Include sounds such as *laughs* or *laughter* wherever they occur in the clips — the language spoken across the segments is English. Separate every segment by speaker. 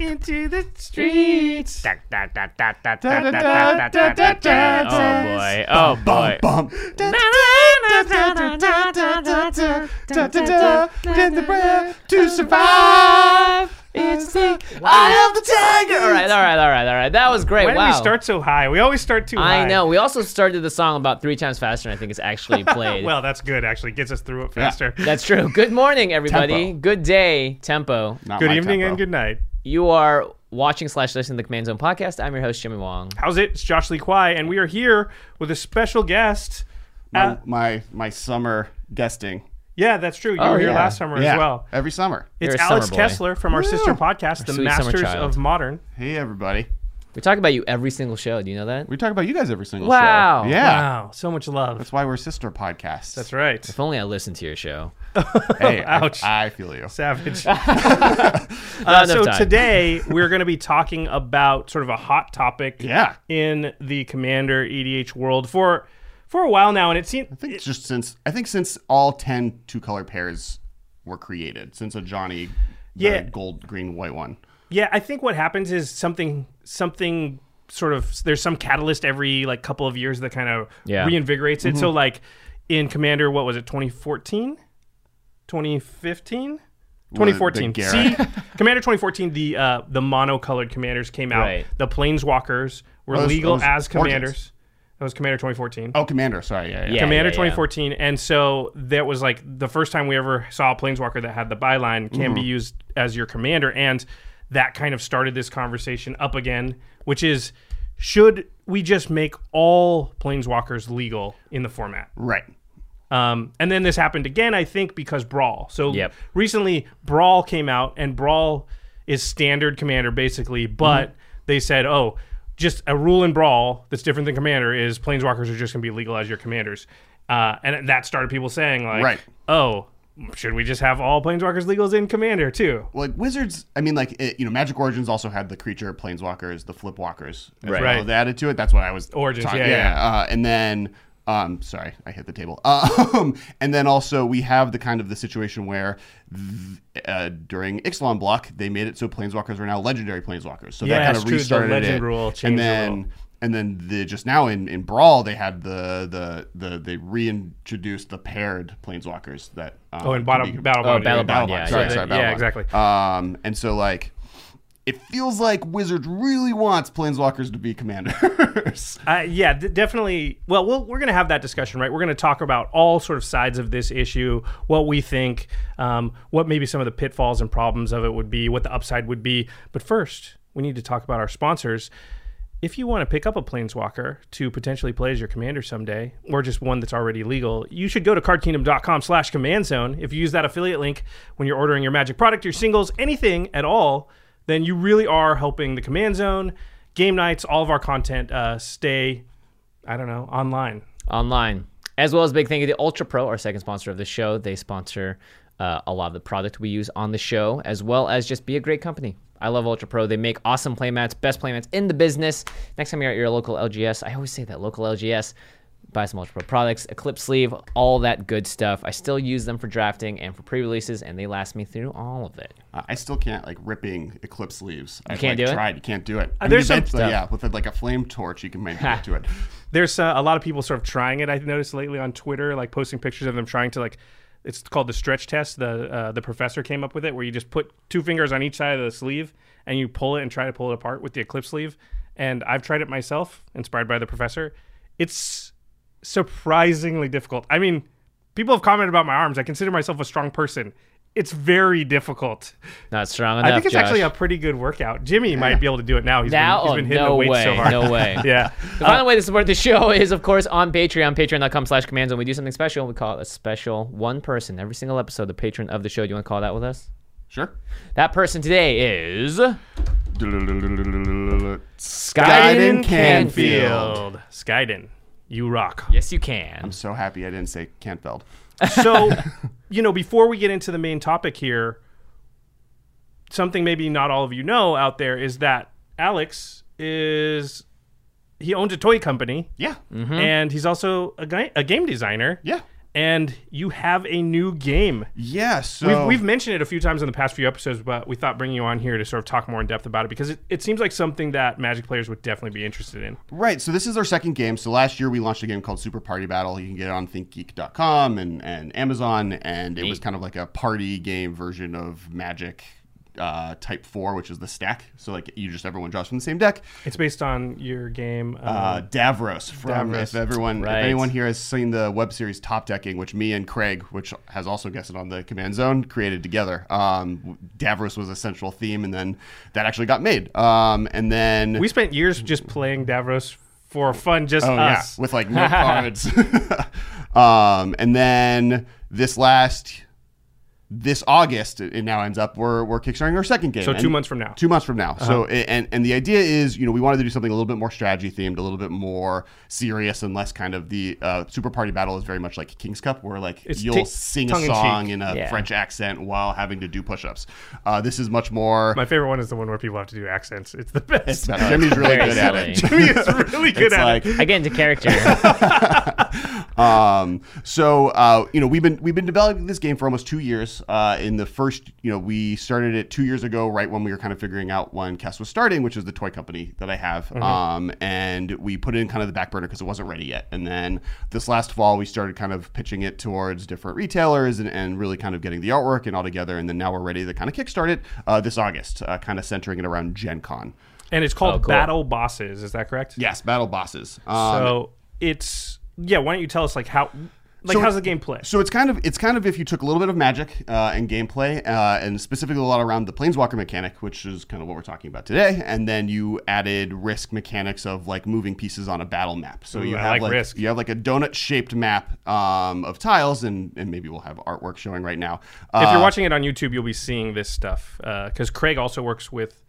Speaker 1: into the streets.
Speaker 2: Da, da, da, da, da,
Speaker 1: Da,
Speaker 2: da,
Speaker 1: da,
Speaker 2: da, da, da, da,
Speaker 1: da, da.
Speaker 3: Oh boy. Oh boy.
Speaker 1: Da, da, da, da, da, da, da, da, da, da, da. Get the breath to survive. It's the eye of the tiger.
Speaker 3: All right, all right, all right, all right. That was great.
Speaker 2: Why do
Speaker 3: Oh, wow.
Speaker 2: we start so high? We always start too high.
Speaker 3: I know. We also started the song about three times faster, and I think it's actually played.
Speaker 2: Well, that's good, actually. Gets us through it faster.
Speaker 3: that's true. Good morning, everybody.
Speaker 1: Tempo.
Speaker 3: Good day, tempo.
Speaker 1: Not
Speaker 2: Good
Speaker 1: my
Speaker 2: evening
Speaker 1: tempo.
Speaker 2: and good night.
Speaker 3: You are watching slash listening to the Command Zone podcast. I'm your host Jimmy Wong.
Speaker 2: How's it? It's Josh Lee Kwai, and we are here with a special guest. Uh,
Speaker 1: My- Oh, My my summer guesting.
Speaker 2: yeah, that's true. You
Speaker 3: Oh,
Speaker 2: were here
Speaker 3: yeah.
Speaker 2: last summer
Speaker 1: Yeah,
Speaker 2: as well.
Speaker 1: Every summer.
Speaker 2: It's
Speaker 3: You're a
Speaker 2: Alex
Speaker 3: summer boy.
Speaker 2: Kessler from our sister podcast, The
Speaker 3: sweet summer
Speaker 2: Masters
Speaker 3: child.
Speaker 2: of Modern.
Speaker 1: Hey everybody.
Speaker 3: We talk about you every single show. Do you know that?
Speaker 1: We talk about you guys every single
Speaker 3: Wow.
Speaker 1: show. Yeah.
Speaker 2: Wow, so much love.
Speaker 1: That's why we're sister podcasts.
Speaker 2: That's right.
Speaker 3: If only I listened to your show.
Speaker 1: Hey, I-
Speaker 2: Ouch.
Speaker 1: I, feel you.
Speaker 2: Savage.
Speaker 3: *laughs* Not
Speaker 2: Uh,
Speaker 3: enough
Speaker 2: so
Speaker 3: time.
Speaker 2: today we're going to be talking about sort of a hot topic
Speaker 1: Yeah.
Speaker 2: in the Commander EDH world for for a while now, and it seems
Speaker 1: I think it's just since I think since all 10 two color pairs were created, since a Johnny the
Speaker 2: Yeah.
Speaker 1: gold, green, white one.
Speaker 2: yeah, I think what happens is something something sort of there's some catalyst every like couple of years that kind of
Speaker 3: Yeah.
Speaker 2: reinvigorates it. So like in Commander, what was it, 2014, 2015? 2014.
Speaker 1: the
Speaker 2: See,
Speaker 1: Garrett.
Speaker 2: Commander 2014, the uh, the monocolored commanders came out.
Speaker 3: Right.
Speaker 2: The planeswalkers were
Speaker 1: Oh, those-
Speaker 2: legal
Speaker 1: those
Speaker 2: as
Speaker 1: organs.
Speaker 2: commanders. That was Commander 2014.
Speaker 1: Oh, Commander, sorry. Yeah, yeah.
Speaker 3: Yeah.
Speaker 2: Commander
Speaker 3: yeah.
Speaker 2: 2014, and so that was like the first time we ever saw a planeswalker that had the byline can
Speaker 3: Mm-hmm.
Speaker 2: be used as your commander, and that kind of started this conversation up again, which is should we just make all planeswalkers legal in the format?
Speaker 1: Right.
Speaker 2: Um, and then this happened again, I think, because Brawl. So
Speaker 3: Yep.
Speaker 2: recently, Brawl came out, and Brawl is standard Commander basically, but they said, oh, just a rule in Brawl that's different than Commander is Planeswalkers are just going to be legal as your commanders. Uh, and that started people saying, like,
Speaker 1: Right.
Speaker 2: oh, should we just have all Planeswalkers legal as in Commander, too?
Speaker 1: Well, like wizards, I mean, like it, you know, Magic Origins also had the creature planeswalkers, the flipwalkers, as well.
Speaker 3: Right.
Speaker 2: Right.
Speaker 1: They added to it. That's what I was
Speaker 2: Origins,
Speaker 1: talking-
Speaker 2: yeah, yeah.
Speaker 1: Uh, and then, um, sorry, I hit the table. *laughs* Um, and then also we have the kind of the situation where th- uh, during Ixalan block they made it so planeswalkers are now legendary planeswalkers. So
Speaker 2: Yeah,
Speaker 1: that kind
Speaker 2: it's
Speaker 1: of
Speaker 2: true. The
Speaker 1: restarted
Speaker 2: legend
Speaker 1: it.
Speaker 2: rule changed
Speaker 1: and
Speaker 2: the
Speaker 1: then.
Speaker 2: rule.
Speaker 1: And then the just now in, in Brawl they had the the the they reintroduced the paired planeswalkers that um,
Speaker 2: Oh, and
Speaker 1: can
Speaker 2: Battle,
Speaker 1: be-
Speaker 2: Battle Bond,
Speaker 3: Battle
Speaker 2: yeah.
Speaker 3: Bond,
Speaker 1: Battle
Speaker 3: yeah,
Speaker 1: Sorry,
Speaker 3: yeah.
Speaker 1: sorry,
Speaker 2: Yeah,
Speaker 1: Battle Bond.
Speaker 2: exactly.
Speaker 1: Um, and so like, it feels like Wizards really wants Planeswalkers to be commanders. *laughs*
Speaker 2: Uh, yeah, d- definitely. Well, we'll we're going to have that discussion, right? We're going to talk about all sort of sides of this issue, what we think, um, what maybe some of the pitfalls and problems of it would be, what the upside would be. But first, we need to talk about our sponsors. If you want to pick up a planeswalker to potentially play as your commander someday, or just one that's already legal, you should go to cardkingdom.com slash command zone. If you use that affiliate link when you're ordering your magic product, your singles, anything at all, then you really are helping the command zone game nights all of our content uh, stay i don't know online
Speaker 3: online. As well as big thank you to Ultra Pro, our second sponsor of the show. They sponsor uh, a lot of the product we use on the show, as well as just be a great company. I love Ultra Pro. They make awesome playmats, best playmats in the business. Next time you're at your local LGS, I always say that local LGS, buy some Ultra Pro products, a clip sleeve, all that good stuff. I still use them for drafting and for pre-releases, and they last me through all of it.
Speaker 1: Uh, I still can't like ripping Eclipse leaves. I
Speaker 3: can't
Speaker 1: like,
Speaker 3: do it?
Speaker 1: Tried. You can't do it. I
Speaker 2: Uh,
Speaker 1: mean,
Speaker 2: there's some
Speaker 1: eventually, yeah, with like a flame torch, you can maybe get to it.
Speaker 2: there's uh, a lot of people sort of trying it i've noticed lately on twitter like posting pictures of them trying to like it's called the stretch test the uh, the professor came up with it where you just put two fingers on each side of the sleeve and you pull it and try to pull it apart with the eclipse sleeve and i've tried it myself inspired by the professor it's surprisingly difficult. I mean, people have commented about my arms. I consider myself a strong person. It's very difficult.
Speaker 3: Not strong enough.
Speaker 2: I think it's
Speaker 3: Josh.
Speaker 2: actually a pretty good workout. Jimmy might be able to do it now. He's
Speaker 3: Now,
Speaker 2: been, he's
Speaker 3: oh,
Speaker 2: been hitting
Speaker 3: no
Speaker 2: the weights
Speaker 3: way,
Speaker 2: so hard.
Speaker 3: no way.
Speaker 2: *laughs* yeah.
Speaker 3: The final way to support the show *laughs* is, of course, on Patreon, patreon.com slash commands. When we do something special, we call it a special one person. Every single episode, the patron of the show. Do you want to call that with us?
Speaker 2: *laughs*
Speaker 1: Sure.
Speaker 3: That person today is
Speaker 1: Skyden
Speaker 3: Skyden Canfield.
Speaker 2: Canfield. Skyden, you rock.
Speaker 3: Yes, you can.
Speaker 1: I'm so happy I didn't say Cantfeld.
Speaker 3: *laughs*
Speaker 2: So, you know, before we get into the main topic here, something maybe not all of you know out there is that Alex is he owns a toy company
Speaker 1: Yeah.
Speaker 3: Hmm.
Speaker 2: and he's also a, guy, a game designer.
Speaker 1: Yeah.
Speaker 2: And you have a new game.
Speaker 1: Yeah. So
Speaker 2: We've, we've mentioned it a few times in the past few episodes, but we thought bringing you on here to sort of talk more in depth about it because it, it seems like something that Magic players would definitely be interested in.
Speaker 1: Right. So this is our second game. So last year we launched a game called Super Party Battle. You can get it on thinkgeek.com and, and Amazon. And it was kind of like a party game version of Magic uh, Type 4, which is the stack. So like you just, everyone draws from the same deck.
Speaker 2: It's based on your game. Um,
Speaker 1: Uh, Davros from
Speaker 2: Davros.
Speaker 1: if everyone
Speaker 3: Right.
Speaker 1: if anyone here has seen the web series Top Decking, which me and Craig, which has also guested on the Command Zone, created together. Um, Davros was a central theme, and then that actually got made. Um, and then
Speaker 2: we spent years just playing Davros for fun, just
Speaker 1: Oh
Speaker 2: us.
Speaker 1: yeah, with
Speaker 2: *laughs*
Speaker 1: like no cards. *laughs* um, and then this last this August, it it now ends up we're we're kickstarting our second game.
Speaker 2: So two
Speaker 1: And-
Speaker 2: months from now. Uh-huh.
Speaker 1: Two months from now. So a- and and the idea is, you know, we wanted to do something a little bit more strategy themed, a little bit more serious, and less kind of the uh, super party battle is very much like King's Cup, where like
Speaker 2: It's
Speaker 1: you'll
Speaker 2: ti-
Speaker 1: sing a
Speaker 2: tongue in
Speaker 1: song
Speaker 2: cheek.
Speaker 1: in a
Speaker 3: Yeah.
Speaker 1: French accent while having to do push-ups. Uh, this is much more.
Speaker 2: My favorite one is the one where people have to do accents. It's the *laughs* best.
Speaker 1: It's better. Jimmy's really
Speaker 3: Very
Speaker 1: good at it. *laughs*
Speaker 3: silly.
Speaker 2: Jimmy is really good
Speaker 1: It's
Speaker 2: at
Speaker 1: like
Speaker 2: it.
Speaker 3: I get into character.
Speaker 1: Um, so uh, you know we've been we've been developing this game for almost two years. Uh, in the first, you know, we started it two years ago, right when we were kind of figuring out when Kess was starting, which is the toy company that I have. Um, and we put it in kind of the back burner because it wasn't ready yet. And then this last fall, we started kind of pitching it towards different retailers and, and really kind of getting the artwork and all together. And then now we're ready to kind of kickstart it uh, this August, uh, kind of centering it around Gen Con.
Speaker 2: And it's called
Speaker 3: Oh, cool.
Speaker 2: Battle Bosses. Is that correct?
Speaker 1: Yes, battle bosses. Um,
Speaker 2: So it's yeah. Why don't you tell us like how like
Speaker 1: So-
Speaker 2: how's the game play?
Speaker 1: So it's kind of it's kind of if you took a little bit of magic uh, and gameplay, uh, and specifically a lot around the planeswalker mechanic, which is kind of what we're talking about today, and then you added risk mechanics of like moving pieces on a battle map. So
Speaker 2: Ooh,
Speaker 1: you
Speaker 2: I
Speaker 1: have
Speaker 2: like Risk.
Speaker 1: you have like a donut shaped map um, of tiles, and and maybe we'll have artwork showing right now. Uh,
Speaker 2: if you're watching it on YouTube, you'll be seeing this stuff because Craig also works with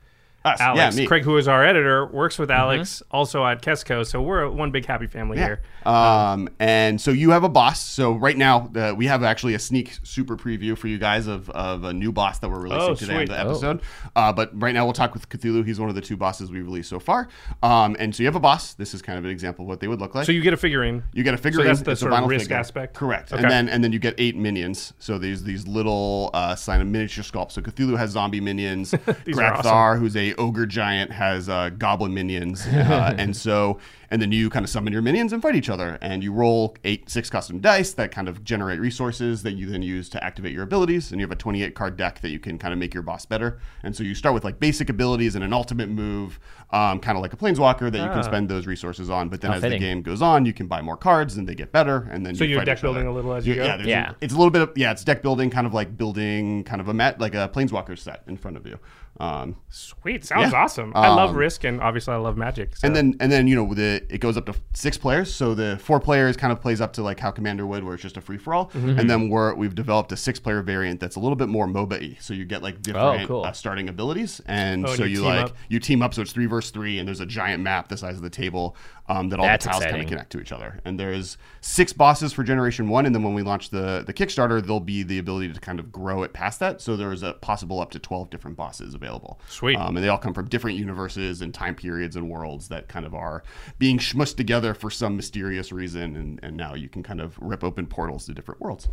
Speaker 1: Us, yeah,
Speaker 2: Alex.
Speaker 1: me.
Speaker 2: Craig, who is our editor, works with Alex also at Kesco. So we're one big happy family here.
Speaker 1: Um, and so you have a boss. So right now uh, we have actually a sneak super preview for you guys of, of a new boss that we're releasing
Speaker 2: Oh,
Speaker 1: today on
Speaker 2: sweet.
Speaker 1: the episode. Uh, but right now we'll talk with Cthulhu. He's one of the two bosses we released so far. Um, and so you have a boss. This is kind of an example of what they would look like.
Speaker 2: So you get a figurine.
Speaker 1: You get a figure.
Speaker 2: that's the sort of risk aspect?
Speaker 1: Correct.
Speaker 2: Okay.
Speaker 1: And then and then you get eight minions. So these these little uh, sign of miniature sculpts. So Cthulhu has
Speaker 2: *laughs*
Speaker 1: zombie minions.
Speaker 2: are
Speaker 1: Grathar,
Speaker 2: awesome.
Speaker 1: who's a ogre giant, has uh, goblin minions.
Speaker 2: *laughs*
Speaker 1: Uh, and so and then you kind of summon your minions and fight each other. And you roll eight six custom dice that kind of generate resources that you then use to activate your abilities. And you have a twenty eight card deck that you can kind of make your boss better. And so you start with like basic abilities and an ultimate move, um, kind of like a planeswalker that you
Speaker 2: Ah.
Speaker 1: can spend those resources on. But then
Speaker 3: How
Speaker 1: as
Speaker 3: fitting.
Speaker 1: the game game goes on, you can buy more cards and they get better, and then
Speaker 2: So
Speaker 1: you
Speaker 2: you're
Speaker 1: fight
Speaker 2: deck
Speaker 1: each other.
Speaker 2: building a little as you
Speaker 1: You-
Speaker 2: go?
Speaker 1: Yeah, there's a-
Speaker 3: Yeah.
Speaker 1: it's a little bit of yeah, it's deck building, kind of like building kind of a mat like a planeswalker set in front of you. Um,
Speaker 2: Sweet, sounds
Speaker 1: Yeah. Um,
Speaker 2: awesome. I love Risk, and obviously I love Magic. So.
Speaker 1: and then and then you know the it goes up to six players, so the four players kind of plays up to like how Commander would, where it's just a free for all,
Speaker 3: Mm-hmm.
Speaker 1: and then we're we've developed a six player variant that's a little bit more MOBA-y, so you get like different
Speaker 3: Oh, cool.
Speaker 1: uh, starting abilities, and
Speaker 2: Oh, and
Speaker 1: so
Speaker 2: you
Speaker 1: you,
Speaker 2: team
Speaker 1: like
Speaker 2: up.
Speaker 1: you team up, so it's three versus three, and there's a giant map the size of the table um, that all
Speaker 3: That's
Speaker 1: the tiles kind
Speaker 3: exciting.
Speaker 1: of connect to each other, and there's six bosses for Generation One, and then when we launch the the Kickstarter, there'll be the ability to kind of grow it past that, so there's a possible up to twelve different bosses available.
Speaker 2: Sweet.
Speaker 1: Um, and they all come from different universes and time periods and worlds that kind of are being smushed together for some mysterious reason. And, and now you can kind of rip open portals to different worlds.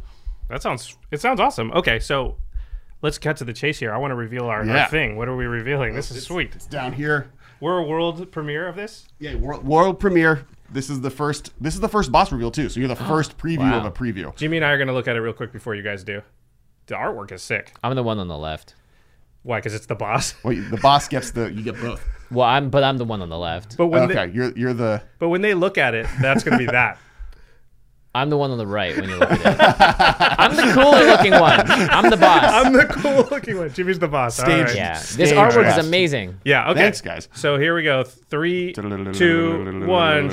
Speaker 2: that sounds it sounds awesome. Okay, so let's cut to the chase here. I want to reveal our, our
Speaker 1: Yeah.
Speaker 2: thing. What are we revealing? This is sweet.
Speaker 1: It's down here.
Speaker 2: We're a world premiere of this.
Speaker 1: Yeah, world, world premiere. This is the first. This is the first boss reveal too.
Speaker 3: *gasps*
Speaker 1: So you're the first preview of a preview.
Speaker 2: Jimmy and I are going to look at it real quick before you guys do. The artwork is sick.
Speaker 3: I'm the one on the left.
Speaker 2: Why? Because it's the boss. *laughs*
Speaker 1: Well, you- the boss gets the. You get both.
Speaker 3: Well, I'm, but I'm the one on the left.
Speaker 2: But when
Speaker 1: Okay,
Speaker 2: they,
Speaker 1: you're you're the.
Speaker 2: but when they look at it, that's going to be that.
Speaker 3: I'm the one on the right when you look at it. I'm the cooler looking one. I'm the boss.
Speaker 2: *laughs* I'm the *laughs* cool looking one. Jimmy's the boss. All
Speaker 1: Stage-
Speaker 2: right.
Speaker 3: yeah.
Speaker 1: Stage
Speaker 3: This artwork
Speaker 1: draft.
Speaker 3: is amazing.
Speaker 2: Yeah. Okay.
Speaker 1: Thanks, guys.
Speaker 2: So here we go. Three, two, *laughs* one.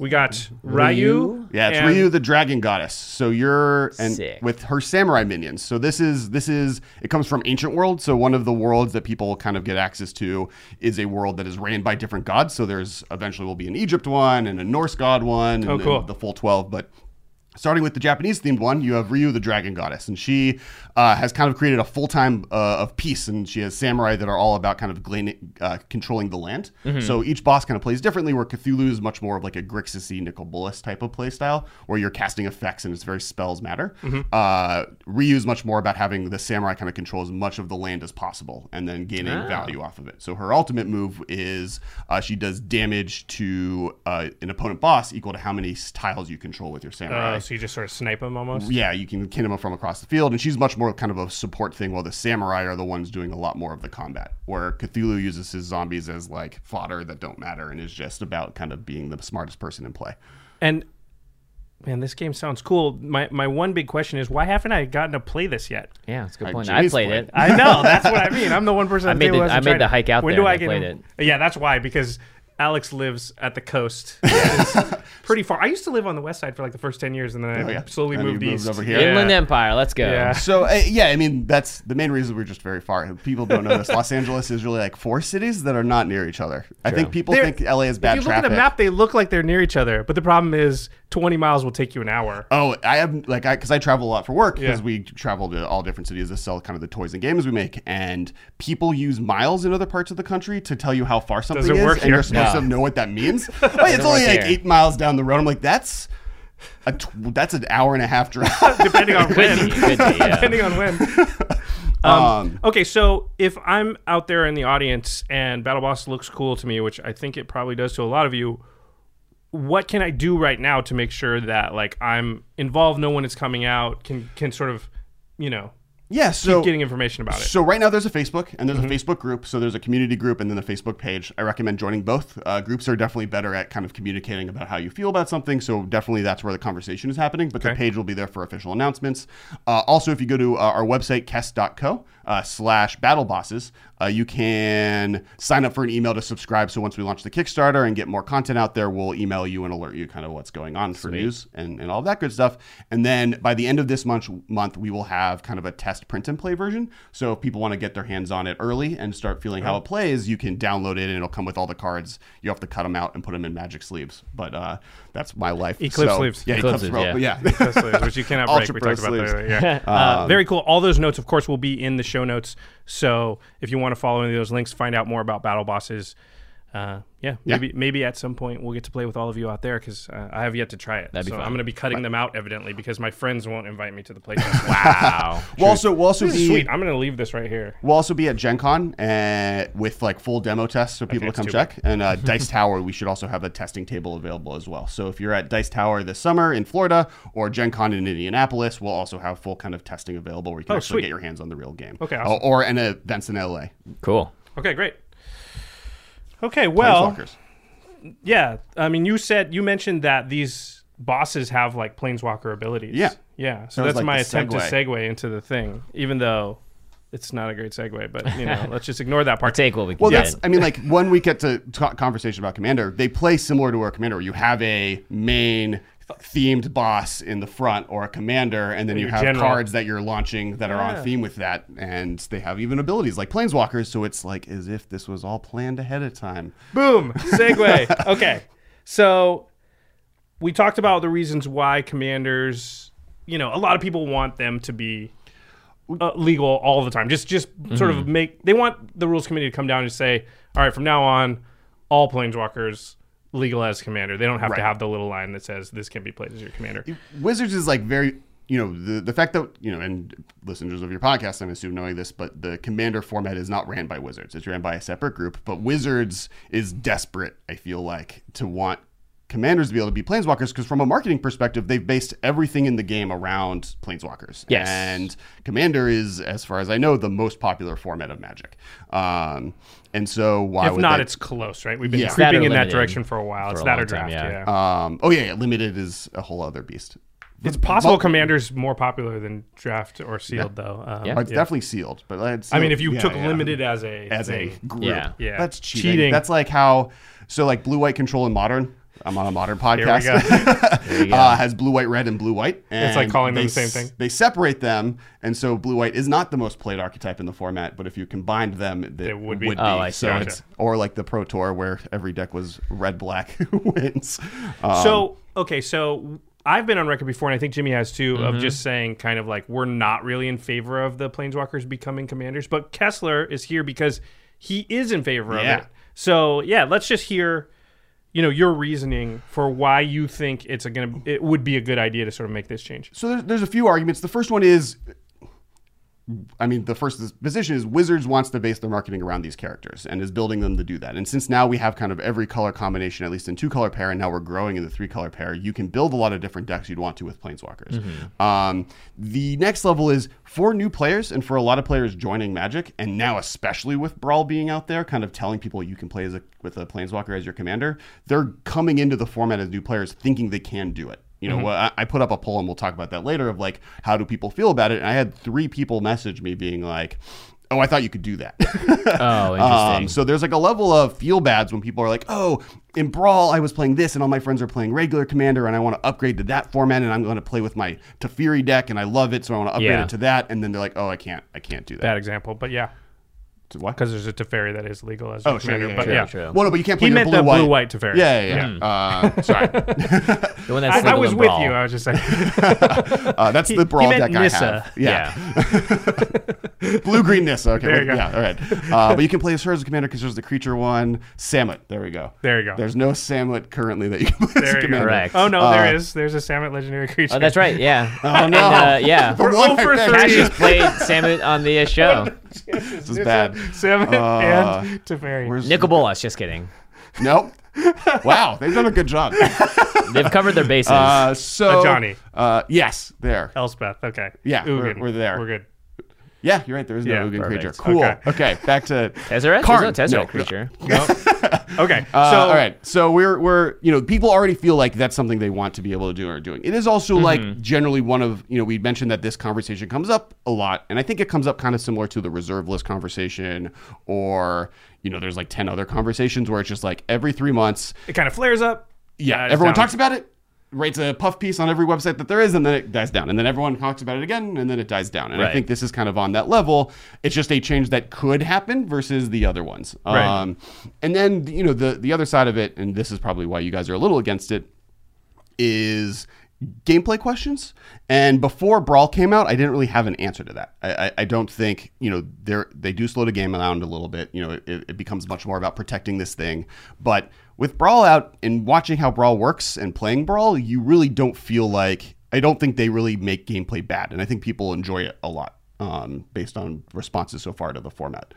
Speaker 2: We got Ryu.
Speaker 1: Yeah, it's
Speaker 2: and-
Speaker 1: Ryu the Dragon Goddess. So you're and
Speaker 3: Sick.
Speaker 1: with her samurai minions. So this is this is it comes from ancient world. So one of the worlds that people kind of get access to is a world that is ran by different gods. So there's eventually will be an Egypt one and a Norse god one and,
Speaker 2: Oh, cool.
Speaker 1: and the full twelve. But starting with the Japanese themed one, you have Ryu the Dragon Goddess, and she uh, has kind of created a full time uh, of peace, and she has samurai that are all about kind of glan- uh, controlling the land.
Speaker 2: Mm-hmm.
Speaker 1: So each boss kind of plays differently, where Cthulhu is much more of like a Grixis-y, Nicol Bolas type of play style, where you're casting effects and it's very spells matter. Uh, Ryu is much more about having the samurai kind of control as much of the land as possible, and then gaining value off of it. So her ultimate move is uh, she does damage to uh, an opponent boss equal to how many s- tiles you control with your samurai.
Speaker 2: Oh, so you just sort of snipe him almost.
Speaker 1: Yeah, you can kin him from across the field, and she's much more kind of a support thing, while the samurai are the ones doing a lot more of the combat. Where Cthulhu uses his zombies as like fodder that don't matter, and is just about kind of being the smartest person in play.
Speaker 2: And man, this game sounds cool. My my one big question is why haven't I gotten to play this yet?
Speaker 3: Yeah, that's a good
Speaker 1: Uh,
Speaker 3: point. I
Speaker 1: Jimmy's
Speaker 3: played
Speaker 1: play.
Speaker 3: it.
Speaker 2: I know that's what I mean. I'm the one person. At
Speaker 3: I made
Speaker 2: table
Speaker 3: the-
Speaker 2: who hasn't
Speaker 3: I made
Speaker 2: tried
Speaker 3: the
Speaker 2: it.
Speaker 3: hike out
Speaker 2: when
Speaker 3: there
Speaker 2: do
Speaker 3: and
Speaker 2: I
Speaker 3: I
Speaker 2: get
Speaker 3: played
Speaker 2: in- Yeah, that's why because Alex lives at the *laughs* coast. It's pretty far. I used to live on the west side for like the first ten years, Oh, and then I
Speaker 1: yeah.
Speaker 2: slowly
Speaker 1: And you
Speaker 2: moved
Speaker 1: moved
Speaker 2: east
Speaker 1: over here.
Speaker 2: Yeah.
Speaker 3: Inland Empire. Let's go.
Speaker 2: Yeah.
Speaker 1: So uh, yeah, I mean that's the main reason we're just very far. People don't know this. Los Angeles is really like four cities that are not near each other. I think people
Speaker 2: They're-
Speaker 1: think LA is
Speaker 2: If
Speaker 1: bad
Speaker 2: you look
Speaker 1: traffic.
Speaker 2: at a map, they look like they're near each other, but the problem is 20 miles will take you an hour.
Speaker 1: Oh, I have like I because I travel a lot for work because
Speaker 2: Yeah.
Speaker 1: we travel to all different cities to sell kind of the toys and games we make, and people use miles in other parts of the country to tell you how far something
Speaker 2: Doesn't
Speaker 1: is,
Speaker 2: work
Speaker 1: and
Speaker 2: here.
Speaker 1: you're supposed
Speaker 3: No.
Speaker 1: to know what
Speaker 2: *laughs*
Speaker 1: that means. Wait, it's only
Speaker 3: work
Speaker 1: like
Speaker 3: here.
Speaker 1: eight miles down the road. I'm like, that's a tw- that's an hour and a
Speaker 2: *laughs*
Speaker 1: half drive.
Speaker 2: Depending on
Speaker 3: Could be,
Speaker 2: when.
Speaker 3: could be, yeah.
Speaker 2: *laughs* Depending on when. Um, okay, so if I'm out there in the audience and Battle Boss looks cool to me, which I think it probably does to a lot of you, what can I do right now to make sure that like I'm involved, no one is coming out, can can sort of, you know,
Speaker 1: yeah, so
Speaker 2: getting information about it. Mm-hmm.
Speaker 1: So right now there's a Facebook and there's a Facebook group. So there's a community group and then a Facebook page. I recommend joining both. Uh, groups are definitely better at kind of communicating about how you feel about something. So definitely that's where the conversation is happening. But the
Speaker 2: Okay.
Speaker 1: page will be there for official announcements. Uh, also, if you go to uh, our website kest.co uh, slash battle bosses, uh, you can sign up for an email to subscribe. So once we launch the Kickstarter and get more content out there, we'll email you and alert you kind of what's going on for news and, and all that good stuff. And then by the end of this month, month we will have kind of a test print and play version. So if people want to get their hands on it early and start feeling
Speaker 2: Uh-huh.
Speaker 1: how it plays, you can download it and it'll come with all the cards. You have to cut them out and put them in magic sleeves. But uh, that's my life.
Speaker 2: Eclipse
Speaker 1: So-
Speaker 2: sleeves.
Speaker 1: Yeah,
Speaker 3: Eclipse
Speaker 1: Eclipse,
Speaker 3: sleeves,
Speaker 1: Pro-
Speaker 3: yeah.
Speaker 1: yeah. *laughs*
Speaker 2: Press sleeves, which you cannot break.
Speaker 1: Ultra
Speaker 2: We
Speaker 1: press
Speaker 2: talked about
Speaker 1: sleeves.
Speaker 2: that. *laughs* Yeah. Uh, very cool. All those notes, of course, will be in the show notes. So if you want to follow any of those links, find out more about Battle Bosses. Uh, yeah, maybe maybe at some point we'll get to play with all of you out there because uh, I have yet to try it.
Speaker 3: That'd be
Speaker 2: so
Speaker 3: fun.
Speaker 2: I'm going to be cutting them out evidently because my friends won't invite me to the playtest.
Speaker 3: Wow.
Speaker 1: We'll also, we'll also
Speaker 2: This is
Speaker 1: be
Speaker 2: Sweet, I'm going to leave this right here.
Speaker 1: We'll also be at Gen Con uh, with like full demo tests for people to
Speaker 2: it's
Speaker 1: come
Speaker 2: too
Speaker 1: check.
Speaker 2: *laughs*
Speaker 1: And uh, Dice Tower, we should also have a testing table available as well. So if you're at Dice Tower this summer in Florida or Gen Con in Indianapolis, we'll also have full kind of testing available where you can
Speaker 2: Oh,
Speaker 1: actually
Speaker 2: sweet.
Speaker 1: get your hands on the real game.
Speaker 2: Okay,
Speaker 1: Uh,
Speaker 2: awesome.
Speaker 1: Or, and events in LA.
Speaker 3: Cool.
Speaker 2: Okay, great. Okay, well,
Speaker 1: Planeswalkers.
Speaker 2: yeah. I mean, you said you mentioned that these bosses have like planeswalker abilities.
Speaker 1: Yeah.
Speaker 2: yeah. So
Speaker 1: That was
Speaker 2: that's
Speaker 1: like
Speaker 2: my
Speaker 1: the
Speaker 2: attempt to
Speaker 1: segue.
Speaker 2: segue into the thing, even though it's not a great segue. But
Speaker 1: *laughs*
Speaker 2: you know, let's just ignore that part.
Speaker 3: Take what we can
Speaker 1: Well,
Speaker 3: get.
Speaker 1: that's. I mean, like when we get to talk conversation about Commander, they play similar to our Commander. Where you have a main themed boss in the front or a commander, and then you
Speaker 2: your
Speaker 1: have
Speaker 2: general.
Speaker 1: cards that you're launching that are
Speaker 2: Yeah.
Speaker 1: on theme with that, and they have even abilities like Planeswalkers. So it's like as if this was all planned ahead of time.
Speaker 2: Boom. Segue. *laughs* okay. So we talked about the reasons why commanders. You know, a lot of people want them to be uh, legal all the time. Just, just sort
Speaker 3: Mm-hmm.
Speaker 2: of make. They want the rules committee to come down and say, "All right, from now on, all planeswalkers legal as commander. They don't have to
Speaker 1: Right.
Speaker 2: have the little line that says this can be played as your commander."
Speaker 1: Wizards is like very, you know, the, the fact that, you know, and listeners of your podcast, I'm assuming knowing this, but the commander format is not ran by Wizards. It's ran by a separate group. But Wizards is desperate, I feel like, to want commanders to be able to be planeswalkers because from a marketing perspective, they've based everything in the game around planeswalkers.
Speaker 3: Yes.
Speaker 1: And commander is, as far as I know, the most popular format of Magic. Um, and so why
Speaker 2: If
Speaker 1: would
Speaker 2: not,
Speaker 1: they-
Speaker 2: it's close, right? We've been
Speaker 1: Yeah. It's
Speaker 3: that
Speaker 2: creeping
Speaker 3: or
Speaker 2: in that
Speaker 3: limited
Speaker 2: direction for a while. it's
Speaker 3: a
Speaker 2: that
Speaker 3: long
Speaker 2: or
Speaker 3: time,
Speaker 2: draft,
Speaker 3: yeah. Uh,
Speaker 2: yeah.
Speaker 1: um, oh yeah, yeah, limited is a whole other beast.
Speaker 2: it's possible
Speaker 1: But-
Speaker 2: commander's more popular than draft or sealed, though. Um,
Speaker 3: Yeah.
Speaker 1: It's definitely sealed, but it's
Speaker 2: I mean,
Speaker 1: sealed-
Speaker 2: if you
Speaker 1: yeah,
Speaker 2: took
Speaker 1: yeah.
Speaker 2: limited as a
Speaker 1: as a
Speaker 2: thing,
Speaker 1: group.
Speaker 3: Yeah.
Speaker 2: Yeah.
Speaker 1: That's cheating.
Speaker 2: Cheating.
Speaker 1: That's like how so like blue white control in modern. I'm on a modern
Speaker 2: Here we
Speaker 1: podcast.
Speaker 3: go.
Speaker 1: *laughs* uh, has blue white red and blue white. And
Speaker 2: It's like calling them
Speaker 1: they
Speaker 2: the same
Speaker 1: s-
Speaker 2: thing.
Speaker 1: They separate them, and so blue white is not the most played archetype in the format. But if you combined them, it,
Speaker 2: It would
Speaker 1: would
Speaker 2: be.
Speaker 1: be.
Speaker 3: Oh, I see.
Speaker 1: so
Speaker 3: Gotcha.
Speaker 1: it's or like the pro tour where every deck was red black *laughs* wins. Um,
Speaker 2: So okay, so I've been on record before, and I think Jimmy has too,
Speaker 3: Mm-hmm.
Speaker 2: of just saying kind of like we're not really in favor of the planeswalkers becoming commanders, but Kessler is here because he is in favor
Speaker 1: Yeah.
Speaker 2: of it. So yeah, let's just hear, you know, your reasoning for why you think it's a gonna it would be a good idea to sort of make this change.
Speaker 1: so there's, there's a few arguments. The first one is, I mean, the first position is Wizards wants to base their marketing around these characters and is building them to do that. And since now we have kind of every color combination, at least in two color pair, and now we're growing in the three color pair, you can build a lot of different decks you'd want to with Planeswalkers. Um, the next level is for new players and for a lot of players joining Magic, and now especially with Brawl being out there, kind of telling people you can play as a, with a Planeswalker as your commander, they're coming into the format as new players thinking they can do it. You
Speaker 2: Mm-hmm.
Speaker 1: know, well, I I put up a poll and we'll talk about that later of like, how do people feel about it? And I had three people message me being like, oh, I thought you could do that. *laughs*
Speaker 3: Oh,
Speaker 1: um,
Speaker 3: interesting.
Speaker 1: so there's like a level of feel bads when people are like, oh, in Brawl, I was playing this and all my friends are playing regular Commander and I want to upgrade to that format and I'm going to play with my Teferi deck and I love it. So I want to upgrade
Speaker 3: Yeah.
Speaker 1: it to that. And then they're like, oh, I can't, I can't do that.
Speaker 2: Bad example, but yeah,
Speaker 1: To what?
Speaker 2: because there's a Teferi that is legal as a
Speaker 1: Oh, sure,
Speaker 2: commander,
Speaker 1: yeah,
Speaker 2: but
Speaker 1: sure,
Speaker 2: yeah.
Speaker 3: sure.
Speaker 1: Well, no, but you can't
Speaker 2: He
Speaker 1: play your
Speaker 2: meant that blue-white
Speaker 1: blue-white.
Speaker 2: Teferi. Hmm.
Speaker 1: Yeah, yeah, yeah.
Speaker 2: *laughs*
Speaker 1: Uh, sorry.
Speaker 3: the one that's
Speaker 2: I, I
Speaker 3: legal
Speaker 2: was
Speaker 3: in
Speaker 2: with
Speaker 3: Brawl.
Speaker 2: you. I was just like, *laughs*
Speaker 1: Uh, that's
Speaker 2: He-
Speaker 1: the brawl
Speaker 2: he meant
Speaker 1: deck I
Speaker 2: Nissa.
Speaker 1: have. yeah. Blue green Nissa. Okay,
Speaker 2: There you
Speaker 1: well,
Speaker 2: go.
Speaker 1: yeah, all right. Uh, but you can play as her as a commander because there's the creature one, Samut. There we go.
Speaker 2: There you go.
Speaker 1: There's no Samut currently that you can play as
Speaker 2: there
Speaker 1: a
Speaker 2: you go.
Speaker 1: commander. Uh,
Speaker 3: Correct.
Speaker 2: Oh no, there is. There's a Samet legendary creature.
Speaker 3: Oh, that's right. Yeah.
Speaker 1: *laughs* Oh no!
Speaker 3: And, uh,
Speaker 1: *laughs*
Speaker 3: yeah.
Speaker 1: The
Speaker 2: We're
Speaker 1: one I
Speaker 2: over
Speaker 1: picked.
Speaker 2: three.
Speaker 3: Cassius played Samut on the uh, show.
Speaker 1: This is bad.
Speaker 2: Samet
Speaker 1: Uh,
Speaker 2: and Teferi.
Speaker 1: Where's
Speaker 3: Nicol Bolas. Just kidding.
Speaker 1: Nope. Wow, they've done a good
Speaker 3: *laughs*
Speaker 1: job.
Speaker 3: They've covered their bases.
Speaker 1: Uh, so
Speaker 2: Uh, Johnny.
Speaker 1: Uh, yes, there.
Speaker 2: Elspeth. Okay.
Speaker 1: Yeah, we're-
Speaker 2: Ugin.
Speaker 1: we're there.
Speaker 2: We're good.
Speaker 1: Yeah, you're right. There is no
Speaker 2: Yeah,
Speaker 1: Ugin
Speaker 3: perfect.
Speaker 1: creature. Cool.
Speaker 2: Okay.
Speaker 1: Okay. back to
Speaker 3: Tezzeret? There's
Speaker 1: Karn.
Speaker 3: no Tezzeret
Speaker 1: No,
Speaker 3: creature.
Speaker 2: Okay.
Speaker 1: Uh,
Speaker 2: so,
Speaker 1: all right, so we're we're you know people already feel like that's something they want to be able to do or are doing. It is also like generally one of you know we mentioned that this conversation comes up a lot, and I think it comes up kind of similar to the reserve list conversation, or you know there's like ten other conversations where it's just like every three months,
Speaker 2: It kind of flares up.
Speaker 1: yeah,
Speaker 2: dies
Speaker 1: everyone
Speaker 2: down.
Speaker 1: talks about it, writes a puff piece on every website that there is, and then it dies down. And then everyone talks about it again, and then it dies down. And
Speaker 3: Right.
Speaker 1: I think this is kind of on that level. It's just a change that could happen versus the other ones.
Speaker 2: Right.
Speaker 1: Um, and then, you know, the, the other side of it, and this is probably why you guys are a little against it, is gameplay questions. And before Brawl came out, I didn't really have an answer to that. I, I, I don't think you know they they do slow the game around a little bit. You know, it, it becomes much more about protecting this thing. But with Brawl out and watching how Brawl works and playing Brawl, you really don't feel like I don't think they really make gameplay bad, and I think people enjoy it a lot um, based on responses so far to the format.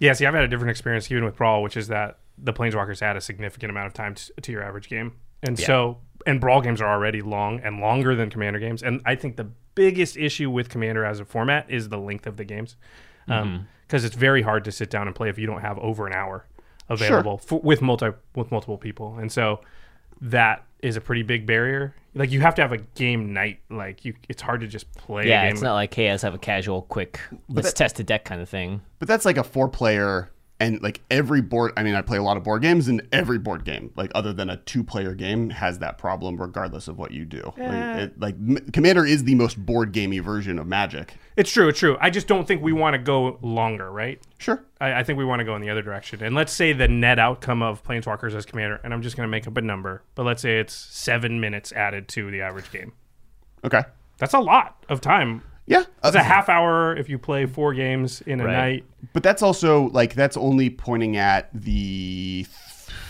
Speaker 2: Yeah. See, I've had a different experience even with Brawl, which is that the Planeswalkers add a significant amount of time to, to your average game, and so and Brawl games are already long and longer than Commander games, and I think the biggest issue with Commander as a format is the length of the games, because
Speaker 3: Mm-hmm.
Speaker 2: it's very hard to sit down and play if you don't have over an hour available for, with multi with multiple people, and so that is a pretty big barrier. Like you have to have a game night. Like you, it's hard to just play. a
Speaker 3: yeah,
Speaker 2: game.
Speaker 3: it's not like hey, let's have a casual, quick, let's test a deck kind of thing.
Speaker 1: But that's like a four player and like every board I mean I play a lot of board games and every board game like other than a two player game has that problem regardless of what you do. Like, it- Like, M- Commander is the most board gamey version of Magic.
Speaker 2: It's true. It's true. I just don't think we want to go longer, right?
Speaker 1: Sure.
Speaker 2: I, I think we want to go in the other direction. And let's say the net outcome of Planeswalkers as commander, and I'm just going to make up a number, but let's say it's seven minutes added to the average game.
Speaker 1: Okay.
Speaker 2: That's a lot of time.
Speaker 1: Yeah. Uh,
Speaker 2: That's a half hour if you play four games in a
Speaker 3: Right.
Speaker 2: night.
Speaker 1: But that's also like that's only pointing at the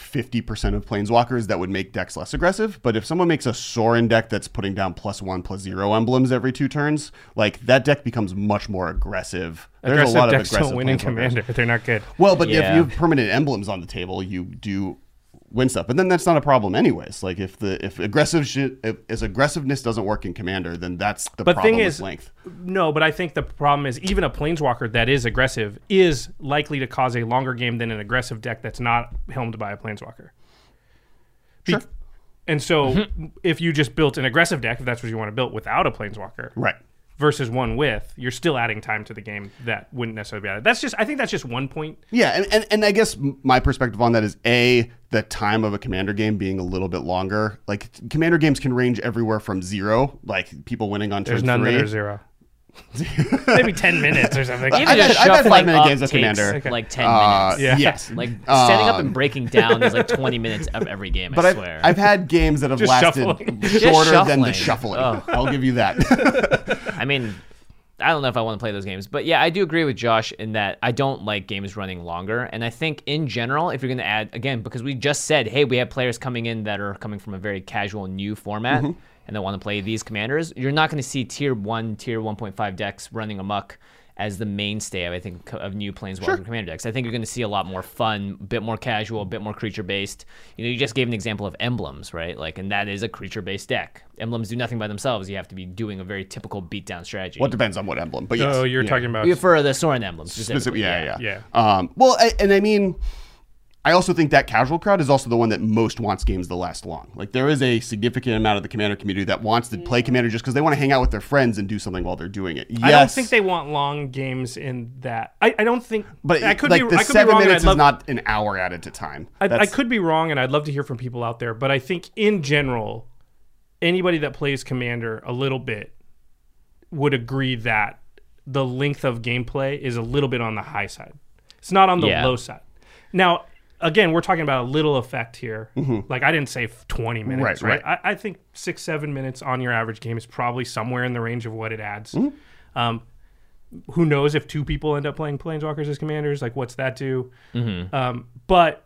Speaker 1: 50% of planeswalkers that would make decks less aggressive. But if someone makes a Sorin deck that's putting down plus one, plus zero emblems every two turns, like that deck becomes much more aggressive. There's
Speaker 2: aggressive
Speaker 1: a lot of
Speaker 2: decks
Speaker 1: aggressive
Speaker 2: don't win in
Speaker 1: planeswalkers.
Speaker 2: commander. They're not good.
Speaker 1: Well, but
Speaker 3: Yeah.
Speaker 1: if you have permanent emblems on the table, you do win stuff. But then that's not a problem, anyways. Like if the if aggressive shit, if, if aggressiveness doesn't work in commander, then that's the
Speaker 2: But
Speaker 1: problem
Speaker 2: thing
Speaker 1: with
Speaker 2: is,
Speaker 1: length.
Speaker 2: no. But I think the problem is even a planeswalker that is aggressive is likely to cause a longer game than an aggressive deck that's not helmed by a planeswalker. Be-
Speaker 1: Sure.
Speaker 2: And so, if you just built an aggressive deck, if that's what you want to build, without a planeswalker,
Speaker 1: Right.
Speaker 2: versus one with, you're still adding time to the game that wouldn't necessarily be added. That's just, I think that's just one point.
Speaker 1: Yeah, and, and, and I guess m- my perspective on that is a the time of a commander game being a little bit longer. Like t- commander games can range everywhere from zero, like people winning on
Speaker 2: There's
Speaker 1: turn
Speaker 2: none
Speaker 1: three.
Speaker 2: that are
Speaker 1: *laughs*
Speaker 2: zero. *laughs* Maybe ten minutes or something.
Speaker 1: I've had- I've had five-minute games as
Speaker 3: takes,
Speaker 1: commander.
Speaker 2: Okay.
Speaker 3: Like ten
Speaker 1: Uh,
Speaker 3: minutes.
Speaker 2: Yeah.
Speaker 1: Yes, Um,
Speaker 3: Like standing up and breaking down is like twenty minutes of every game.
Speaker 1: But
Speaker 3: I
Speaker 1: I've,
Speaker 3: swear.
Speaker 1: I've had games that have
Speaker 2: Just
Speaker 1: lasted
Speaker 2: shuffling.
Speaker 1: shorter than the
Speaker 3: shuffling.
Speaker 1: shuffling.
Speaker 3: Ugh.
Speaker 1: I'll give you that.
Speaker 3: I mean, I don't know if I want to play those games, but yeah, I do agree with Josh in that I don't like games running longer. And I think in general, if you're going to add again, because we just said, hey, we have players coming in that are coming from a very casual new format and they want to play these commanders, you're not going to see tier one, tier 1.5 decks running amok. As the mainstay, of, I think, co- of new planeswalker commander decks, I think you're going to see a lot more fun, a bit more casual, a bit more creature based. You know, you just gave an example of emblems, right? Like, and that is a creature based deck. Emblems do nothing by themselves. You have to be doing a very typical beatdown strategy.
Speaker 1: well, it depends on what emblem. But yes,
Speaker 2: Oh, you're
Speaker 1: yeah.
Speaker 2: talking about.
Speaker 3: We- for the Soren emblem specifically.
Speaker 1: specific. Yeah, yeah,
Speaker 2: yeah.
Speaker 1: Um, well, I, and I mean, I also think that casual crowd is also the one that most wants games to last long. Like there is a significant amount of the commander community that wants to play commander just because they want to hang out with their friends and do something while they're doing it. Yes,
Speaker 2: I don't think they want long games in that. I, I don't think.
Speaker 1: But
Speaker 2: I could
Speaker 1: like
Speaker 2: be.
Speaker 1: the
Speaker 2: I could
Speaker 1: seven
Speaker 2: be wrong. and
Speaker 1: minutes
Speaker 2: I'd love,
Speaker 1: is not an hour added to time.
Speaker 2: I, I
Speaker 1: That's-
Speaker 2: could be wrong, and I'd love to hear from people out there. But I think in general, anybody that plays Commander a little bit would agree that the length of gameplay is a little bit on the high side. It's not on the
Speaker 3: Yeah.
Speaker 2: low side. Now, again, we're talking about a little effect here.
Speaker 1: Mm-hmm.
Speaker 2: Like I didn't say f- twenty minutes,
Speaker 1: Right,
Speaker 2: right? I, I think six, seven minutes on your average game is probably somewhere in the range of what it adds.
Speaker 1: Mm-hmm.
Speaker 2: Um, who knows if two people end up playing planeswalkers as commanders like what's that do
Speaker 1: Mm-hmm.
Speaker 2: um, but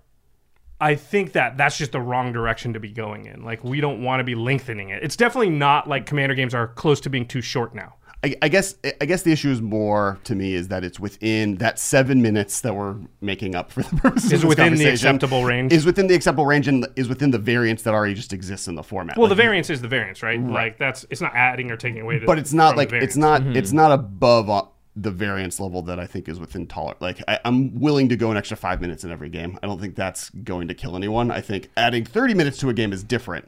Speaker 2: i think that that's just the wrong direction to be going in like we don't want to be lengthening it it's definitely not like commander games are close to being too short now
Speaker 1: I, I guess I guess the issue is more to me is that it's within that seven minutes that we're making up for the *laughs*
Speaker 2: Is
Speaker 1: purposes of this
Speaker 2: within the
Speaker 1: conversation,
Speaker 2: acceptable range.
Speaker 1: Is within the acceptable range and is within the variance that already just exists in the format.
Speaker 2: well
Speaker 1: Like,
Speaker 2: the variance is the variance right? like that's it's not adding or taking away to,
Speaker 1: but it's not
Speaker 2: from the
Speaker 1: like it's
Speaker 2: variance.
Speaker 1: not it's not above uh, the variance level that I think is within tolerant. Like I, I'm willing to go an extra five minutes in every game. I don't think that's going to kill anyone. I think adding 30 minutes to a game is different.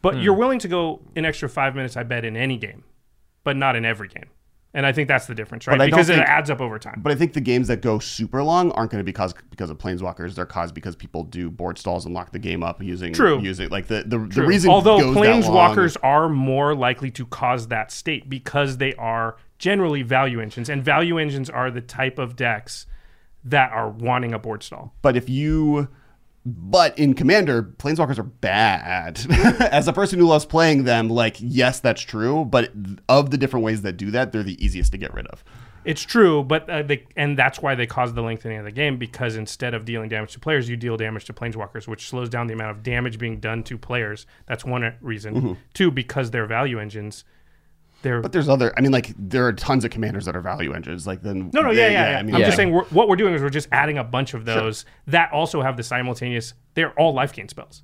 Speaker 2: but you're
Speaker 1: Hmm.
Speaker 2: willing to go an extra five minutes i bet in any game but not in every game and i think that's the difference right
Speaker 1: But I don't
Speaker 2: because it
Speaker 1: think-
Speaker 2: adds up over time
Speaker 1: But I think the games that go super long aren't going to be caused because of planeswalkers. They're caused because people do board stalls and lock the game up using
Speaker 2: True.
Speaker 1: using like the the, the
Speaker 2: True.
Speaker 1: reason.
Speaker 2: although
Speaker 1: it goes that long-
Speaker 2: planeswalkers are more likely to cause that state because they are generally value engines and value engines are the type of decks that are wanting a board stall
Speaker 1: But if you, but in Commander, planeswalkers are bad. *laughs* As a person who loves playing them, like yes, that's true. But of the different ways that do that, they're the easiest to get rid of.
Speaker 2: it's true but uh, they, and that's why they cause the lengthening of the game because instead of dealing damage to players you deal damage to planeswalkers which slows down the amount of damage being done to players that's one uh, reason two because they're value engines they're
Speaker 1: Mm-hmm. But there's other. I mean, like there are tons of commanders that are value engines. Like then
Speaker 2: No, no, yeah, yeah, yeah. I
Speaker 1: I mean,
Speaker 2: am
Speaker 1: like-
Speaker 2: just saying we're, what we're doing is we're just adding a bunch of those that also have the simultaneous. They're all life gain spells,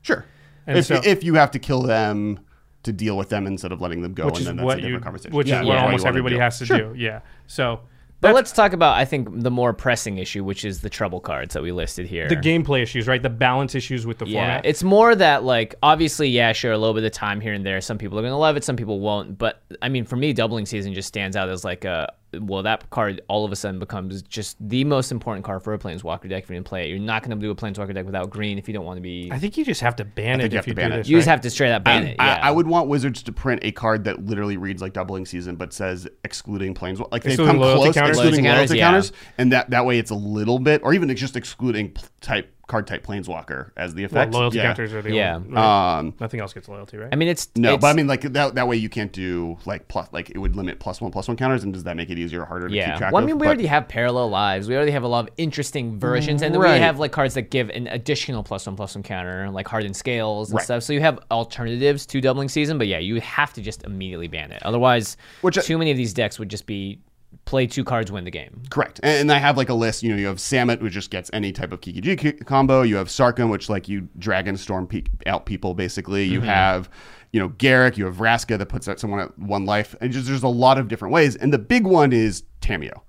Speaker 1: sure.
Speaker 2: And
Speaker 1: if
Speaker 2: so-
Speaker 1: if you have to kill them to deal with them instead of letting them go,
Speaker 2: which
Speaker 1: and
Speaker 2: is
Speaker 1: then that's a
Speaker 2: what
Speaker 1: different
Speaker 2: you,
Speaker 1: conversation.
Speaker 2: which
Speaker 1: Yeah,
Speaker 2: is
Speaker 1: that's
Speaker 2: what
Speaker 1: what you
Speaker 2: almost
Speaker 1: wanna
Speaker 2: everybody
Speaker 1: do.
Speaker 2: has to do.
Speaker 1: Sure.
Speaker 2: Yeah. So
Speaker 3: But
Speaker 2: that's
Speaker 3: let's talk about, I think, the more pressing issue, which is the trouble cards that we listed here.
Speaker 2: the gameplay issues, right? The balance issues with the
Speaker 3: Yeah,
Speaker 2: format.
Speaker 3: it's more that like obviously, yeah, sure, a little bit of time here and there. Some people are gonna love it, some people won't. But I mean, for me, doubling season just stands out as like a well, that card all of a sudden becomes just the most important card for a planeswalker deck. If you didn't play it, you're not gonna do a planeswalker deck without green if you don't want to be.
Speaker 2: I think you just have to ban it
Speaker 1: think you
Speaker 2: if
Speaker 1: have to
Speaker 2: you do
Speaker 1: ban it.
Speaker 2: this.
Speaker 3: you just
Speaker 2: right?
Speaker 3: have to straight up ban it.
Speaker 1: I,
Speaker 3: Yeah.
Speaker 1: I would want Wizards to print a card that literally reads like doubling season, but says excluding planes. Like they've
Speaker 2: Excluding
Speaker 1: come
Speaker 2: loyalty
Speaker 1: close,
Speaker 2: counters?
Speaker 1: excluding
Speaker 3: Loyalty
Speaker 1: loyalty
Speaker 3: counters,
Speaker 1: counters, and that that way it's a little bit, or even it's just excluding p- type card type planeswalker as the
Speaker 2: Well,
Speaker 1: effect.
Speaker 2: loyalty
Speaker 1: Yeah.
Speaker 2: counters are the
Speaker 3: Yeah.
Speaker 2: only. right?
Speaker 1: Um,
Speaker 2: Nothing else gets loyalty, right?
Speaker 3: I mean, it's
Speaker 1: No,
Speaker 3: it's,
Speaker 1: but I mean, like that, that way you can't do like plus, like it would limit plus one, plus one counters, and does that make it easier or harder to keep
Speaker 3: Yeah.
Speaker 1: track
Speaker 3: Well, I
Speaker 1: of?
Speaker 3: mean, we
Speaker 1: But-
Speaker 3: already have parallel lives. We already have a lot of interesting versions, and then we
Speaker 1: Right.
Speaker 3: have like cards that give an additional plus one plus one counter, like hardened scales and
Speaker 1: Right.
Speaker 3: stuff. So you have alternatives to doubling season, but yeah, you have to just immediately ban it. Otherwise,
Speaker 1: Which I-
Speaker 3: too many of these decks would just be play two cards, win the game.
Speaker 1: Correct. And, and I have like a list. You know, you have Samet, which just gets any type of Kikiji ki- combo. You have Sarkon, which like you dragon storm pe- out people basically.
Speaker 2: Mm-hmm.
Speaker 1: You have, you know, Garrick. You have Vraska that puts out someone at one life. And just there's a lot of different ways. And the big one is Tamio.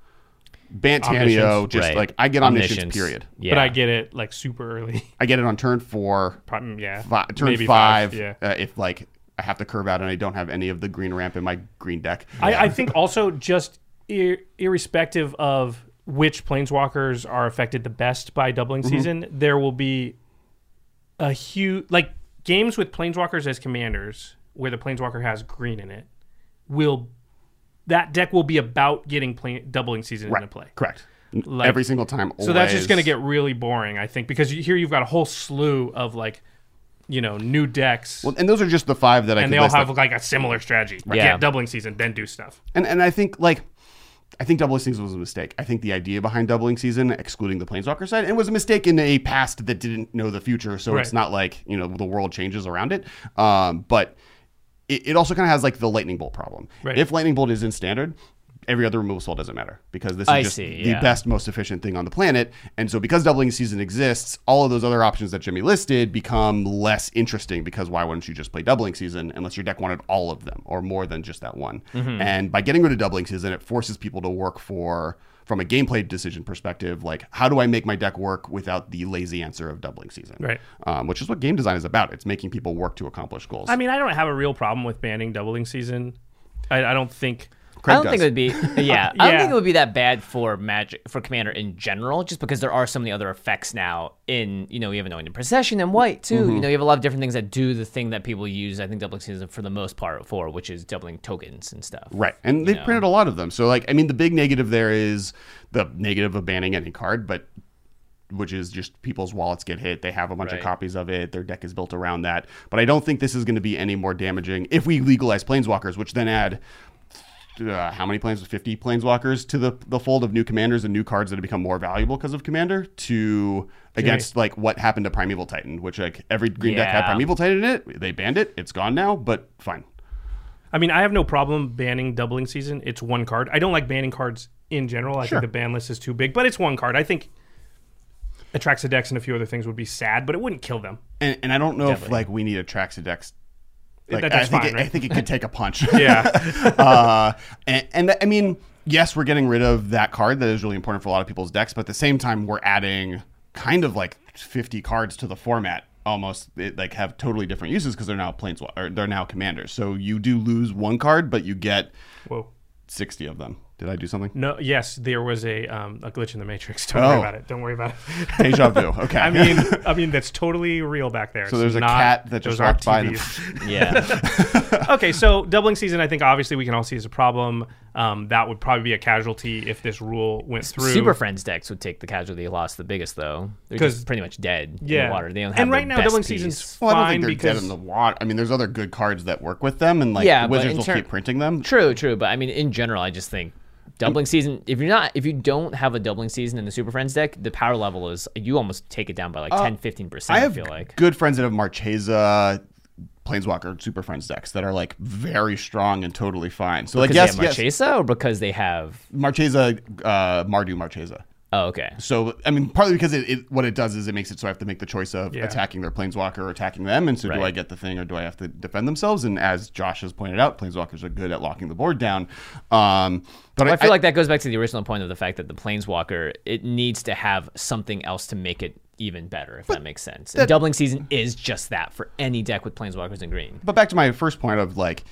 Speaker 1: Ban Tamio,
Speaker 2: Omniscience,
Speaker 1: just
Speaker 3: right.
Speaker 1: like I get omniscience,
Speaker 3: Omniscience.
Speaker 1: period.
Speaker 3: Yeah.
Speaker 2: But I get it like super early. *laughs*
Speaker 1: I get it on turn four,
Speaker 2: Probably, yeah.
Speaker 1: fi- turn
Speaker 2: Maybe
Speaker 1: five,
Speaker 2: Yeah.
Speaker 1: uh, if like I have to curve out and I don't have any of the green ramp in my green deck.
Speaker 2: I, I think also just ir- irrespective of which planeswalkers are affected the best by doubling
Speaker 1: Mm-hmm.
Speaker 2: season, there will be a huge like games with planeswalkers as commanders where the planeswalker has green in it will that deck will be about getting plane, doubling season
Speaker 1: Right.
Speaker 2: into play.
Speaker 1: Correct.
Speaker 2: Like-
Speaker 1: Every single time.
Speaker 2: So that's just
Speaker 1: always.
Speaker 2: going to get really boring, I think, because you, here you've got a whole slew of like, you know, new decks,
Speaker 1: Well, and those are just the five that I
Speaker 2: and
Speaker 1: can
Speaker 2: they all
Speaker 1: list off.
Speaker 2: have like a similar strategy.
Speaker 3: Yeah.
Speaker 2: Get doubling season, then do stuff.
Speaker 1: And and I think like I think doubling season was a mistake. I think the idea behind doubling season, excluding the planeswalker side, and was a mistake in a past that didn't know the future. So it's
Speaker 2: Right.
Speaker 1: not like you know the world changes around it. Um, but it, it also kind of has like the lightning bolt problem.
Speaker 2: Right.
Speaker 1: If lightning bolt is in standard. Every other removal spell doesn't matter because this is
Speaker 3: I
Speaker 1: just
Speaker 3: see,
Speaker 1: the
Speaker 3: yeah.
Speaker 1: best, most efficient thing on the planet. And so, because doubling season exists, all of those other options that Jimmy listed become less interesting because why wouldn't you just play doubling season unless your deck wanted all of them or more than just that one? And by getting rid of doubling season, it forces people to work for, from a gameplay decision perspective, like how do I make my deck work without the lazy answer of doubling season?
Speaker 2: Right.
Speaker 1: Um, which is what game design is about. It's making people work to accomplish goals.
Speaker 2: I mean, I don't have a real problem with banning doubling season. I, I don't think.
Speaker 1: Craig
Speaker 3: I don't
Speaker 1: does.
Speaker 3: think it would be.
Speaker 1: *laughs*
Speaker 3: Yeah, I don't
Speaker 2: yeah.
Speaker 3: think it would be that bad for Magic for Commander in general, just because there are so many other effects now. In you know, you have anointed procession and white too.
Speaker 1: Mm-hmm.
Speaker 3: You know, you have a lot of different things that do the thing that people use. I think doubling season for the most part for, which is doubling tokens and stuff.
Speaker 1: Right. And they've printed a lot of them. So, like, I mean, the big negative there is the negative of banning any card, but which is just people's wallets get hit. They have a bunch
Speaker 3: Right.
Speaker 1: of copies of it. Their deck is built around that. But I don't think this is going to be any more damaging if we legalize planeswalkers, which then add. Uh, how many planes? 50 planeswalkers to the the fold of new commanders and new cards that have become more valuable because of commander to against like what happened to primeval titan which like every green deck had
Speaker 3: Yeah.
Speaker 1: primeval titan in it they banned it it's gone now but fine
Speaker 2: I mean, I have no problem banning doubling season. It's one card. I don't like banning cards in general. I
Speaker 1: Sure.
Speaker 2: think the ban list is too big, but it's one card. I think Atraxa Dex and a few other things would be sad, but it wouldn't kill them.
Speaker 1: And, and I don't know if like we need a Traxodex. Like,
Speaker 2: That-
Speaker 1: I
Speaker 2: that's
Speaker 1: think
Speaker 2: fine,
Speaker 1: it, I
Speaker 2: right?
Speaker 1: think it could take a punch.
Speaker 2: *laughs* Yeah.
Speaker 1: *laughs* uh, and, and I mean, yes, we're getting rid of that card that is really important for a lot of people's decks, but at the same time, we're adding kind of like 50 cards to the format. Almost it, like have totally different uses because they're now planes or they're now commanders. So you do lose one card, but you get
Speaker 2: Whoa.
Speaker 1: 60 of them. Did I do something?
Speaker 2: No. Yes, there was a um, a glitch in the matrix. *laughs* Don't
Speaker 1: Oh.
Speaker 2: worry about it. Don't worry about it. *laughs*
Speaker 1: Deja vu. Okay.
Speaker 2: I mean, I mean that's totally real back there.
Speaker 1: *laughs* so there's a cat that just walked by. And *laughs*
Speaker 3: *laughs* Yeah.
Speaker 2: okay, so doubling season, I think obviously we can all see is a problem. Um, that would probably be a casualty if this rule went through.
Speaker 3: Super Friends decks would take the casualty loss the biggest though. They're just
Speaker 2: 'Cause-
Speaker 3: pretty much dead in
Speaker 2: yeah.
Speaker 3: the water. They don't have
Speaker 2: and
Speaker 3: their
Speaker 2: right now,
Speaker 3: best
Speaker 2: doubling
Speaker 3: piece.
Speaker 2: season's
Speaker 1: well, I don't
Speaker 2: fine
Speaker 1: think they're
Speaker 2: because
Speaker 1: dead in the water. I mean, there's other good cards that work with them, and like
Speaker 3: Yeah, but
Speaker 1: Wizards
Speaker 3: in
Speaker 1: will
Speaker 3: ter-
Speaker 1: keep printing them.
Speaker 3: True, true. But I mean, in general, I just think doubling season. If you're not, if you don't have a doubling season in the Super Friends deck, the power level is you almost take it down by like 10, 15 percent.
Speaker 1: Uh, I
Speaker 3: I,
Speaker 1: have
Speaker 3: feel like.
Speaker 1: good friends that have Marchesa, Planeswalker, Super Friends decks that are like very strong and totally fine. So like
Speaker 3: Because
Speaker 1: yes,
Speaker 3: they
Speaker 1: yes,
Speaker 3: have Marchesa or because they have.
Speaker 1: Marchesa, uh, Mardu Marchesa.
Speaker 3: Oh, okay.
Speaker 1: So I mean, partly because it, it what it does is it makes it so I have to make the choice of
Speaker 2: Yeah.
Speaker 1: attacking their planeswalker or attacking them, and so do
Speaker 3: Right.
Speaker 1: I get the thing or do I have to defend themselves? And as Josh has pointed out, planeswalkers are good at locking the board down. Um, but
Speaker 3: Well, I feel like that goes back to the original point of the fact that the Planeswalker it needs to have something else to make it even better, if that makes sense. And doubling season is just that for any deck with Planeswalkers in green.
Speaker 1: But back to my first point of like,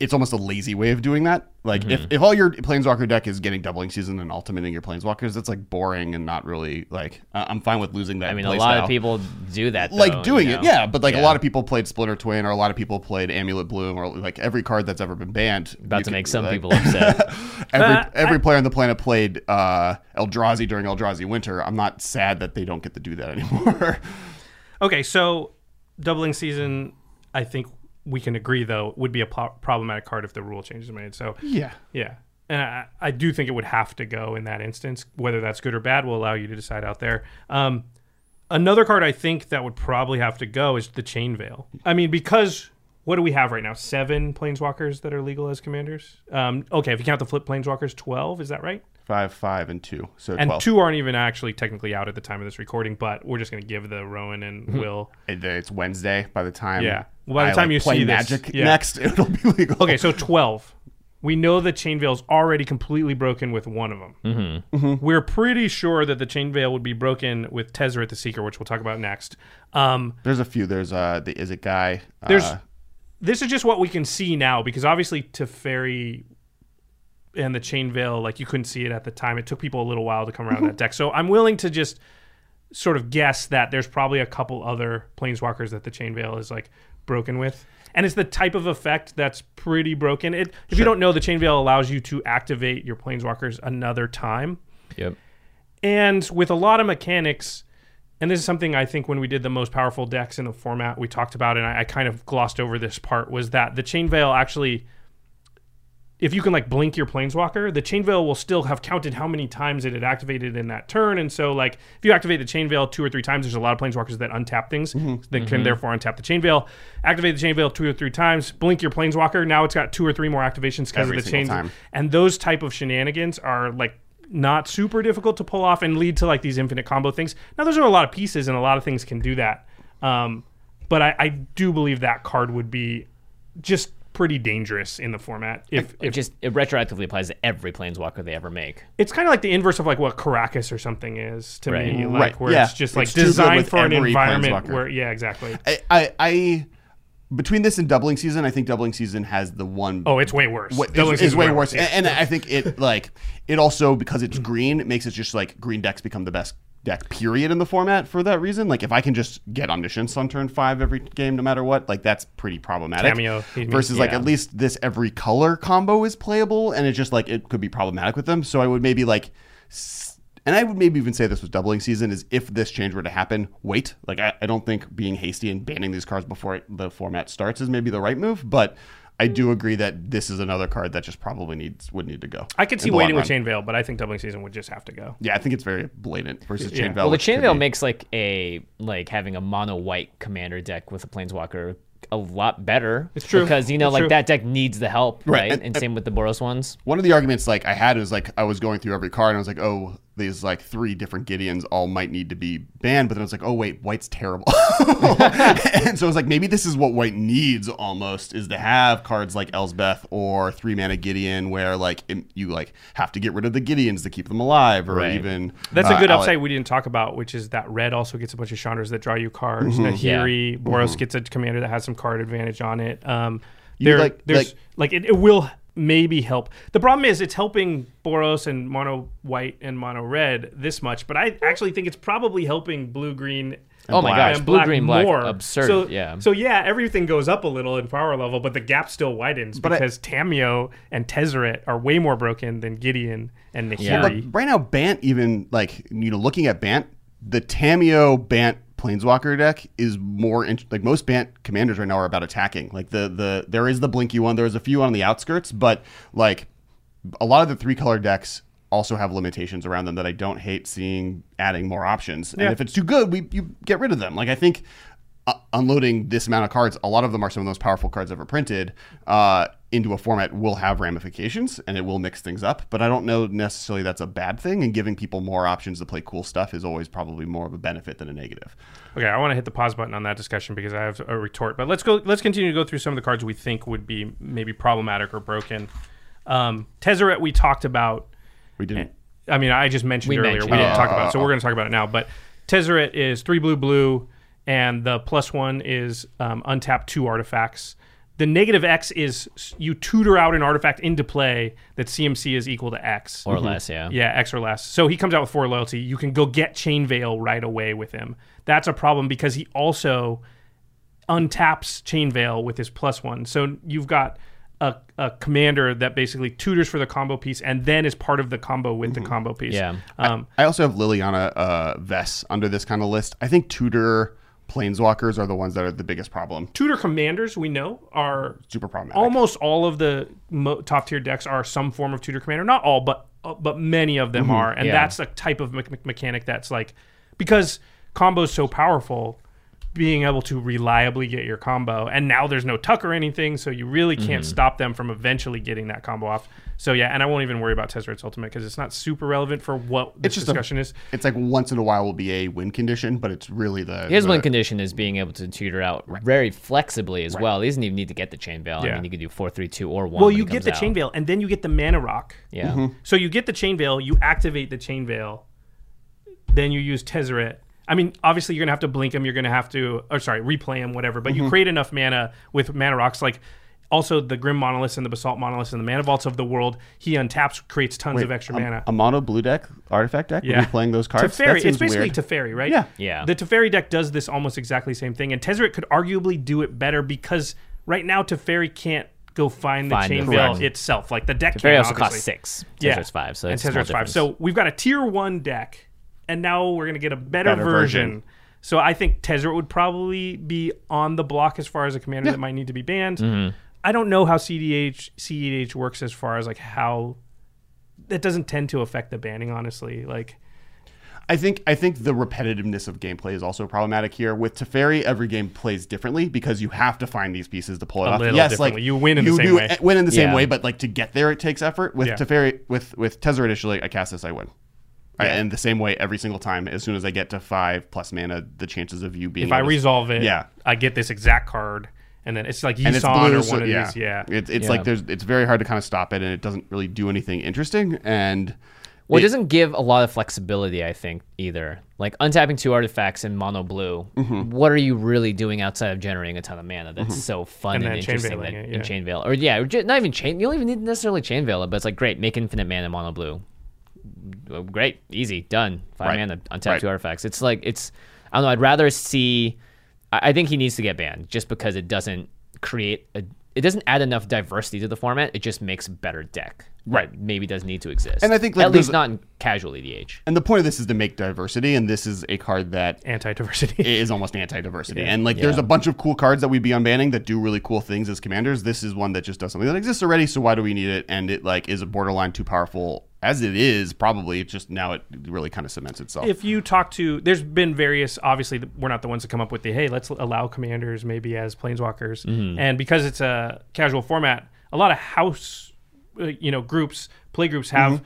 Speaker 1: it's almost a lazy way of doing that. Like, if,
Speaker 3: Mm-hmm.
Speaker 1: if all your planeswalker deck is getting doubling season and ultimating your planeswalkers, that's like boring and not really like. I- I'm fine with losing that.
Speaker 3: I mean,
Speaker 1: play
Speaker 3: a lot
Speaker 1: style.
Speaker 3: of people do that.
Speaker 1: like
Speaker 3: though, you
Speaker 1: doing it,
Speaker 3: know?
Speaker 1: yeah. But like a lot of people played Splinter Twin, or a lot of people played Amulet Bloom, or like every card that's ever been banned.
Speaker 3: About
Speaker 1: you
Speaker 3: to
Speaker 1: can-
Speaker 3: make some
Speaker 1: like, *laughs*
Speaker 3: people upset.
Speaker 1: Every
Speaker 2: Uh,
Speaker 1: every player on the planet played uh, Eldrazi during Eldrazi Winter. I'm not sad that they don't get to do that anymore. *laughs*
Speaker 2: Okay, so doubling season, I think we can agree though would be a po- problematic card if the rule changes are made. So
Speaker 1: yeah.
Speaker 2: yeah, and I, I do think it would have to go in that instance. Whether that's good or bad, will allow you to decide out there. Um, another card I think that would probably have to go is the chain veil. I mean, because what do we have right now? Seven planeswalkers that are legal as commanders. Um, okay, if you count the flip planeswalkers, twelve. Is that right?
Speaker 1: Five, five, and two. So
Speaker 2: And
Speaker 1: 12.
Speaker 2: two aren't even actually technically out at the time of this recording, but we're just going to give the Rowan and Will.
Speaker 1: And then uh, it's Wednesday. By the time,
Speaker 2: Yeah. Well, by the
Speaker 1: I,
Speaker 2: time
Speaker 1: like,
Speaker 2: you
Speaker 1: play
Speaker 2: see this-
Speaker 1: Magic
Speaker 2: yeah.
Speaker 1: next, *laughs* it'll be legal.
Speaker 2: Okay, so 12. We know the chain veil's already completely broken with one of them. Mm-hmm. We're pretty sure that the chain veil would be broken with Tezzeret the Seeker, which we'll talk about next. Um,
Speaker 1: There's a few. There's uh, the is it guy.
Speaker 2: there's
Speaker 1: uh,
Speaker 2: this is just what we can see now because obviously Teferi and the chain veil, like you couldn't see it at the time. It took people a little while to come around that deck. So I'm willing to just sort of guess that there's probably a couple other planeswalkers that the chain veil is like broken with. And it's the type of effect that's pretty broken. It, if you don't know, the chain veil allows you to activate your planeswalkers another time.
Speaker 3: Yep.
Speaker 2: And with a lot of mechanics, and this is something I think when we did the most powerful decks in the format, we talked about, and I, I kind of glossed over this part, was that the Chain Veil actually, if you can like blink your Planeswalker, the Chain Veil will still have counted how many times it had activated in that turn. And so, like, if you activate the Chain Veil two or three times, there's a lot of Planeswalkers that untap things
Speaker 1: Mm-hmm.
Speaker 2: that can therefore untap the Chain Veil. Activate the Chain Veil two or three times, blink your Planeswalker. Now it's got two or three more activations because of
Speaker 1: Every
Speaker 2: the
Speaker 1: single
Speaker 2: Chain
Speaker 1: time.
Speaker 2: and those type of shenanigans are like not super difficult to pull off and lead to like these infinite combo things. Now those are a lot of pieces and a lot of things can do that. Um, but I, I do believe that card would be just pretty dangerous in the format. If,
Speaker 3: It
Speaker 2: if
Speaker 3: just it retroactively applies to every planeswalker they ever make.
Speaker 2: it's kind of like the inverse of like what Caracas or something is to
Speaker 3: Right.
Speaker 2: me, like
Speaker 1: Right,
Speaker 2: where
Speaker 1: yeah.
Speaker 2: it's just like
Speaker 1: It's too good
Speaker 2: designed
Speaker 1: with
Speaker 2: for an
Speaker 1: every
Speaker 2: environment
Speaker 1: planeswalker.
Speaker 2: where yeah, exactly.
Speaker 1: I, I, I between this and doubling season, I think doubling season has the one
Speaker 2: Oh, it's way worse.
Speaker 1: what-
Speaker 2: Double
Speaker 1: is,
Speaker 2: Exceed
Speaker 1: is way worse.
Speaker 2: Yeah.
Speaker 1: And, and I think it like it also because it's green, it makes it just like green decks become the best deck period in the format for that reason. Like if I can just get omniscience on turn five every game, no matter what, like that's pretty problematic.
Speaker 2: Cameo, you mean,
Speaker 1: versus like
Speaker 2: yeah.
Speaker 1: at least this every color combo is playable, and it just like it could be problematic with them. So I would maybe like. s- And I would maybe even say this was doubling season is if this change were to happen, wait. Like I, I don't think being hasty and banning these cards before it, the format starts is maybe the right move, but I do agree that this is another card that just probably needs would need to go.
Speaker 2: I could see
Speaker 1: in the long
Speaker 2: waiting with
Speaker 1: run.
Speaker 2: Chain Veil, but I think doubling season would just have to go.
Speaker 1: Yeah, I think it's very blatant versus
Speaker 2: Yeah.
Speaker 1: chain
Speaker 2: Well,
Speaker 1: veil.
Speaker 3: Well, the
Speaker 1: which could
Speaker 3: chain veil
Speaker 1: be-
Speaker 3: makes like a like having a mono white commander deck with a planeswalker a lot better.
Speaker 2: It's true.
Speaker 3: because you know
Speaker 2: It's
Speaker 3: like
Speaker 2: true.
Speaker 3: that deck needs the help,
Speaker 1: Right,
Speaker 3: right?
Speaker 1: and-
Speaker 3: And, same with the Boros ones.
Speaker 1: one of the arguments like I had was like I was going through every card and I was like, oh, these like three different Gideons all might need to be banned, but then I was like, oh wait, white's terrible. *laughs* and so I was like, maybe this is what white needs almost is to have cards like Elsbeth or three mana Gideon where like it, you like have to get rid of the Gideons to keep them alive or
Speaker 3: Right.
Speaker 1: even
Speaker 2: That's
Speaker 1: uh,
Speaker 2: a good
Speaker 1: Alec-
Speaker 2: upside we didn't talk about, which is that red also gets a bunch of Chandras that draw you cards.
Speaker 3: Mm-hmm.
Speaker 2: Nahiri, Boros gets a commander that has some card advantage on it. Um, there,
Speaker 1: like-
Speaker 2: there's like,
Speaker 1: like-
Speaker 2: it, it will maybe help. The problem is it's helping Boros and mono white and mono red this much, but I actually think it's probably helping blue green.
Speaker 3: Oh my
Speaker 1: black.
Speaker 3: gosh, blue green black,
Speaker 2: more.
Speaker 3: absurd.
Speaker 2: So,
Speaker 3: yeah,
Speaker 2: So yeah, everything goes up a little in power level, but the gap still widens
Speaker 1: I-
Speaker 2: because Tamio and Tezzeret are way more broken than Gideon and Nahiri.
Speaker 3: Yeah.
Speaker 1: But right now, Bant even like you know, looking at Bant, the Tamio Bant Planeswalker deck is more in- like most Bant commanders right now are about attacking. Like the the there is the blinky one, there's a few on the outskirts, but like a lot of the three color decks also have limitations around them that I don't hate seeing adding more options. And
Speaker 2: Yeah.
Speaker 1: if it's too good, we you get rid of them. Like I think uh, unloading this amount of cards, a lot of them are some of the most powerful cards ever printed, uh, into a format will have ramifications and it will mix things up. But I don't know necessarily that's a bad thing. And giving people more options to play cool stuff is always probably more of a benefit than a negative.
Speaker 2: Okay, I want to hit the pause button on that discussion because I have a retort. But let's go. Let's continue to go through some of the cards we think would be maybe problematic or broken. Um, Tezzeret we talked about.
Speaker 1: We didn't.
Speaker 2: I mean, I just mentioned
Speaker 3: We
Speaker 2: earlier
Speaker 3: mentioned
Speaker 2: we
Speaker 3: it. Uh,
Speaker 2: didn't talk about, it, so we're going to talk about it now. But Tezzeret is three blue blue, and the plus one is um, untap two artifacts. The negative X is s- you tutor out an artifact into play that CMC is equal to X
Speaker 3: or less. Yeah.
Speaker 2: yeah, X or less. So he comes out with four loyalty. You can go get Chain Veil right away with him. That's a problem because he also untaps Chain Veil with his plus one. So you've got a, a commander that basically tutors for the combo piece and then is part of the combo with the combo piece.
Speaker 3: Yeah.
Speaker 2: Um,
Speaker 1: I also have Liliana uh, Vess under this kind of list. I think Tudor Planeswalkers are the ones that are the biggest problem.
Speaker 2: tutor commanders, we know, are
Speaker 1: Super problematic.
Speaker 2: almost all of the mo- top tier decks are some form of tutor commander. Not all, but uh, but many of them are, and
Speaker 3: yeah.
Speaker 2: that's a type of me- me- mechanic that's like because combo's so powerful. being able to reliably get your combo. And now there's no tuck or anything, so you really can't stop them from eventually getting that combo off. So yeah, and I won't even worry about Tezzeret's ultimate because it's not super relevant for what this
Speaker 1: It's just a-
Speaker 2: discussion is.
Speaker 1: It's like once in a while will be a win condition, but it's really the
Speaker 3: His
Speaker 1: the-
Speaker 3: one condition is being able to tutor out very flexibly as well. He doesn't even need to get the chain veil. I
Speaker 2: Yeah.
Speaker 3: mean, you could do four, three, two, or one.
Speaker 2: Well,
Speaker 3: when
Speaker 2: you
Speaker 3: it
Speaker 2: get
Speaker 3: comes
Speaker 2: the
Speaker 3: out.
Speaker 2: chain Mm-hmm. veil, and then you get the mana rock.
Speaker 3: Yeah.
Speaker 2: So you get the chain veil, you activate the chain veil, then you use Tezzeret. I mean, obviously you're gonna have to blink him, you're gonna have to, or sorry, replay him, whatever. But
Speaker 1: Mm-hmm.
Speaker 2: you create enough mana with mana rocks, like also the Grim Monoliths and the Basalt Monoliths and the Mana Vaults of the world. He untaps, creates tons of extra
Speaker 1: a,
Speaker 2: mana.
Speaker 1: A mono blue deck artifact deck.
Speaker 2: yeah,
Speaker 1: Yeah, be playing those um, cards. That
Speaker 2: Teferi, it's
Speaker 1: seems
Speaker 2: basically
Speaker 1: weird.
Speaker 2: Teferi, right?
Speaker 1: Yeah.
Speaker 3: Yeah.
Speaker 2: The Teferi deck does this almost exactly same thing, and Tezzeret could arguably do it better because right now Teferi can't go find the
Speaker 3: Find
Speaker 2: chain
Speaker 3: the-
Speaker 2: veil
Speaker 3: Correct.
Speaker 2: itself. Like the deck
Speaker 3: Very
Speaker 2: can,
Speaker 3: also costs
Speaker 2: obviously.
Speaker 3: six.
Speaker 2: Yeah.
Speaker 3: Tezzeret's five. So
Speaker 2: and
Speaker 3: it's a small
Speaker 2: Tezzeret's five.
Speaker 3: difference.
Speaker 2: So we've got a tier one deck, and now we're gonna get a better,
Speaker 1: Better
Speaker 2: version.
Speaker 1: version.
Speaker 2: So I think Tezzeret would probably be on the block as far as a commander that might need to be banned.
Speaker 3: Mm-hmm.
Speaker 2: I don't know how CDH CEDH works as far as like how that doesn't tend to affect the banning, honestly. Like
Speaker 1: I think I think the repetitiveness of gameplay is also problematic here. With Teferi, every game plays differently because you have to find these pieces to pull it
Speaker 2: A
Speaker 1: off.
Speaker 2: little
Speaker 1: yes,
Speaker 2: differently.
Speaker 1: like
Speaker 2: You win in the same
Speaker 1: do
Speaker 2: way.
Speaker 1: Win in the same
Speaker 3: Yeah.
Speaker 1: way, but like to get there, it takes effort. With
Speaker 2: Yeah.
Speaker 1: Teferi, with with Tezzeret, it's like I cast this, I win. I, and the same way every single time. As soon as I get to five plus mana, the chances of you being
Speaker 2: if I
Speaker 1: able to-
Speaker 2: resolve it,
Speaker 1: yeah.
Speaker 2: I get this exact card, and then it's like
Speaker 1: and it's
Speaker 2: Yisan
Speaker 1: blue,
Speaker 2: or one
Speaker 1: so-
Speaker 2: of
Speaker 1: yeah,
Speaker 2: these. Yeah,
Speaker 1: It's, it's
Speaker 3: Yeah.
Speaker 1: like there's it's very hard to kind of stop it, and it doesn't really do anything interesting. And
Speaker 3: Well, it
Speaker 1: It-
Speaker 3: doesn't give a lot of flexibility, I think, either. Like untapping two artifacts in mono blue,
Speaker 1: Mm-hmm.
Speaker 3: what are you really doing outside of generating a ton of mana? That's so fun
Speaker 2: And
Speaker 3: and,
Speaker 2: then chain
Speaker 3: interesting.
Speaker 2: veiling
Speaker 3: that-
Speaker 2: it,
Speaker 3: in
Speaker 2: yeah.
Speaker 3: chain veil, or yeah, or ju- not even chain. You don't even need necessarily chain veil it, but it's like great, make infinite mana mono blue. Well, Great, easy, done. Five
Speaker 1: Right.
Speaker 3: mana, untap
Speaker 1: Right.
Speaker 3: two artifacts. It's like it's. I don't know. I'd rather see. I, I think he needs to get banned just because it doesn't create a. It doesn't add enough diversity to the format. It just makes a better deck.
Speaker 1: Right.
Speaker 3: that Maybe does need to exist.
Speaker 1: And I think, like,
Speaker 3: at least
Speaker 1: there's-
Speaker 3: not in casual E EDH.
Speaker 1: and the point of this is to make diversity, and this is a card that
Speaker 2: anti-diversity.
Speaker 1: is almost anti-diversity. And like, there's a bunch of cool cards that we'd be unbanning that do really cool things as commanders. This is one that just does something that exists already. So why do we need it? And it like is a borderline too powerful as it is. Probably it's just now it really kind of cements itself.
Speaker 2: if you talk to there's been various obviously th- we're not the ones that come up with the hey let's allow commanders maybe as planeswalkers and because it's a casual format a lot of house uh, you know groups play groups have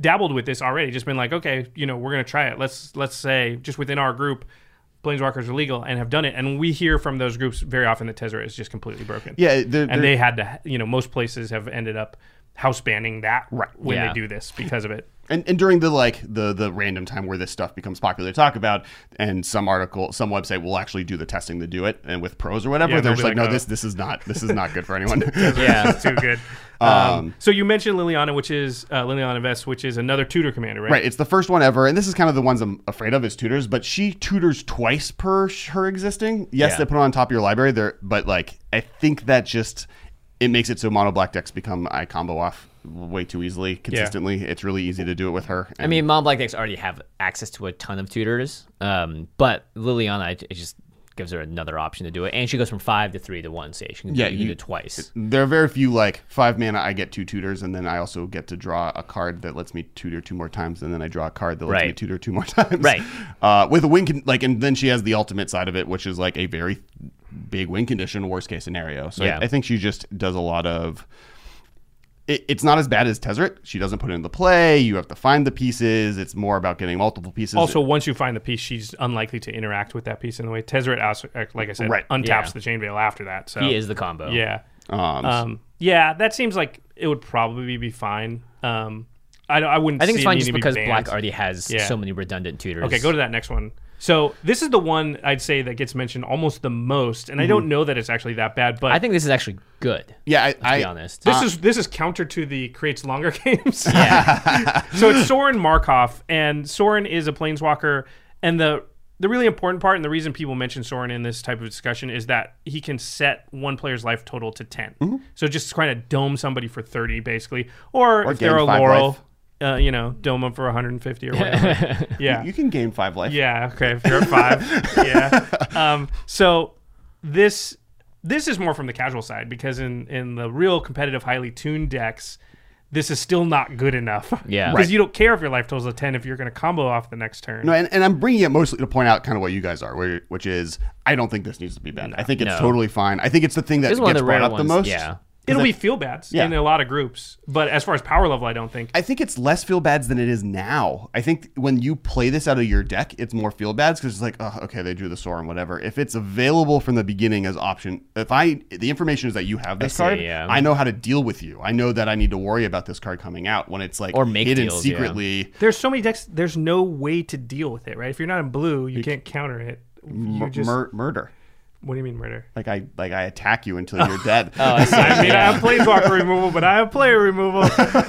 Speaker 2: dabbled with this already just been like okay you know we're going to try it let's let's say just within our group planeswalkers are legal and have done it and we hear from those groups very often that Tezzeret is just completely broken
Speaker 1: yeah, they're,
Speaker 2: and
Speaker 1: they're-
Speaker 2: they had to you know most places have ended up house banning that when
Speaker 3: Yeah.
Speaker 2: they do this because of it
Speaker 1: and, and during the like the the random time where this stuff becomes popular to talk about and some article some website will actually do the testing to do it and with pros or whatever
Speaker 2: Yeah,
Speaker 1: they're
Speaker 2: they'll
Speaker 1: just
Speaker 2: be
Speaker 1: like,
Speaker 2: like,
Speaker 1: no
Speaker 2: "Oh."
Speaker 1: this this is not this is not good for
Speaker 2: *laughs*
Speaker 1: anyone *laughs*
Speaker 3: Yeah.
Speaker 2: too good. Um, so you mentioned Liliana, which is uh, Liliana Vest, which is another tutor commander, right?
Speaker 1: Right, it's the first one ever, and this is kind of the ones I'm afraid of is tutors. But she tutors twice per sh- her existing. Yes,
Speaker 3: Yeah.
Speaker 1: they put it on top of your library there, but like I think that just it makes it so mono black decks become I combo off way too easily consistently. It's really easy to do it with her.
Speaker 3: I mean, Mom Black decks already have access to a ton of tutors, um, but Liliana it, it just gives her another option to do it, and she goes from five to three to one. Say she can,
Speaker 1: Yeah,
Speaker 3: do, you can
Speaker 1: you-
Speaker 3: do it twice.
Speaker 1: there are very few like five mana. I get two tutors, and then I also get to draw a card that lets me tutor two more times, and then I draw a card that lets me
Speaker 3: Right.
Speaker 1: tutor two more *laughs* times.
Speaker 3: Right.
Speaker 1: Uh, with a win, con- like, and then she has the ultimate side of it, which is like a very big win condition, worst case scenario. So I-
Speaker 3: Yeah.
Speaker 1: I, think she just does a lot of. It, it's not as bad as Tezzeret. She doesn't put it into play. You have to find the pieces. It's more about getting multiple pieces.
Speaker 2: Also, once you find the piece, she's unlikely to interact with that piece in the way Tezzeret, also- uh, like I said,
Speaker 1: Right.
Speaker 2: untaps
Speaker 3: Yeah.
Speaker 2: the chain veil after that. So
Speaker 1: Oh.
Speaker 3: He is the combo.
Speaker 2: yeah,
Speaker 1: Um,
Speaker 3: uh,
Speaker 2: um, yeah. That seems like it would probably be fine. Um, I, don't- I wouldn't.
Speaker 3: I think
Speaker 2: see
Speaker 3: it's
Speaker 2: it
Speaker 3: fine
Speaker 2: need
Speaker 3: just
Speaker 2: to be
Speaker 3: because
Speaker 2: banned.
Speaker 3: Black already has
Speaker 2: Yeah.
Speaker 3: so many redundant tutors.
Speaker 2: Okay, go to that next one. So this is the one I'd say that gets mentioned almost the most, and I don't know that it's actually that bad, but
Speaker 3: Mm-hmm. I think this is actually good.
Speaker 1: yeah, I, I,
Speaker 3: To be honest,
Speaker 1: Uh,
Speaker 2: This is this is counter to the creates longer *laughs* games. *laughs* so it's Soren Markov, and Soren is a planeswalker, and the the really important part and the reason people mention Soren in this type of discussion is that he can set one player's life total to 10
Speaker 1: Mm-hmm.
Speaker 2: So just kind of dome somebody for thirty, basically, or, if
Speaker 1: gain
Speaker 2: they're a
Speaker 1: five
Speaker 2: Laurel, uh, you know, dome them for one hundred and
Speaker 1: *laughs*
Speaker 2: fifty or whatever. yeah,
Speaker 1: you can gain five life.
Speaker 2: yeah. Okay. If you're at
Speaker 1: *laughs*
Speaker 2: five. yeah. Um, so this this is more from the casual side because in in the real competitive, highly tuned decks, this is still not good enough.
Speaker 3: Yeah.
Speaker 2: because
Speaker 3: Right.
Speaker 2: you don't care if your life total is a ten if you're going to combo off the next turn.
Speaker 1: No, and, and I'm bringing it mostly to point out kind of what you guys are, where- which is I don't think this needs to be banned. I think it's
Speaker 3: No.
Speaker 1: totally fine. I think it's the thing that
Speaker 3: This
Speaker 1: gets
Speaker 3: is one of the
Speaker 1: brought
Speaker 3: rare
Speaker 1: up the
Speaker 3: ones,
Speaker 1: most.
Speaker 3: yeah.
Speaker 2: It'll be feel bads
Speaker 1: Yeah.
Speaker 2: in a lot of groups, but as far as power level, I don't think.
Speaker 1: I think it's less feel bads than it is now. I think when you play this out of your deck, it's more feel bads because it's like, oh, okay, they drew the Sorin, whatever. If it's available from the beginning as option, if I the information is that you have this
Speaker 3: see,
Speaker 1: card,
Speaker 3: yeah.
Speaker 1: I know how to deal with you. I know that I need to worry about this card coming out when it's like
Speaker 3: Or make
Speaker 1: hidden
Speaker 3: deals, yeah.
Speaker 1: secretly.
Speaker 2: there's so many decks. There's no way to deal with it, right? If you're not in blue, you can't counter it. You
Speaker 1: mur-
Speaker 2: just,
Speaker 1: mur- murder.
Speaker 2: what do you mean
Speaker 1: *laughs*
Speaker 2: murder?
Speaker 1: Like I like I attack you
Speaker 3: *laughs*
Speaker 1: until you're dead.
Speaker 3: Oh,
Speaker 2: I mean, I have planeswalker removal, but I have player
Speaker 1: *laughs*
Speaker 2: removal.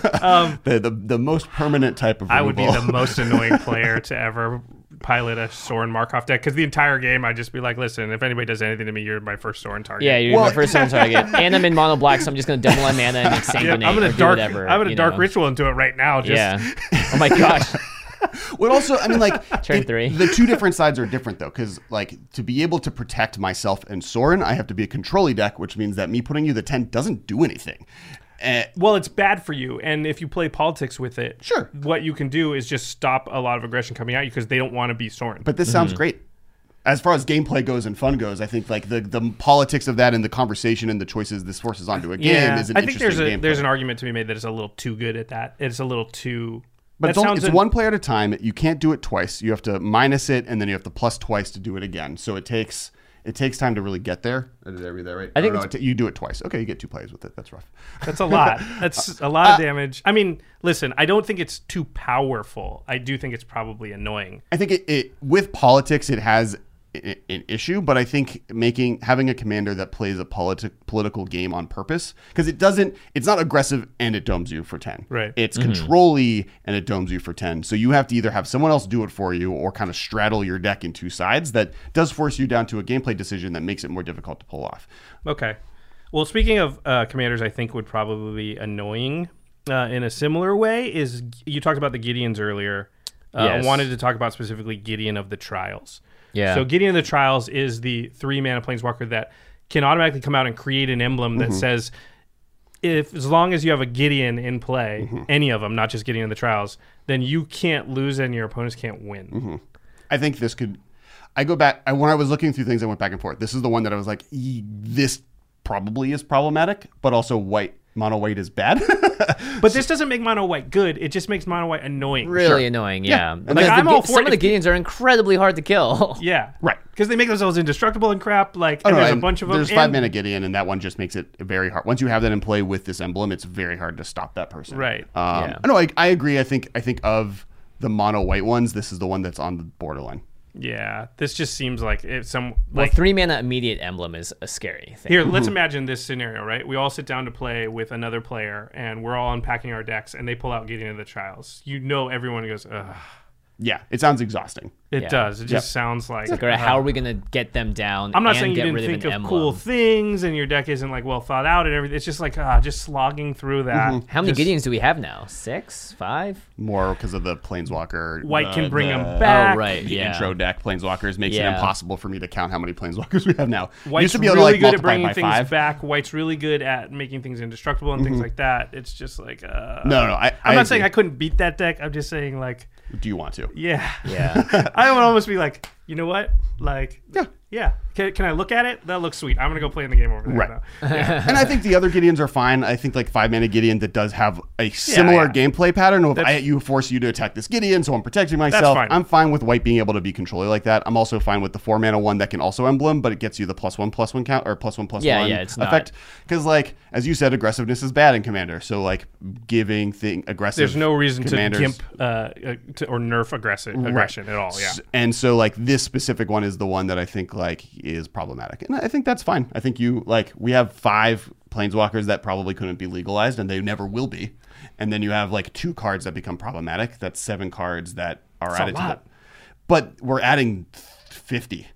Speaker 1: the, the the most permanent type of
Speaker 2: I would be
Speaker 1: removal.
Speaker 2: the most annoying player *laughs* to ever pilot a Soren Markov deck because the entire game I'd just be like, listen, if anybody does anything to me, you're my first Soren target.
Speaker 3: Yeah, you're
Speaker 1: Well-
Speaker 3: my first
Speaker 1: *laughs*
Speaker 3: time target. And I'm in mono black, so I'm just gonna double my
Speaker 2: *laughs*
Speaker 3: mana and
Speaker 2: Yeah,
Speaker 3: exsanguinate.
Speaker 2: I'm
Speaker 3: or
Speaker 2: gonna
Speaker 3: do
Speaker 2: dark.
Speaker 3: Whatever,
Speaker 2: I'm gonna
Speaker 3: you
Speaker 2: dark
Speaker 3: know.
Speaker 2: ritual into it right now. Just,
Speaker 3: Yeah.
Speaker 2: *laughs*
Speaker 3: Oh my gosh.
Speaker 1: *laughs* Well, also, I mean, like
Speaker 3: *laughs* Turn three.
Speaker 1: The two different sides are different though, because like to be able to protect myself and Soren, I have to be a controlly deck, which means that me putting you the ten doesn't do anything. Eh,
Speaker 2: Well, it's bad for you, and if you play politics with it,
Speaker 1: Sure.
Speaker 2: What you can do is just stop a lot of aggression coming at you because they don't want to be Soren.
Speaker 1: but this sounds great. As far as gameplay goes and fun goes, I think like the the politics of that and the conversation and the choices this forces onto a game is an
Speaker 2: I think
Speaker 1: interesting
Speaker 2: there's a
Speaker 1: gameplay.
Speaker 2: there's an argument to be made that it's a little too good at that. It's a little too.
Speaker 1: But
Speaker 2: that
Speaker 1: it's, only,
Speaker 2: sounds
Speaker 1: it's
Speaker 2: a-
Speaker 1: one player at a time. You can't do it twice. You have to minus it, and then you have to plus twice to do it again. So it takes it takes time to really get there. Did I read that right? I
Speaker 3: think
Speaker 1: no,
Speaker 3: it's-
Speaker 1: it ta- you do it twice. Okay, you get two plays with it. That's rough.
Speaker 2: That's a lot. That's a lot of damage. I mean, listen, I don't think it's too powerful. I do think it's probably annoying.
Speaker 1: I think it, it with politics it has i- an issue, but I think making having a commander that plays a politi- political game on purpose because it doesn't it's not aggressive and it domes you for ten.
Speaker 2: Right.
Speaker 1: It's controlly and it domes you for ten. So you have to either have someone else do it for you or kind of straddle your deck in two sides that does force you down to a gameplay decision that makes it more difficult to pull off.
Speaker 2: Okay. Well, speaking of uh, commanders, I think would probably be annoying uh, in a similar way. Is you talked about the Gideons earlier? Uh,
Speaker 3: Yes.
Speaker 2: I wanted to talk about specifically Gideon of the Trials.
Speaker 3: Yeah.
Speaker 2: So Gideon of the Trials is the three mana planeswalker that can automatically come out and create an emblem
Speaker 3: Mm-hmm.
Speaker 2: that says, if as long as you have a Gideon in play,
Speaker 3: Mm-hmm.
Speaker 2: any of them, not just Gideon of the Trials, then you can't lose and your opponents can't win.
Speaker 3: Mm-hmm.
Speaker 1: I think this could. I go back. I, when I was looking through things, I went back and forth. This is the one that I was like, "E- this probably is problematic, but also white mono white is bad. *laughs*
Speaker 2: But this doesn't make mono white good. It just makes mono white annoying.
Speaker 3: Really annoying. Yeah. Because
Speaker 2: Like,
Speaker 3: the
Speaker 2: I'm
Speaker 3: Gi-
Speaker 2: all for
Speaker 3: some
Speaker 2: it
Speaker 3: of the
Speaker 2: if you-
Speaker 3: Gideons are incredibly hard to kill.
Speaker 2: Yeah.
Speaker 1: Right.
Speaker 2: Because they make themselves indestructible and crap. Like,
Speaker 3: Oh,
Speaker 2: and
Speaker 1: No,
Speaker 2: Oh, there's a
Speaker 1: and
Speaker 2: bunch of them.
Speaker 1: There's five
Speaker 2: and-
Speaker 1: mana Gideon, and that one just makes it very hard. Once you have that in play with this emblem, it's very hard to stop that person.
Speaker 2: Right.
Speaker 1: Um,
Speaker 3: Yeah.
Speaker 1: No, I, I agree. I think I think of the mono white ones. This is the one that's on the borderline.
Speaker 2: Yeah. This just seems like it's some.
Speaker 3: Well,
Speaker 2: Like,
Speaker 3: three Mm-hmm. mana immediate emblem is a scary thing.
Speaker 2: here, let's imagine this scenario, right? We all sit down to play with another player, and we're all unpacking our decks, and they pull out Gideon of the Trials. You know, everyone goes, ugh.
Speaker 1: Yeah, it sounds exhausting.
Speaker 2: It
Speaker 3: Yeah.
Speaker 2: does. It just sounds like.
Speaker 3: Like, all right,
Speaker 2: ugh.
Speaker 3: how are we gonna get them down?
Speaker 2: I'm not
Speaker 3: and
Speaker 2: saying you
Speaker 3: get
Speaker 2: didn't
Speaker 3: rid
Speaker 2: think
Speaker 3: of,
Speaker 2: of,
Speaker 3: an
Speaker 2: cool
Speaker 3: emblem?
Speaker 2: things and your deck isn't like well thought out and everything. It's just like ah, just slogging through that.
Speaker 3: How many
Speaker 2: Just-
Speaker 3: Gideons do we have now? Six, five?
Speaker 1: More because of the planeswalker.
Speaker 2: White
Speaker 1: the-
Speaker 2: can bring
Speaker 1: the-
Speaker 2: them back.
Speaker 3: Oh right,
Speaker 1: The
Speaker 3: yeah.
Speaker 1: intro deck planeswalkers makes it
Speaker 3: Yeah.
Speaker 1: impossible for me to count how many planeswalkers *laughs* we have now. You
Speaker 2: White's
Speaker 1: used to be able
Speaker 2: really
Speaker 1: to like
Speaker 2: good at
Speaker 1: multiply
Speaker 2: bringing
Speaker 1: by
Speaker 2: things
Speaker 1: five. Mm-hmm.
Speaker 2: back. White's really good at making things indestructible and things like that. It's just like uh,
Speaker 1: No, no, I,
Speaker 2: I'm
Speaker 1: I
Speaker 2: not saying I
Speaker 1: agree.
Speaker 2: couldn't beat that deck. I'm just saying like
Speaker 1: Do you want to?
Speaker 2: yeah, *laughs*
Speaker 3: Yeah.
Speaker 2: I would almost be like you know what like
Speaker 1: Yeah.
Speaker 2: yeah. Can, can I look at it? That looks sweet. I'm gonna go play in the game over there.
Speaker 1: Right.
Speaker 2: now.
Speaker 1: and I think the other Gideons are fine. I think like five mana Gideon that does have a similar gameplay pattern. If I,
Speaker 2: That's-
Speaker 1: you force you to attack this Gideon, so I'm protecting myself.
Speaker 2: fine.
Speaker 1: I'm fine with white being able to be controller like that. I'm also fine with the four mana one that can also emblem, but it gets you the plus one plus one count or plus one plus
Speaker 3: Yeah,
Speaker 1: one
Speaker 3: yeah, it's not-
Speaker 1: effect. Because like as you said, aggressiveness is bad in Commander. So like giving thing aggressive.
Speaker 2: There's no reason
Speaker 1: commanders-
Speaker 2: to gimp uh, uh, to, or nerf aggressive aggression at all. Yeah.
Speaker 1: S- And so like this specific one is the one that I think like is problematic. And I think that's fine. I think you like we have five planeswalkers that probably couldn't be legalized and they never will be. And then you have like two cards that become problematic. That's seven cards that are added to
Speaker 3: lot.
Speaker 1: the But we're adding 50.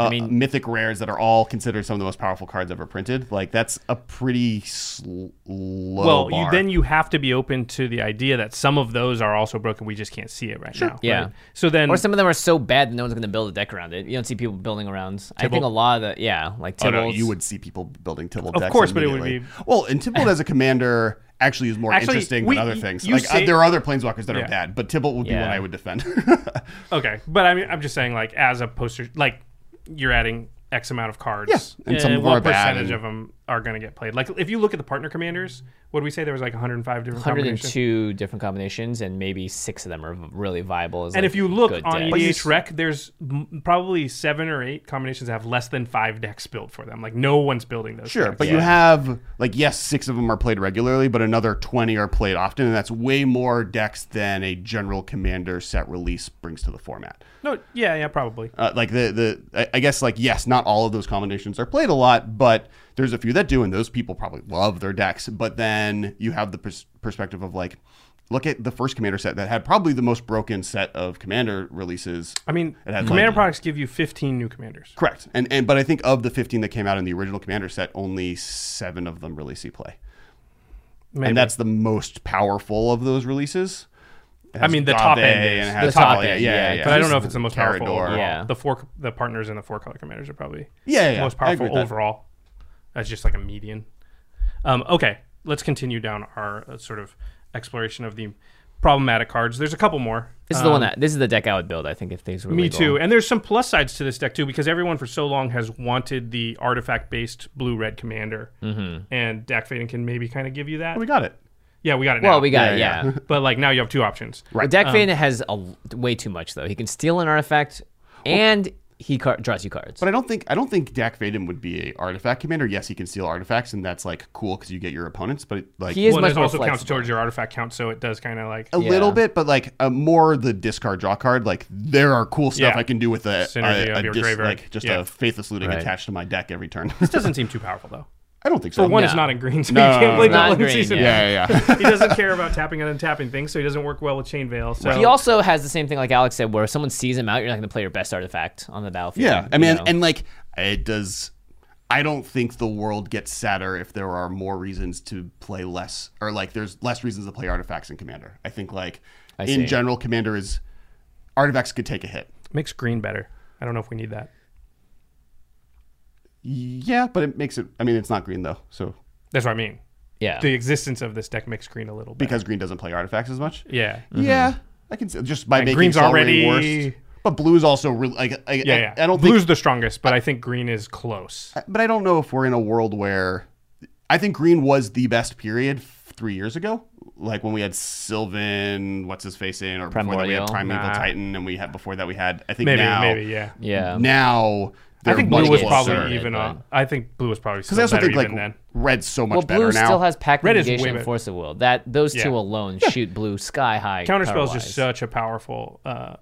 Speaker 1: Uh,
Speaker 3: mean-
Speaker 1: mythic rares that are all considered some of the most powerful cards ever printed. Like that's a pretty sl- low
Speaker 2: Well, you,
Speaker 1: bar.
Speaker 2: then you have to be open to the idea that some of those are also broken. We just can't see it right now.
Speaker 3: Yeah.
Speaker 2: right? So then,
Speaker 3: or some of them are so bad that no one's gonna build a deck around it. You don't see people building around. I think a lot of the yeah, like
Speaker 1: Oh, no,
Speaker 3: Tibbles.
Speaker 1: you would see people building Tibble
Speaker 2: Of
Speaker 1: decks.
Speaker 2: course, but it would
Speaker 1: immediately.
Speaker 2: be-
Speaker 1: well, and Tibble as a commander actually is more
Speaker 2: Actually,
Speaker 1: interesting
Speaker 2: we-
Speaker 1: than other
Speaker 2: you-
Speaker 1: things.
Speaker 2: you
Speaker 1: Like uh,
Speaker 2: say-
Speaker 1: there are other planeswalkers that
Speaker 2: Yeah.
Speaker 1: are bad, but Tibalt would be
Speaker 3: Yeah.
Speaker 1: one I would defend. *laughs*
Speaker 2: Okay, but I mean, I'm just saying, like, as a poster, like, you're adding X amount of cards. Eh,
Speaker 1: Yes, and some of them are
Speaker 2: what
Speaker 1: bad
Speaker 2: percentage
Speaker 1: and-
Speaker 2: of them are going to get played? Like, if you look at the partner commanders, what do we say there was like 105 different combinations?
Speaker 3: 102 different combinations, and maybe six of them are really viable. As
Speaker 2: And
Speaker 3: like
Speaker 2: if you look
Speaker 3: good
Speaker 2: on
Speaker 3: decks.
Speaker 2: EDH Rec, there's m- probably seven or eight combinations that have less than five decks built for them. Like, no one's building those.
Speaker 1: Sure,
Speaker 2: decks.
Speaker 1: but you have like yes, six of them are played regularly, but another twenty are played often, and that's way more decks than a general commander set release brings to the format.
Speaker 2: no, yeah, yeah, probably.
Speaker 1: Uh, like the the I- I guess like yes, not all of those combinations are played a lot, but there's a few that do, and those people probably love their decks. But then you have the pers- perspective of like, look at the first commander set that had probably the most broken set of commander releases.
Speaker 2: I mean,
Speaker 1: It had,
Speaker 2: commander
Speaker 1: like-
Speaker 2: products give you 15 new commanders.
Speaker 1: Correct, and and but I think of the fifteen that came out in the original commander set, only seven of them really see play.
Speaker 2: Maybe.
Speaker 1: and that's the most powerful of those releases. It
Speaker 2: I mean, the top
Speaker 1: Gave
Speaker 2: end
Speaker 1: and
Speaker 2: is-
Speaker 1: it has
Speaker 3: the top
Speaker 1: Talia.
Speaker 3: end,
Speaker 1: yeah,
Speaker 3: yeah,
Speaker 1: yeah,
Speaker 3: but
Speaker 2: But I don't know if it's the most powerful.
Speaker 1: Carador.
Speaker 2: Overall.
Speaker 3: Yeah.
Speaker 2: The four, the partners and the four color commanders are probably
Speaker 1: Yeah, yeah,
Speaker 2: most
Speaker 1: I agree
Speaker 2: powerful
Speaker 1: with that.
Speaker 2: overall. That's just like a median. Um, okay, let's continue down our uh, sort of exploration of the problematic cards. There's a couple more.
Speaker 3: this is the
Speaker 2: um,
Speaker 3: one that this is the deck I would build. I think if these were
Speaker 2: Me
Speaker 3: legal.
Speaker 2: too. And there's some plus sides to this deck too, because everyone for so long has wanted the artifact based blue red commander, mm-hmm. and Dak Faden can maybe kind of give you that.
Speaker 1: We got it.
Speaker 2: yeah, we got it. now.
Speaker 3: Well, we got it, yeah.
Speaker 2: But like now you have two options.
Speaker 3: Right. Deck Vane has a, l- way too much though. He can steal an artifact, and he car- draws you cards.
Speaker 1: But I don't think I don't think Dak Vadim would be a artifact commander. Yes, he can steal artifacts, and that's like cool because you get your opponents. But like
Speaker 3: He is
Speaker 2: Well,
Speaker 3: much
Speaker 2: and it
Speaker 3: more
Speaker 2: also counts
Speaker 3: flexible.
Speaker 2: towards your artifact count, so it does kind of like
Speaker 1: a little
Speaker 3: Yeah.
Speaker 1: bit, but like uh, more the discard draw card. Like there are cool stuff
Speaker 2: Yeah.
Speaker 1: I can do with a,
Speaker 2: Synergy
Speaker 1: a,
Speaker 2: of
Speaker 1: a
Speaker 2: your graveyard.
Speaker 1: like just
Speaker 2: Yeah.
Speaker 1: a faithless looting
Speaker 3: Right.
Speaker 1: attached to my deck every turn. *laughs*
Speaker 2: doesn't seem too powerful though.
Speaker 1: I don't think so.
Speaker 2: For one,
Speaker 1: yeah,
Speaker 2: it's not in green, so
Speaker 1: Oh, No,
Speaker 2: you can't play
Speaker 3: it's not in
Speaker 2: Goblin
Speaker 3: green,
Speaker 2: Season.
Speaker 3: yeah.
Speaker 1: yeah, yeah.
Speaker 2: he doesn't care about tapping and untapping things, so he doesn't work well with Chain Veil. So
Speaker 3: he also has the same thing like Alex said, where if someone sees him out, you're not going to play your best artifact on the
Speaker 1: *laughs*
Speaker 3: battlefield.
Speaker 1: Yeah, I
Speaker 3: you
Speaker 1: mean,
Speaker 3: know?
Speaker 1: and like it does. I don't think the world gets sadder if there are more reasons to play less, or like there's less reasons to play artifacts in Commander. I think like in
Speaker 3: see.
Speaker 1: general, Commander is artifacts could take a hit.
Speaker 2: makes green better. I don't know if we need that.
Speaker 1: Yeah, but it makes it. I mean, it's not green though, so
Speaker 2: That's what I mean.
Speaker 3: yeah,
Speaker 2: The existence of this deck makes green a little bit.
Speaker 1: because green doesn't play artifacts as much.
Speaker 2: yeah,
Speaker 1: Yeah, I can s- just by
Speaker 2: Mm-hmm. And
Speaker 1: making
Speaker 2: green's
Speaker 1: Sol
Speaker 2: already-
Speaker 1: Ring worse. But blue's also really like I,
Speaker 2: yeah,
Speaker 1: I,
Speaker 2: yeah.
Speaker 1: I don't think
Speaker 2: blue's the strongest, but I think green is close.
Speaker 1: but I don't know if we're in a world where I think green was the best period f- three years ago, like when we had Sylvan, what's his face in, or before that we
Speaker 3: Primordial.
Speaker 1: had Primeval
Speaker 2: Nah.
Speaker 1: Titan, and we had before that we had I think
Speaker 2: Maybe,
Speaker 1: now
Speaker 2: maybe, yeah.
Speaker 3: yeah.
Speaker 1: now
Speaker 2: I think
Speaker 3: much
Speaker 2: blue was
Speaker 3: closer,
Speaker 2: probably even.
Speaker 3: but-
Speaker 2: Uh, I think blue was probably
Speaker 1: because I
Speaker 2: still
Speaker 1: also
Speaker 2: better
Speaker 1: think like
Speaker 2: even then.
Speaker 1: red's so much
Speaker 3: Well,
Speaker 1: better
Speaker 3: blue
Speaker 1: now.
Speaker 3: still has pack
Speaker 2: Red is way
Speaker 3: mitigation and
Speaker 2: better.
Speaker 3: force of will. That those
Speaker 2: Yeah.
Speaker 3: two alone shoot blue sky high.
Speaker 2: Counterspell is
Speaker 3: power-wise.
Speaker 2: just such a powerful uh,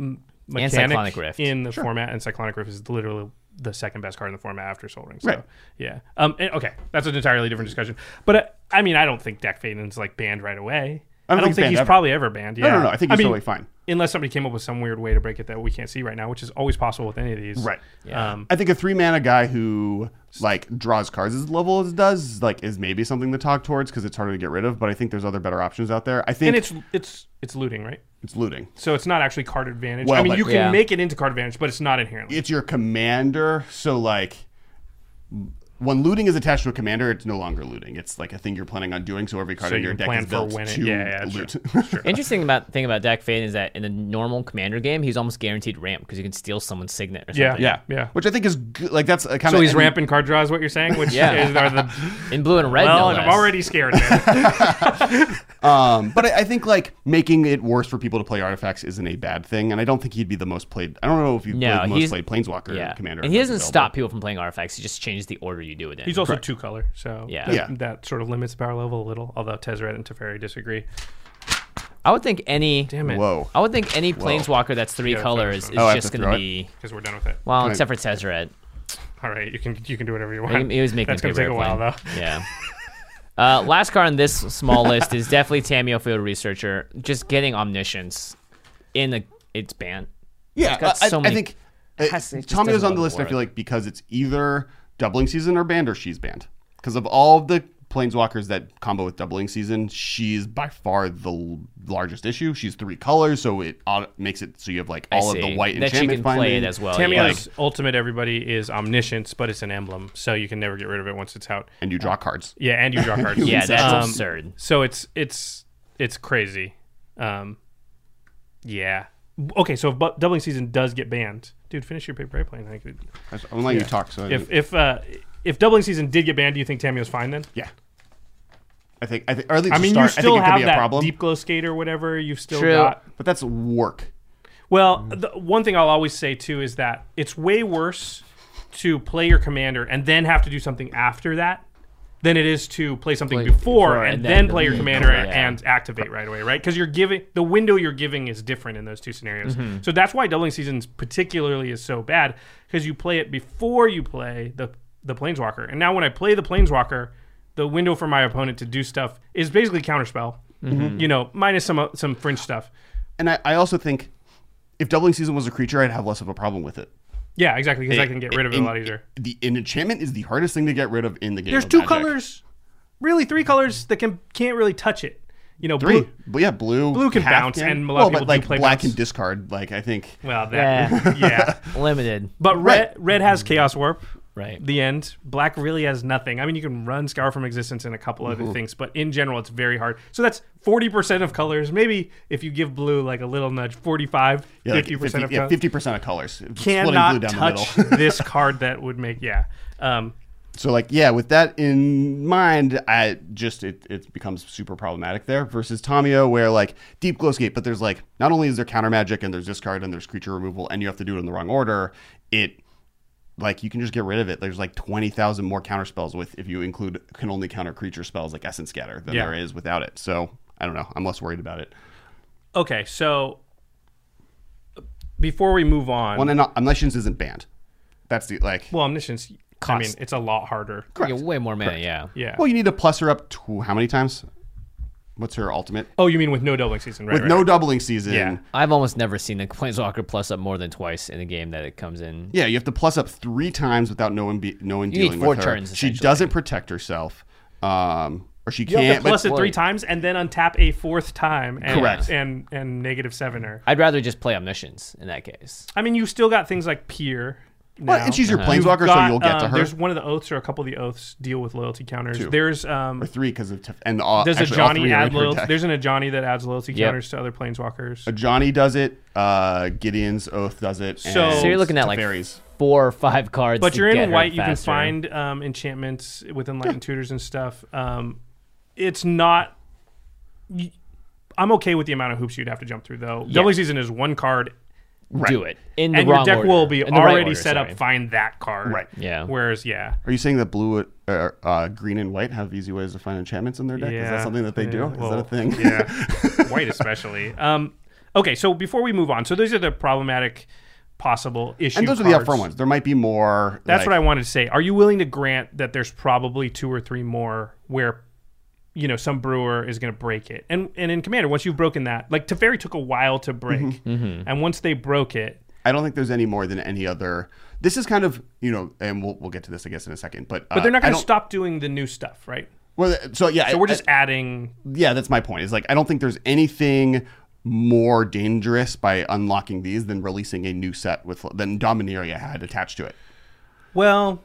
Speaker 2: m-
Speaker 3: And
Speaker 2: mechanic
Speaker 3: Cyclonic Rift.
Speaker 2: in the format, and Cyclonic Rift is literally the second best card in the format after Soul Ring. So,
Speaker 1: Right.
Speaker 2: Yeah. Um. and- okay, that's an entirely different discussion. But uh, I mean, I don't think Dak Faden's like banned right away.
Speaker 1: I don't think he's
Speaker 2: think
Speaker 1: banned
Speaker 2: he's
Speaker 1: ever.
Speaker 2: probably ever banned. Yeah.
Speaker 1: no, no, I think he's totally fine.
Speaker 2: Unless somebody came up with some weird way to break it that we can't see right now, which is always possible with any of these.
Speaker 1: Right.
Speaker 2: Yeah. Um,
Speaker 1: I think a three mana guy who like draws cards as level as does like is maybe something to talk towards because it's harder to get rid of. But I think there's other better options out there. I think
Speaker 2: and it's it's it's looting, right?
Speaker 1: it's looting.
Speaker 2: So it's not actually card advantage.
Speaker 1: Well,
Speaker 2: I mean,
Speaker 1: but-
Speaker 2: you can
Speaker 3: Yeah.
Speaker 2: make it into card advantage, but it's not inherently.
Speaker 1: it's your commander. So like when looting is attached to a commander, it's no longer looting. It's like a thing you're planning on doing. So every card
Speaker 2: So
Speaker 1: in
Speaker 2: you
Speaker 1: your
Speaker 2: can
Speaker 1: deck
Speaker 2: plan
Speaker 1: is
Speaker 2: for
Speaker 1: built
Speaker 2: when it-
Speaker 1: to
Speaker 2: yeah, yeah, that's
Speaker 1: loot.
Speaker 3: Interesting about thing about Dak Fane is that in a normal commander game, he's almost guaranteed ramp because you can steal someone's signet or
Speaker 2: Yeah.
Speaker 1: *laughs*
Speaker 3: something.
Speaker 1: yeah,
Speaker 2: Yeah.
Speaker 1: Which I think is good. like that's a kind
Speaker 2: so
Speaker 1: of
Speaker 2: he's ramping card draws, what you're saying, which
Speaker 3: Yeah.
Speaker 2: is are the
Speaker 3: *laughs* In blue and red,
Speaker 2: Well,
Speaker 3: no
Speaker 2: and I'm
Speaker 3: less.
Speaker 2: already scared. Man.
Speaker 1: Um, but I, I think like making it worse for people to play artifacts isn't a bad thing, and I don't think he'd be the most played. I don't know if you
Speaker 3: No,
Speaker 1: played the most
Speaker 3: he's-
Speaker 1: played planeswalker
Speaker 3: yeah.
Speaker 1: commander.
Speaker 3: And he
Speaker 1: that's
Speaker 3: doesn't
Speaker 1: available.
Speaker 3: stop people from playing artifacts. He just changes the order you do it in.
Speaker 2: *laughs* He's also two color, so
Speaker 3: Yeah.
Speaker 2: that,
Speaker 1: Yeah.
Speaker 2: that sort of limits the power level a little. Although Tezzeret and Teferi disagree.
Speaker 3: I would think any.
Speaker 2: Damn it,
Speaker 1: Whoa.
Speaker 3: I would think any planeswalker that's three
Speaker 2: gotta
Speaker 3: colors
Speaker 2: throw
Speaker 3: is
Speaker 2: this
Speaker 1: Oh, I have
Speaker 3: just
Speaker 1: to
Speaker 3: going
Speaker 1: throw
Speaker 3: to
Speaker 1: it?
Speaker 3: be
Speaker 2: because we're done with it.
Speaker 3: well,
Speaker 1: Can I-
Speaker 3: except for Tezzeret.
Speaker 2: All right, you can you can do whatever you
Speaker 3: He,
Speaker 2: want.
Speaker 3: he was making.
Speaker 2: That's
Speaker 3: going to
Speaker 2: take a while though.
Speaker 3: Yeah. Uh, last card on this
Speaker 2: *laughs*
Speaker 3: small list is definitely Tamio Field Researcher. Just getting omniscience in a its ban.
Speaker 1: Yeah,
Speaker 3: It's got
Speaker 1: I,
Speaker 3: so
Speaker 1: I- I
Speaker 3: many-
Speaker 1: think uh,
Speaker 3: has- it just
Speaker 1: Tommy was
Speaker 3: doesn't
Speaker 1: on the
Speaker 3: look
Speaker 1: list. I
Speaker 3: worth
Speaker 1: feel
Speaker 3: it.
Speaker 1: like because it's either doubling season or banned or she's banned because of all the planeswalkers that combo with doubling season, she's by far the l- largest issue. She's three colors, so it auto- makes it so you have like
Speaker 3: I
Speaker 1: all of the
Speaker 3: see.
Speaker 1: white
Speaker 3: that she
Speaker 1: enchantment
Speaker 3: can play it
Speaker 1: finding.
Speaker 3: as well. yeah.
Speaker 2: Tammyo's ultimate everybody is omniscience, but it's an emblem, so you can never get rid of it once it's out.
Speaker 1: and you draw cards.
Speaker 2: Yeah, and
Speaker 1: *laughs*
Speaker 2: you draw cards.
Speaker 3: Yeah, that's
Speaker 2: Um,
Speaker 3: absurd.
Speaker 2: So it's it's it's crazy. Um, yeah. Okay, so if bu- doubling season does get banned, dude, finish your paper airplane. I could.
Speaker 1: That's- I'm letting you talk. So I
Speaker 2: If
Speaker 1: didn't-
Speaker 2: if uh, if doubling season did get banned, do you think Tammyo's fine then?
Speaker 1: yeah, I think I think or at least
Speaker 2: I
Speaker 1: to
Speaker 2: mean,
Speaker 1: start,
Speaker 2: you still
Speaker 1: I think it could
Speaker 2: have
Speaker 1: be a
Speaker 2: that
Speaker 1: problem.
Speaker 2: deep glow skate or whatever. You've still
Speaker 3: True.
Speaker 2: got.
Speaker 1: but that's work.
Speaker 2: Well, the one thing I'll always say too is that it's way worse to play your commander and then have to do something after that than it is to play something
Speaker 3: Play
Speaker 2: before,
Speaker 3: before
Speaker 2: and,
Speaker 3: and
Speaker 2: then,
Speaker 3: then
Speaker 2: play your
Speaker 3: the-
Speaker 2: commander
Speaker 3: yeah.
Speaker 2: and activate right away, right? Because you're giving the window you're giving is different in those two scenarios. So that's why doubling seasons particularly is so bad because you play it before you play the the planeswalker. And now when I play the planeswalker, the window for my opponent to do stuff is basically counterspell. You know, minus some uh, some fringe stuff.
Speaker 1: And I, I also think if doubling season was a creature, I'd have less of a problem with it.
Speaker 2: Yeah, exactly. Because I can get rid of it a
Speaker 1: In-
Speaker 2: lot easier.
Speaker 1: The an enchantment is the hardest thing to get rid of in the game.
Speaker 2: There's
Speaker 1: of
Speaker 2: two
Speaker 1: Magic.
Speaker 2: colors, really three colors that can can't really touch it. You know,
Speaker 1: Three,
Speaker 2: blue.
Speaker 1: but yeah, blue.
Speaker 2: Blue can
Speaker 1: half
Speaker 2: bounce,
Speaker 1: can.
Speaker 2: and a lot of
Speaker 1: Well, but
Speaker 2: people do
Speaker 1: like
Speaker 2: play
Speaker 1: black
Speaker 2: bounce.
Speaker 1: and discard. Like I think
Speaker 2: Well, that yeah.
Speaker 1: *laughs*
Speaker 3: *laughs* limited.
Speaker 2: But red red has chaos warp.
Speaker 3: Right.
Speaker 2: The end. Black really has nothing. I mean, you can run Scour from existence and a couple other
Speaker 1: Mm-hmm.
Speaker 2: things, but in general, it's very hard. So that's forty percent of colors. Maybe if you give blue like a little nudge, 45,
Speaker 1: yeah,
Speaker 2: 50
Speaker 1: like
Speaker 2: percent
Speaker 1: 50,
Speaker 2: of
Speaker 1: yeah,
Speaker 2: colors.
Speaker 1: 50% of colors. Splitting blue
Speaker 2: cannot
Speaker 1: down
Speaker 2: touch
Speaker 1: the middle. *laughs*
Speaker 2: this card that would make yeah. Um,
Speaker 1: So like yeah, with that in mind, I just it, it becomes super problematic there versus Tamio where like deep glowscape, but there's like not only is there counter magic and there's discard and there's creature removal and you have to do it in the wrong order, it like you can just get rid of it. There's like twenty thousand more counter spells with if you include can only counter creature spells like essence scatter than
Speaker 2: Yeah.
Speaker 1: there is without it. So I don't know. I'm less worried about it.
Speaker 2: okay, so before we move on,
Speaker 1: Well, and omniscience isn't banned. That's the like. Well,
Speaker 2: Well, omniscience. I mean, it's a lot harder.
Speaker 3: Yeah, way more mana. Yeah.
Speaker 2: Yeah.
Speaker 1: you need to plus her up to how many times? What's her ultimate?
Speaker 2: oh, you mean with no doubling season, right?
Speaker 1: With
Speaker 2: right,
Speaker 1: no
Speaker 2: right.
Speaker 1: doubling season.
Speaker 2: Yeah.
Speaker 3: I've almost never seen a *laughs* planeswalker plus up more than twice in the game that it comes in.
Speaker 1: Yeah, you have to plus up three times without no one, be, no one
Speaker 3: You need
Speaker 1: dealing
Speaker 3: four
Speaker 1: with her.
Speaker 3: turns,
Speaker 1: she
Speaker 3: essentially.
Speaker 1: doesn't protect herself, um, or she
Speaker 2: You have
Speaker 1: can't.
Speaker 2: to plus
Speaker 1: but
Speaker 2: it three times and then untap a fourth time. And,
Speaker 1: Correct.
Speaker 2: And and negative seven or.
Speaker 3: I'd rather just play omniscience in that case.
Speaker 2: I mean, you still got things like peer. Now.
Speaker 1: Well, and she's
Speaker 3: Uh-huh.
Speaker 1: your
Speaker 2: You've
Speaker 1: planeswalker, so
Speaker 2: got,
Speaker 1: you'll get to
Speaker 2: um,
Speaker 1: her.
Speaker 2: There's one of the oaths or a couple of the oaths deal with loyalty counters.
Speaker 1: Two.
Speaker 2: There's um.
Speaker 1: Or three because of Tef- and all,
Speaker 2: There's
Speaker 1: actually,
Speaker 2: a
Speaker 1: all
Speaker 2: Johnny
Speaker 1: three are in
Speaker 2: add
Speaker 1: her
Speaker 2: loyalty.
Speaker 1: deck.
Speaker 2: There's an a Johnny that adds loyalty
Speaker 3: Yep.
Speaker 2: counters to other planeswalkers.
Speaker 1: A Johnny does it. Uh, Gideon's oath does it.
Speaker 2: So-
Speaker 1: and
Speaker 3: So you're looking at like
Speaker 1: Teferi's.
Speaker 3: four or five cards.
Speaker 2: but
Speaker 3: to
Speaker 2: you're
Speaker 3: get
Speaker 2: in
Speaker 3: her
Speaker 2: white you can
Speaker 3: faster.
Speaker 2: find um, enchantments with enlightened tutors and stuff um, it's not y- i'm okay with the amount of hoops you'd have to jump through though doubling season is one card
Speaker 3: Do it in the
Speaker 2: and
Speaker 3: wrong
Speaker 2: your deck
Speaker 3: order.
Speaker 2: will be
Speaker 3: In the right
Speaker 2: already
Speaker 3: order,
Speaker 2: set
Speaker 3: sorry.
Speaker 2: up find that card
Speaker 1: Right.
Speaker 3: Yeah.
Speaker 2: whereas yeah
Speaker 1: Are you saying that blue, uh, uh, green, and white have easy ways to find enchantments in their deck? Is
Speaker 2: Yeah.
Speaker 1: that something that they do?
Speaker 2: Yeah.
Speaker 1: Is that
Speaker 2: Well,
Speaker 1: a thing?
Speaker 2: yeah white especially um, okay so before we move on so these are the problematic possible issues
Speaker 1: *laughs* and those are the upfront ones. There might be more.
Speaker 2: That's
Speaker 1: like-
Speaker 2: what I wanted to say. Are you willing to grant that there's probably two or three more where, you know, some brewer is going to break it? And and in Commander, once you've broken that, like Teferi took a while to break,
Speaker 1: Mm-hmm.
Speaker 2: and once they broke it,
Speaker 1: I don't think there's any more than any other. This is kind of you know, and we'll, we'll get to this Uh, I guess in a second. But
Speaker 2: but they're not going to
Speaker 1: to
Speaker 2: stop doing the new stuff, right?
Speaker 1: Well, so yeah,
Speaker 2: So
Speaker 1: I-
Speaker 2: we're just
Speaker 1: I-
Speaker 2: adding.
Speaker 1: yeah, that's my point. Is like I don't think there's anything more dangerous by unlocking these than releasing a new set with than Dominaria had attached to it.
Speaker 2: Well,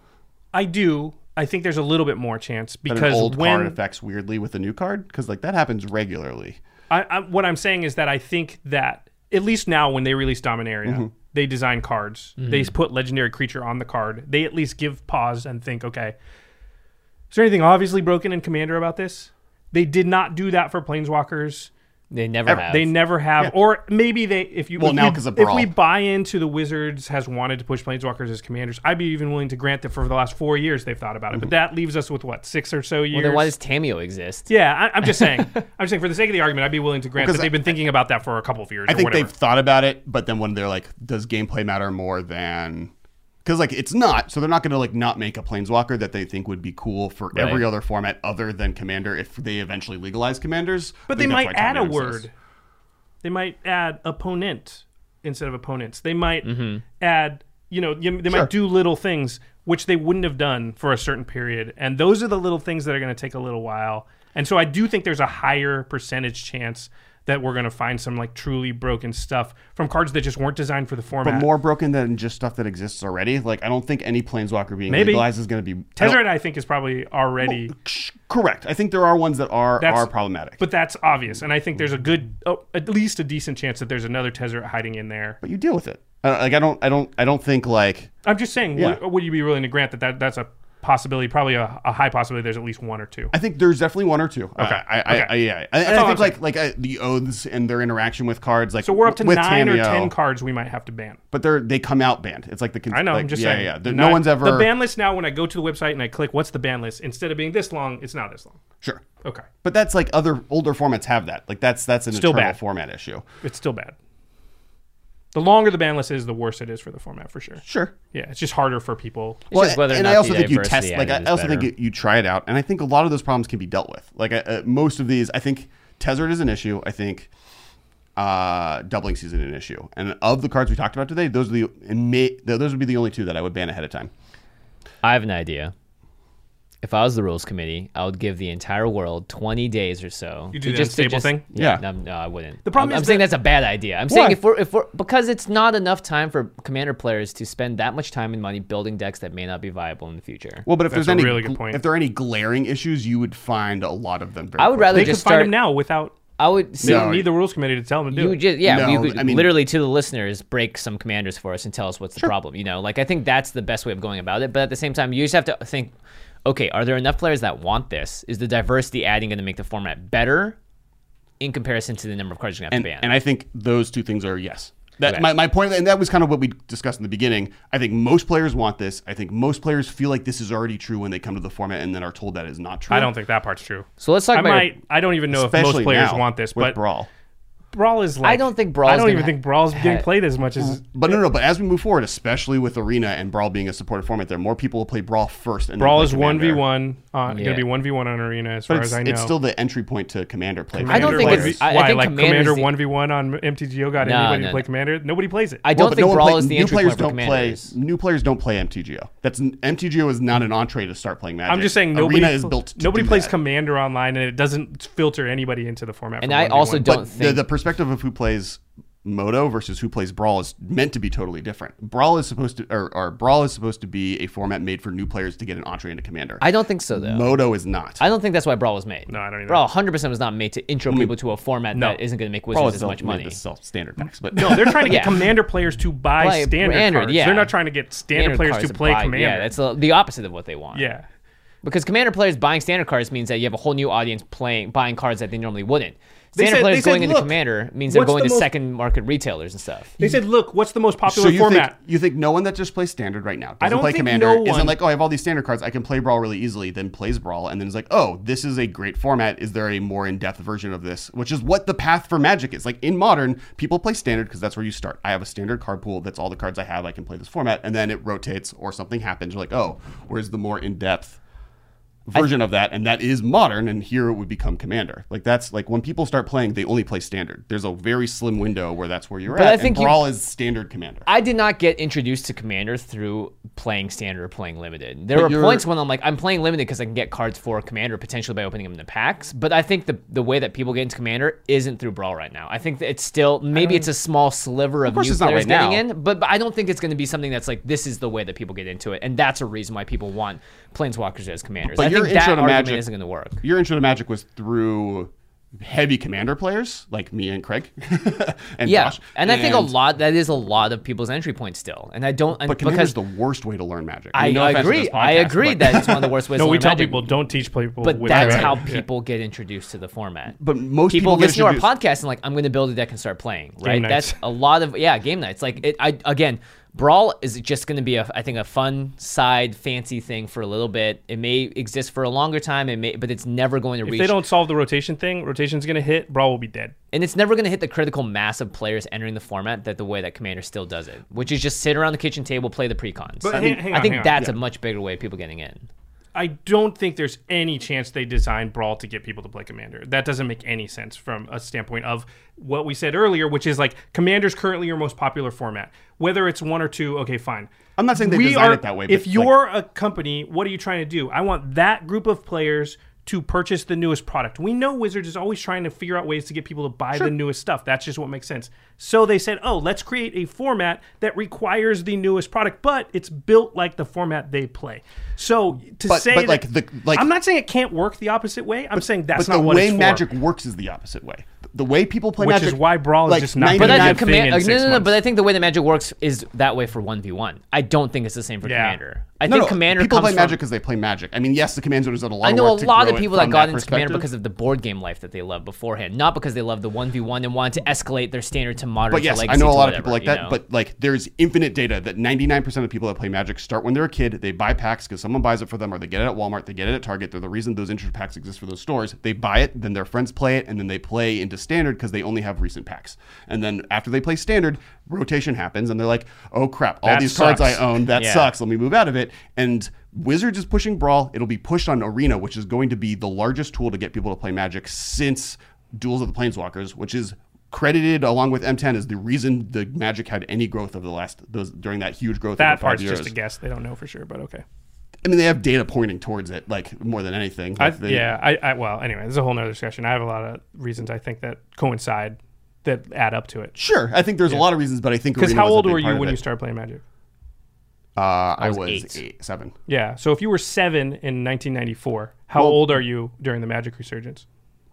Speaker 2: I do. I think there's a little bit more chance
Speaker 1: That
Speaker 2: because
Speaker 1: an old
Speaker 2: when
Speaker 1: card affects weirdly with a new card because like that happens regularly.
Speaker 2: I, I, what I'm saying is that I think that at least now when they release Dominaria,
Speaker 1: Mm-hmm.
Speaker 2: they design cards.
Speaker 3: Mm-hmm.
Speaker 2: They put legendary creature on the card. They at least give pause and think, okay, is there anything obviously broken in Commander about this? They did not do that for Planeswalkers.
Speaker 3: They never have.
Speaker 2: They never have, or maybe they. If you
Speaker 1: Well,
Speaker 2: if
Speaker 1: now
Speaker 2: we-
Speaker 1: 'cause of
Speaker 2: if
Speaker 1: Brawl.
Speaker 2: we buy into the Wizards has wanted to push Planeswalkers as commanders, I'd be even willing to grant that for the last four years they've thought
Speaker 1: Mm-hmm.
Speaker 2: about it. But that leaves us with what six or so years.
Speaker 3: well, then why does Tamio exist?
Speaker 2: Yeah, I, I'm just
Speaker 1: *laughs*
Speaker 2: saying. I'm just saying for the sake of the argument, I'd be willing to grant
Speaker 1: Because
Speaker 2: that they've been thinking about that for a couple of years.
Speaker 1: I
Speaker 2: or
Speaker 1: think
Speaker 2: whatever.
Speaker 1: they've thought about it, but then when they're like, does gameplay matter more than? Because like it's not, so they're not going to like not make a planeswalker that they think would be cool for every other format other than commander if they eventually legalize commanders. I
Speaker 2: But they
Speaker 1: think that's
Speaker 2: might
Speaker 1: why
Speaker 2: add a
Speaker 1: Commander
Speaker 2: word.
Speaker 1: exists. Mm-hmm.
Speaker 2: They might add opponent instead of opponents. They might add you know, you, they might do little things which they wouldn't have done for a certain period, and those are the little things that are going to take a little while. And so I do think there's a higher percentage chance that we're going to find some like truly broken stuff from cards that just weren't designed for the format.
Speaker 1: But more broken than just stuff that exists already. Like I don't think any planeswalker being
Speaker 2: Maybe.
Speaker 1: legalized is going to be I don't-
Speaker 2: Tezzeret, I think, is probably already.
Speaker 1: Correct. I think there are ones that are
Speaker 2: That's-
Speaker 1: are problematic.
Speaker 2: But that's obvious, and I think there's a good, oh, at least a decent chance that there's another Tezzeret hiding in there.
Speaker 1: but you deal with it. I don't, like I don't I don't I don't think like
Speaker 2: I'm just saying,
Speaker 1: Yeah.
Speaker 2: would, would you be willing to grant that, that that's a possibility, probably a, a high possibility there's at least one or two?
Speaker 1: I think there's definitely one or two. Okay. I, I,
Speaker 2: Okay.
Speaker 1: I, yeah. I, and
Speaker 2: all
Speaker 1: I
Speaker 2: I'm
Speaker 1: think like like uh, the oaths and their interaction with cards like
Speaker 2: So we're up to
Speaker 1: with
Speaker 2: nine or
Speaker 1: Tameo,
Speaker 2: ten cards we might have to ban.
Speaker 1: but they're they come out banned. It's like the con-
Speaker 2: I know.
Speaker 1: Like,
Speaker 2: I'm just
Speaker 1: yeah,
Speaker 2: saying.
Speaker 1: yeah. There-
Speaker 2: Not-
Speaker 1: no one's ever
Speaker 2: the ban list now. When I go to the website and I click, what's the ban list? Instead of being this long, it's now this long.
Speaker 1: sure.
Speaker 2: Okay,
Speaker 1: But that's like other older formats have that. Like that's that's an
Speaker 2: Still
Speaker 1: internal
Speaker 2: bad.
Speaker 1: format issue.
Speaker 2: it's still bad. The longer the ban list is, the worse it is for the format for sure.
Speaker 1: Sure.
Speaker 2: Yeah, it's just harder for people.
Speaker 3: just whether or
Speaker 1: and
Speaker 3: not
Speaker 1: I also
Speaker 3: the
Speaker 1: think you
Speaker 3: diversity
Speaker 1: test. Like I
Speaker 3: added is
Speaker 1: also think
Speaker 3: better.
Speaker 1: you, you try it out, and I think a lot of those problems can be dealt with. Like I, uh, most of these, I think Tezzeret is an issue. I think uh, doubling season an issue. And of the cards we talked about today, those are the and may, those would be the only two that I would ban ahead of time.
Speaker 3: I have an idea. If I was the rules committee, I would give the entire world 20 days or so.
Speaker 2: You do
Speaker 3: to
Speaker 2: that
Speaker 3: to
Speaker 2: stable thing?
Speaker 3: Yeah.
Speaker 1: Yeah.
Speaker 3: No, no, I wouldn't.
Speaker 2: The problem
Speaker 3: I'm,
Speaker 2: is
Speaker 3: I'm saying
Speaker 2: that-
Speaker 3: that's a bad idea. I'm saying if we're if we're because it's not enough time for commander players to spend that much time and money building decks that may not be viable in the future.
Speaker 1: Well, but if
Speaker 2: That's
Speaker 1: there's
Speaker 2: a
Speaker 1: any
Speaker 2: really good
Speaker 1: gl-
Speaker 2: point.
Speaker 1: if there are any glaring issues, you would find a lot of them. very
Speaker 3: I would
Speaker 1: quickly.
Speaker 3: rather
Speaker 2: They could
Speaker 3: just
Speaker 2: find
Speaker 3: start
Speaker 2: them now without.
Speaker 3: I would
Speaker 2: They
Speaker 3: say
Speaker 2: don't
Speaker 1: No,
Speaker 2: need the rules committee to tell them to do
Speaker 3: you
Speaker 2: it.
Speaker 3: just yeah,
Speaker 1: No,
Speaker 3: we could
Speaker 1: I mean-
Speaker 3: literally to the listeners break some commanders for us and tell us what's the problem. You know, like I think that's the best way of going about it. But at the same time, you just have to think, okay, are there enough players that want this? Is the diversity adding going to make the format better in comparison to the number of cards you're going
Speaker 1: and
Speaker 3: to have to ban?
Speaker 1: and I think those two things are yes. That
Speaker 3: Okay.
Speaker 1: my, my point, and that was kind of what we discussed in the beginning. I think most players want this. I think most players feel like this is already true when they come to the format and then are told that is not true.
Speaker 2: I don't think that part's true.
Speaker 3: so let's talk
Speaker 2: I
Speaker 3: about. your-
Speaker 2: might. I don't even know if most
Speaker 1: Especially
Speaker 2: players
Speaker 1: now
Speaker 2: want this,
Speaker 1: with
Speaker 2: but
Speaker 1: brawl.
Speaker 2: Brawl is like.
Speaker 3: I don't think Brawl's
Speaker 2: I don't
Speaker 3: gonna
Speaker 2: even
Speaker 3: ha-
Speaker 2: think Brawl's getting
Speaker 3: ha-
Speaker 2: played as much as
Speaker 1: But no, no. But as we move forward, especially with arena and brawl being a supported format, there are more people will play brawl first. And then
Speaker 2: Brawl
Speaker 1: play
Speaker 2: is one v
Speaker 1: Commander.
Speaker 2: one. Going
Speaker 3: Yeah.
Speaker 2: to be one v one on arena as
Speaker 1: But
Speaker 2: far
Speaker 1: it's,
Speaker 2: as I know.
Speaker 1: it's still the entry point to commander play.
Speaker 3: I don't
Speaker 2: Commander
Speaker 3: think
Speaker 2: plays.
Speaker 3: it's-
Speaker 2: Why,
Speaker 3: I- I think
Speaker 2: like
Speaker 3: Commander's
Speaker 2: Commander
Speaker 3: the-
Speaker 2: one v one on MTGO got
Speaker 3: No,
Speaker 2: anybody
Speaker 3: no,
Speaker 2: to play
Speaker 3: no.
Speaker 2: Commander? Nobody plays it.
Speaker 3: I don't
Speaker 1: but
Speaker 3: think
Speaker 1: one
Speaker 3: Brawl
Speaker 1: play-
Speaker 3: is the
Speaker 1: new
Speaker 3: entry
Speaker 1: players
Speaker 3: point for
Speaker 1: don't play.
Speaker 3: commanders.
Speaker 1: New players don't play MTGO. That's MTGO is not an entree to start playing Magic.
Speaker 2: I'm just saying nobody
Speaker 1: arena is built. To
Speaker 2: nobody
Speaker 1: do
Speaker 2: plays
Speaker 1: that.
Speaker 2: Commander online, and it doesn't filter anybody into the format.
Speaker 3: And
Speaker 2: for
Speaker 3: I
Speaker 2: 1v1.
Speaker 3: also
Speaker 1: But
Speaker 3: don't
Speaker 1: the,
Speaker 3: think-
Speaker 1: the perspective of who plays Moto versus who plays Brawl is meant to be totally different. Brawl is supposed to, or, or Brawl is supposed to be a format made for new players to get an entree into Commander.
Speaker 3: I don't think so though.
Speaker 1: Moto is not.
Speaker 3: I don't think that's why Brawl was made. No,
Speaker 2: I don't either.
Speaker 3: Brawl 100% was not made to intro people to a format that isn't going to make
Speaker 1: Mm. Brawl
Speaker 3: Wizards
Speaker 1: is
Speaker 3: as much money.
Speaker 1: Standard packs,
Speaker 3: *laughs*
Speaker 1: but
Speaker 2: No, they're trying to get
Speaker 3: Yeah.
Speaker 2: Commander players to buy
Speaker 3: Play
Speaker 2: standard
Speaker 3: Commander,
Speaker 2: cards.
Speaker 3: yeah.
Speaker 2: They're not trying to get standard, players
Speaker 3: cards
Speaker 2: to play
Speaker 3: buy-
Speaker 2: Commander.
Speaker 3: Yeah, that's the- the opposite of what they want.
Speaker 2: yeah.
Speaker 3: Because commander players buying standard cards means that you have a whole new audience playing buying cards that they normally wouldn't.
Speaker 2: They
Speaker 3: Standard
Speaker 2: said-
Speaker 3: players
Speaker 2: they said,
Speaker 3: going into
Speaker 2: "Look,
Speaker 3: commander means they're
Speaker 2: what's
Speaker 3: going
Speaker 2: the
Speaker 3: to
Speaker 2: most-
Speaker 3: second market retailers and stuff.
Speaker 2: They said, "Look, what's the most
Speaker 1: so
Speaker 2: popular
Speaker 1: you
Speaker 2: format?"
Speaker 1: think you think no one that just plays Standard right now doesn't
Speaker 2: don't
Speaker 1: play
Speaker 2: think
Speaker 1: Commander
Speaker 2: no one-
Speaker 1: isn't like, oh, I have all these Standard cards, I can play Brawl really easily, then plays Brawl, and then is like, oh, this is a great format. Is there a more in depth version of this? Which is what the path for Magic is. Like in Modern, people play Standard because that's where you start. I have a Standard card pool. That's all the cards I have. I can play this format, and then it rotates or something happens. You're like, oh, where's the more in depth? version of that and that is modern and here it would become commander like that's like when people start playing they only play standard there's a very slim window where that's where you're
Speaker 3: But
Speaker 1: at
Speaker 3: I
Speaker 1: and
Speaker 3: think you-
Speaker 1: brawl is standard commander
Speaker 3: I did not get introduced to commander through playing standard or playing limited. There
Speaker 1: But
Speaker 3: were
Speaker 1: you're-
Speaker 3: points when I'm like, I'm playing limited because I can get cards for commander potentially by opening them in packs. But I think the the way that people get into commander isn't through brawl right now. I think that it's still maybe it's a small sliver of,
Speaker 1: Um, course
Speaker 3: new
Speaker 1: it's not
Speaker 3: players
Speaker 1: right
Speaker 3: getting
Speaker 1: now.
Speaker 3: in. but, but I don't think it's going to be something that's like this is the way that people get into it, and that's a reason why people want planeswalkers as commanders.
Speaker 1: But
Speaker 3: I
Speaker 1: your
Speaker 3: think that
Speaker 1: intro to
Speaker 3: argument
Speaker 1: Magic-
Speaker 3: isn't going to work.
Speaker 1: your intro to magic was through heavy commander players like me and Craig *laughs* and
Speaker 3: Yeah,
Speaker 1: Josh.
Speaker 3: and, I think a lot that is a lot of people's entry point still, and I don't and
Speaker 1: But commander's
Speaker 3: because
Speaker 1: is the worst way to learn magic.
Speaker 3: I,
Speaker 1: mean, no
Speaker 3: I
Speaker 1: offense to
Speaker 3: agree,
Speaker 1: this
Speaker 3: I
Speaker 1: podcast,
Speaker 3: agree
Speaker 1: but-
Speaker 3: that it's one of
Speaker 2: *laughs*
Speaker 3: the worst ways.
Speaker 2: no,
Speaker 3: to
Speaker 2: we
Speaker 3: learn
Speaker 2: tell
Speaker 3: Magic.
Speaker 2: people don't teach people.
Speaker 3: but
Speaker 2: with
Speaker 3: that's
Speaker 2: Commander."
Speaker 3: how
Speaker 2: *laughs* Yeah.
Speaker 3: people get introduced to the format.
Speaker 1: But most
Speaker 3: people,
Speaker 1: people get
Speaker 3: listen to our
Speaker 1: introduced-
Speaker 3: podcast and like, I'm going to build a deck and start playing. Right?
Speaker 2: nights.
Speaker 3: That's a lot of yeah game nights. Like it, I again, brawl is just going to be a I think a fun side fancy thing for a little bit. It may exist for a longer time. It may, but it's never going to
Speaker 2: If
Speaker 3: reach.
Speaker 2: they don't solve the rotation thing, rotation's going to hit. Brawl will be dead.
Speaker 3: and it's never going to hit the critical mass of players entering the format that the way that Commander still does it, which is just sit around the kitchen table, play the precons.
Speaker 2: But I
Speaker 3: I,
Speaker 2: hang- mean- hang on,
Speaker 3: think
Speaker 2: hang on.
Speaker 3: that's a much bigger way of people getting in.
Speaker 2: I don't think there's any chance they designed Brawl to get people to play Commander. That doesn't make any sense from a standpoint of what we said earlier, which is like Commander's currently your most popular format. Whether it's one or two, okay, fine.
Speaker 1: I'm not saying they
Speaker 2: We
Speaker 1: designed
Speaker 2: are-
Speaker 1: it that way,
Speaker 2: If
Speaker 1: but, like-
Speaker 2: you're a company, what are you trying to do? I want that group of players to purchase the newest product. We know Wizards is always trying to figure out ways to get people to buy the newest stuff. That's just what makes sense. So they said, "Oh, let's create a format that requires the newest product, but it's built like the format they play." So to
Speaker 1: But-
Speaker 2: say
Speaker 1: but,
Speaker 2: that-
Speaker 1: like, the- like-
Speaker 2: I'm not saying it can't work the opposite way. I'm saying that's
Speaker 1: but
Speaker 2: not
Speaker 1: the
Speaker 2: what
Speaker 1: way
Speaker 2: it's for.
Speaker 1: Magic works is the opposite way. The way people play
Speaker 2: Which is
Speaker 1: Magic,
Speaker 2: why Brawl is just not
Speaker 3: But
Speaker 2: Maybe
Speaker 3: that's
Speaker 2: that
Speaker 3: a
Speaker 2: thing in
Speaker 3: command.
Speaker 2: six
Speaker 3: uh, no, no, no.
Speaker 2: months.
Speaker 3: But I think the way that Magic works is that way for one v one. I don't think it's the same for
Speaker 2: Yeah.
Speaker 3: Commander. I
Speaker 1: No,
Speaker 3: think
Speaker 1: no,
Speaker 3: Commander
Speaker 1: people
Speaker 3: comes
Speaker 1: play Magic
Speaker 3: From,
Speaker 1: because they play Magic. I mean, yes, the Command Zone has done a lot.
Speaker 3: I know a
Speaker 1: of work to
Speaker 3: lot of
Speaker 1: grow it
Speaker 3: people that
Speaker 1: from
Speaker 3: got into Commander
Speaker 1: perspective.
Speaker 3: because of the board game life that they loved beforehand, not because they loved the one v one and wanted to escalate their standard to modern.
Speaker 1: But
Speaker 3: to
Speaker 1: yes, I
Speaker 3: legacy,
Speaker 1: know a
Speaker 3: to
Speaker 1: lot of
Speaker 3: whatever,
Speaker 1: people like
Speaker 3: you
Speaker 1: that.
Speaker 3: know?
Speaker 1: But like, there's infinite data that 99% of people that play Magic start when they're a kid. They buy packs because someone buys it for them, or they get it at Walmart, they get it at Target. They're the reason those intro packs exist for those stores. They buy it, then their friends play it, and then they play into Standard because they only have recent packs. And then after they play Standard, rotation happens, and they're like, "Oh crap! All
Speaker 2: That
Speaker 1: these cards
Speaker 2: sucks.
Speaker 1: I own, that
Speaker 3: Yeah.
Speaker 1: sucks. Let me move out of it." And Wizards is pushing Brawl. It'll be pushed on Arena, which is going to be the largest tool to get people to play Magic since Duels of the Planeswalkers, which is credited along with M10 as the reason the Magic had any growth over the last those during that huge growth. over
Speaker 2: that
Speaker 1: five
Speaker 2: part's
Speaker 1: years.
Speaker 2: just a guess. They don't know for sure, but okay.
Speaker 1: I mean, they have data pointing towards it, like more than anything.
Speaker 2: I,
Speaker 1: Like, they-
Speaker 2: yeah, I, I well, anyway, there's a whole nother discussion. I have a lot of reasons I think that coincide that add up to it.
Speaker 1: Sure, I think there's a lot of reasons, but I think
Speaker 2: Because
Speaker 1: Arena
Speaker 2: how
Speaker 1: was a
Speaker 2: old
Speaker 1: big
Speaker 2: were
Speaker 1: part
Speaker 2: you
Speaker 1: of
Speaker 2: when
Speaker 1: it.
Speaker 2: you started playing Magic?
Speaker 1: Uh, I
Speaker 3: was
Speaker 1: was,
Speaker 3: eight.
Speaker 1: eight, seven.
Speaker 2: Yeah, so if you were seven in 1994, how
Speaker 1: Well-
Speaker 2: old are you during the Magic resurgence?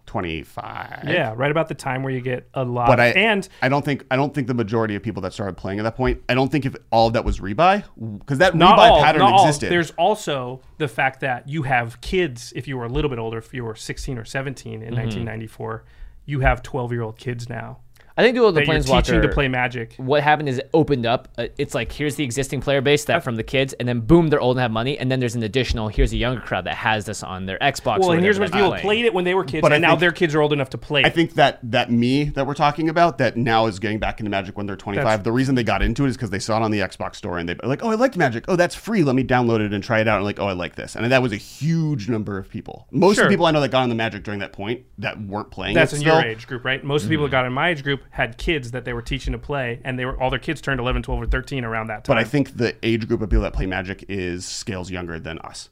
Speaker 1: 25.
Speaker 2: Yeah, right about the time where you get a lot.
Speaker 1: But I
Speaker 2: Uh, and
Speaker 1: I don't think I don't think the majority of people that started playing at that point. I don't think if all of that was rebuy because that
Speaker 2: not
Speaker 1: rebuy
Speaker 2: all,
Speaker 1: pattern
Speaker 2: not all.
Speaker 1: existed.
Speaker 2: There's also the fact that you have kids. If you were a little bit older, if you were 16 or 17 in
Speaker 1: Mm-hmm.
Speaker 2: 1994, you have 12 year old kids now
Speaker 3: I think Duel of the
Speaker 2: that you're teaching to
Speaker 3: Planeswalker.
Speaker 2: play Magic.
Speaker 3: what happened is it opened up. Uh, it's like here's the existing player base that from the kids, and then boom, they're old and have money, and then there's an additional here's a younger crowd that has this on their Xbox.
Speaker 2: Well,
Speaker 3: or
Speaker 2: and here's
Speaker 3: whatever
Speaker 2: what
Speaker 3: they're
Speaker 2: people
Speaker 3: playing.
Speaker 2: played it when they were kids,
Speaker 1: But I
Speaker 2: and now
Speaker 1: think-
Speaker 2: their kids are old enough to play.
Speaker 1: I
Speaker 2: it.
Speaker 1: think that that me that we're talking about that now is getting back into Magic when they're 25.
Speaker 2: That's-
Speaker 1: the reason they got into it is because they saw it on the Xbox store and they were like, oh, I liked Magic. Oh, that's free. Let me download it and try it out. And like, oh, I like this. And that was a huge number of people. Most of
Speaker 2: Sure.
Speaker 1: the people I know that got on the Magic during that point that weren't playing.
Speaker 2: That's
Speaker 1: it
Speaker 2: in
Speaker 1: still,
Speaker 2: your age group, right? Most of the people that
Speaker 1: Mm-hmm.
Speaker 2: got in my age group had kids that they were teaching to play, and they were all their kids turned 11, 12, or 13 around that time.
Speaker 1: But I think the age group of people that play Magic is scales younger than us.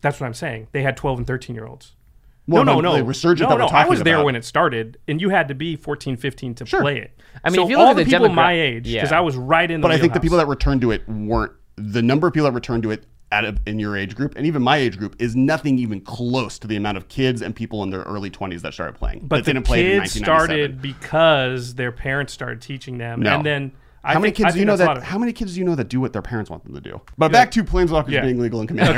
Speaker 2: that's what I'm saying. They had 12 and 13 year olds.
Speaker 1: Well,
Speaker 2: no,
Speaker 1: the-
Speaker 2: no, no.
Speaker 1: the resurgence
Speaker 2: no,
Speaker 1: that we're
Speaker 2: no. I
Speaker 1: talking
Speaker 2: was there
Speaker 1: about.
Speaker 2: when it started, and you had to be 14, 15 to play it.
Speaker 3: I mean,
Speaker 2: so
Speaker 3: if you look
Speaker 2: all
Speaker 3: at
Speaker 2: the,
Speaker 3: the
Speaker 2: people
Speaker 3: demogra-
Speaker 2: my age, because
Speaker 3: Yeah.
Speaker 2: I was right in. The
Speaker 1: But I think the
Speaker 2: wheelhouse.
Speaker 1: people that returned to it weren't the number of people that returned to it out of, in your age group and even my age group is nothing even close to the amount of kids and people in their early 20s that started playing.
Speaker 2: but
Speaker 1: that
Speaker 2: the
Speaker 1: didn't play it in
Speaker 2: kids
Speaker 1: 1997.
Speaker 2: started because their parents started teaching them,
Speaker 1: No.
Speaker 2: and then I
Speaker 1: how many
Speaker 2: think- I
Speaker 1: kids do
Speaker 2: think
Speaker 1: you know
Speaker 2: that's a lot
Speaker 1: that?
Speaker 2: of-
Speaker 1: How many kids do you know that do what their parents want them to do? But back to planeswalkers
Speaker 2: Yeah. *laughs*
Speaker 1: being legal in Commander.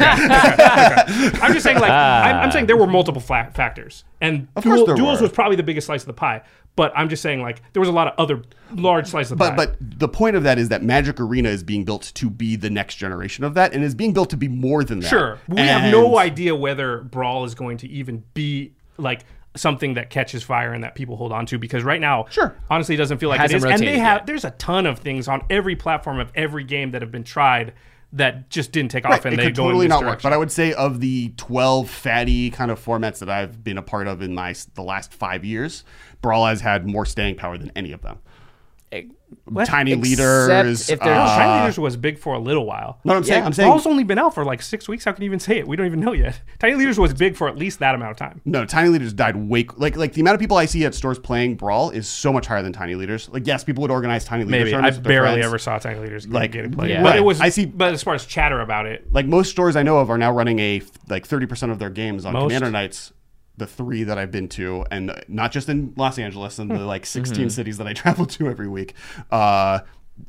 Speaker 2: I'm just saying, like, I'm, I'm saying there were multiple fa- factors, and
Speaker 1: Of course there
Speaker 2: duels
Speaker 1: were.
Speaker 2: was probably the biggest slice of the pie. But I'm just saying, like, there was a lot of other large slices of the
Speaker 1: But
Speaker 2: pie.
Speaker 1: but the point of that is that Magic Arena is being built to be the next generation of that, and is being built to be more than that.
Speaker 2: sure, we have no
Speaker 1: And-
Speaker 2: idea whether Brawl is going to even be like something that catches fire and that people hold on to because right now,
Speaker 1: Sure.
Speaker 2: honestly, it doesn't feel like it
Speaker 3: hasn't
Speaker 2: is. And they
Speaker 3: rotated
Speaker 2: have
Speaker 3: yet.
Speaker 2: there's a ton of things on every platform of every game that have been tried that just didn't take off,
Speaker 1: Right,
Speaker 2: and
Speaker 1: *laughs* it
Speaker 2: they
Speaker 1: could
Speaker 2: go
Speaker 1: totally
Speaker 2: in this
Speaker 1: not work.
Speaker 2: direction.
Speaker 1: But I would say of the twelve fatty kind of formats that I've been a part of in my s- the last five years, Brawl has had more staying power than any of them. Tiny
Speaker 3: E, Except
Speaker 1: leaders.
Speaker 3: if there's-
Speaker 2: No,
Speaker 1: uh,
Speaker 2: Shine Leaders was big for a little while.
Speaker 1: No, I'm saying- I'm saying-
Speaker 2: Brawl's only been out for like six weeks. How can you even say it? We don't even know yet. *laughs* Tiny Leaders was big for at least that amount of time.
Speaker 1: No, tiny leaders died way like like the amount of people I see at stores playing brawl is so much higher than tiny leaders. Like yes, people would organize tiny leaders.
Speaker 2: Maybe I barely ever saw Tiny Leaders like
Speaker 1: Like,
Speaker 2: get played.
Speaker 3: yeah.
Speaker 2: But it
Speaker 1: Right.
Speaker 2: was.
Speaker 1: I see-
Speaker 2: But as far as chatter about it,
Speaker 1: Like most stores I know of are now running a like thirty percent of their games on
Speaker 2: Most?
Speaker 1: Commander Nights. The three that I've been to, and not just in Los Angeles and the like 16 cities that I *laughs* travel to every week, uh,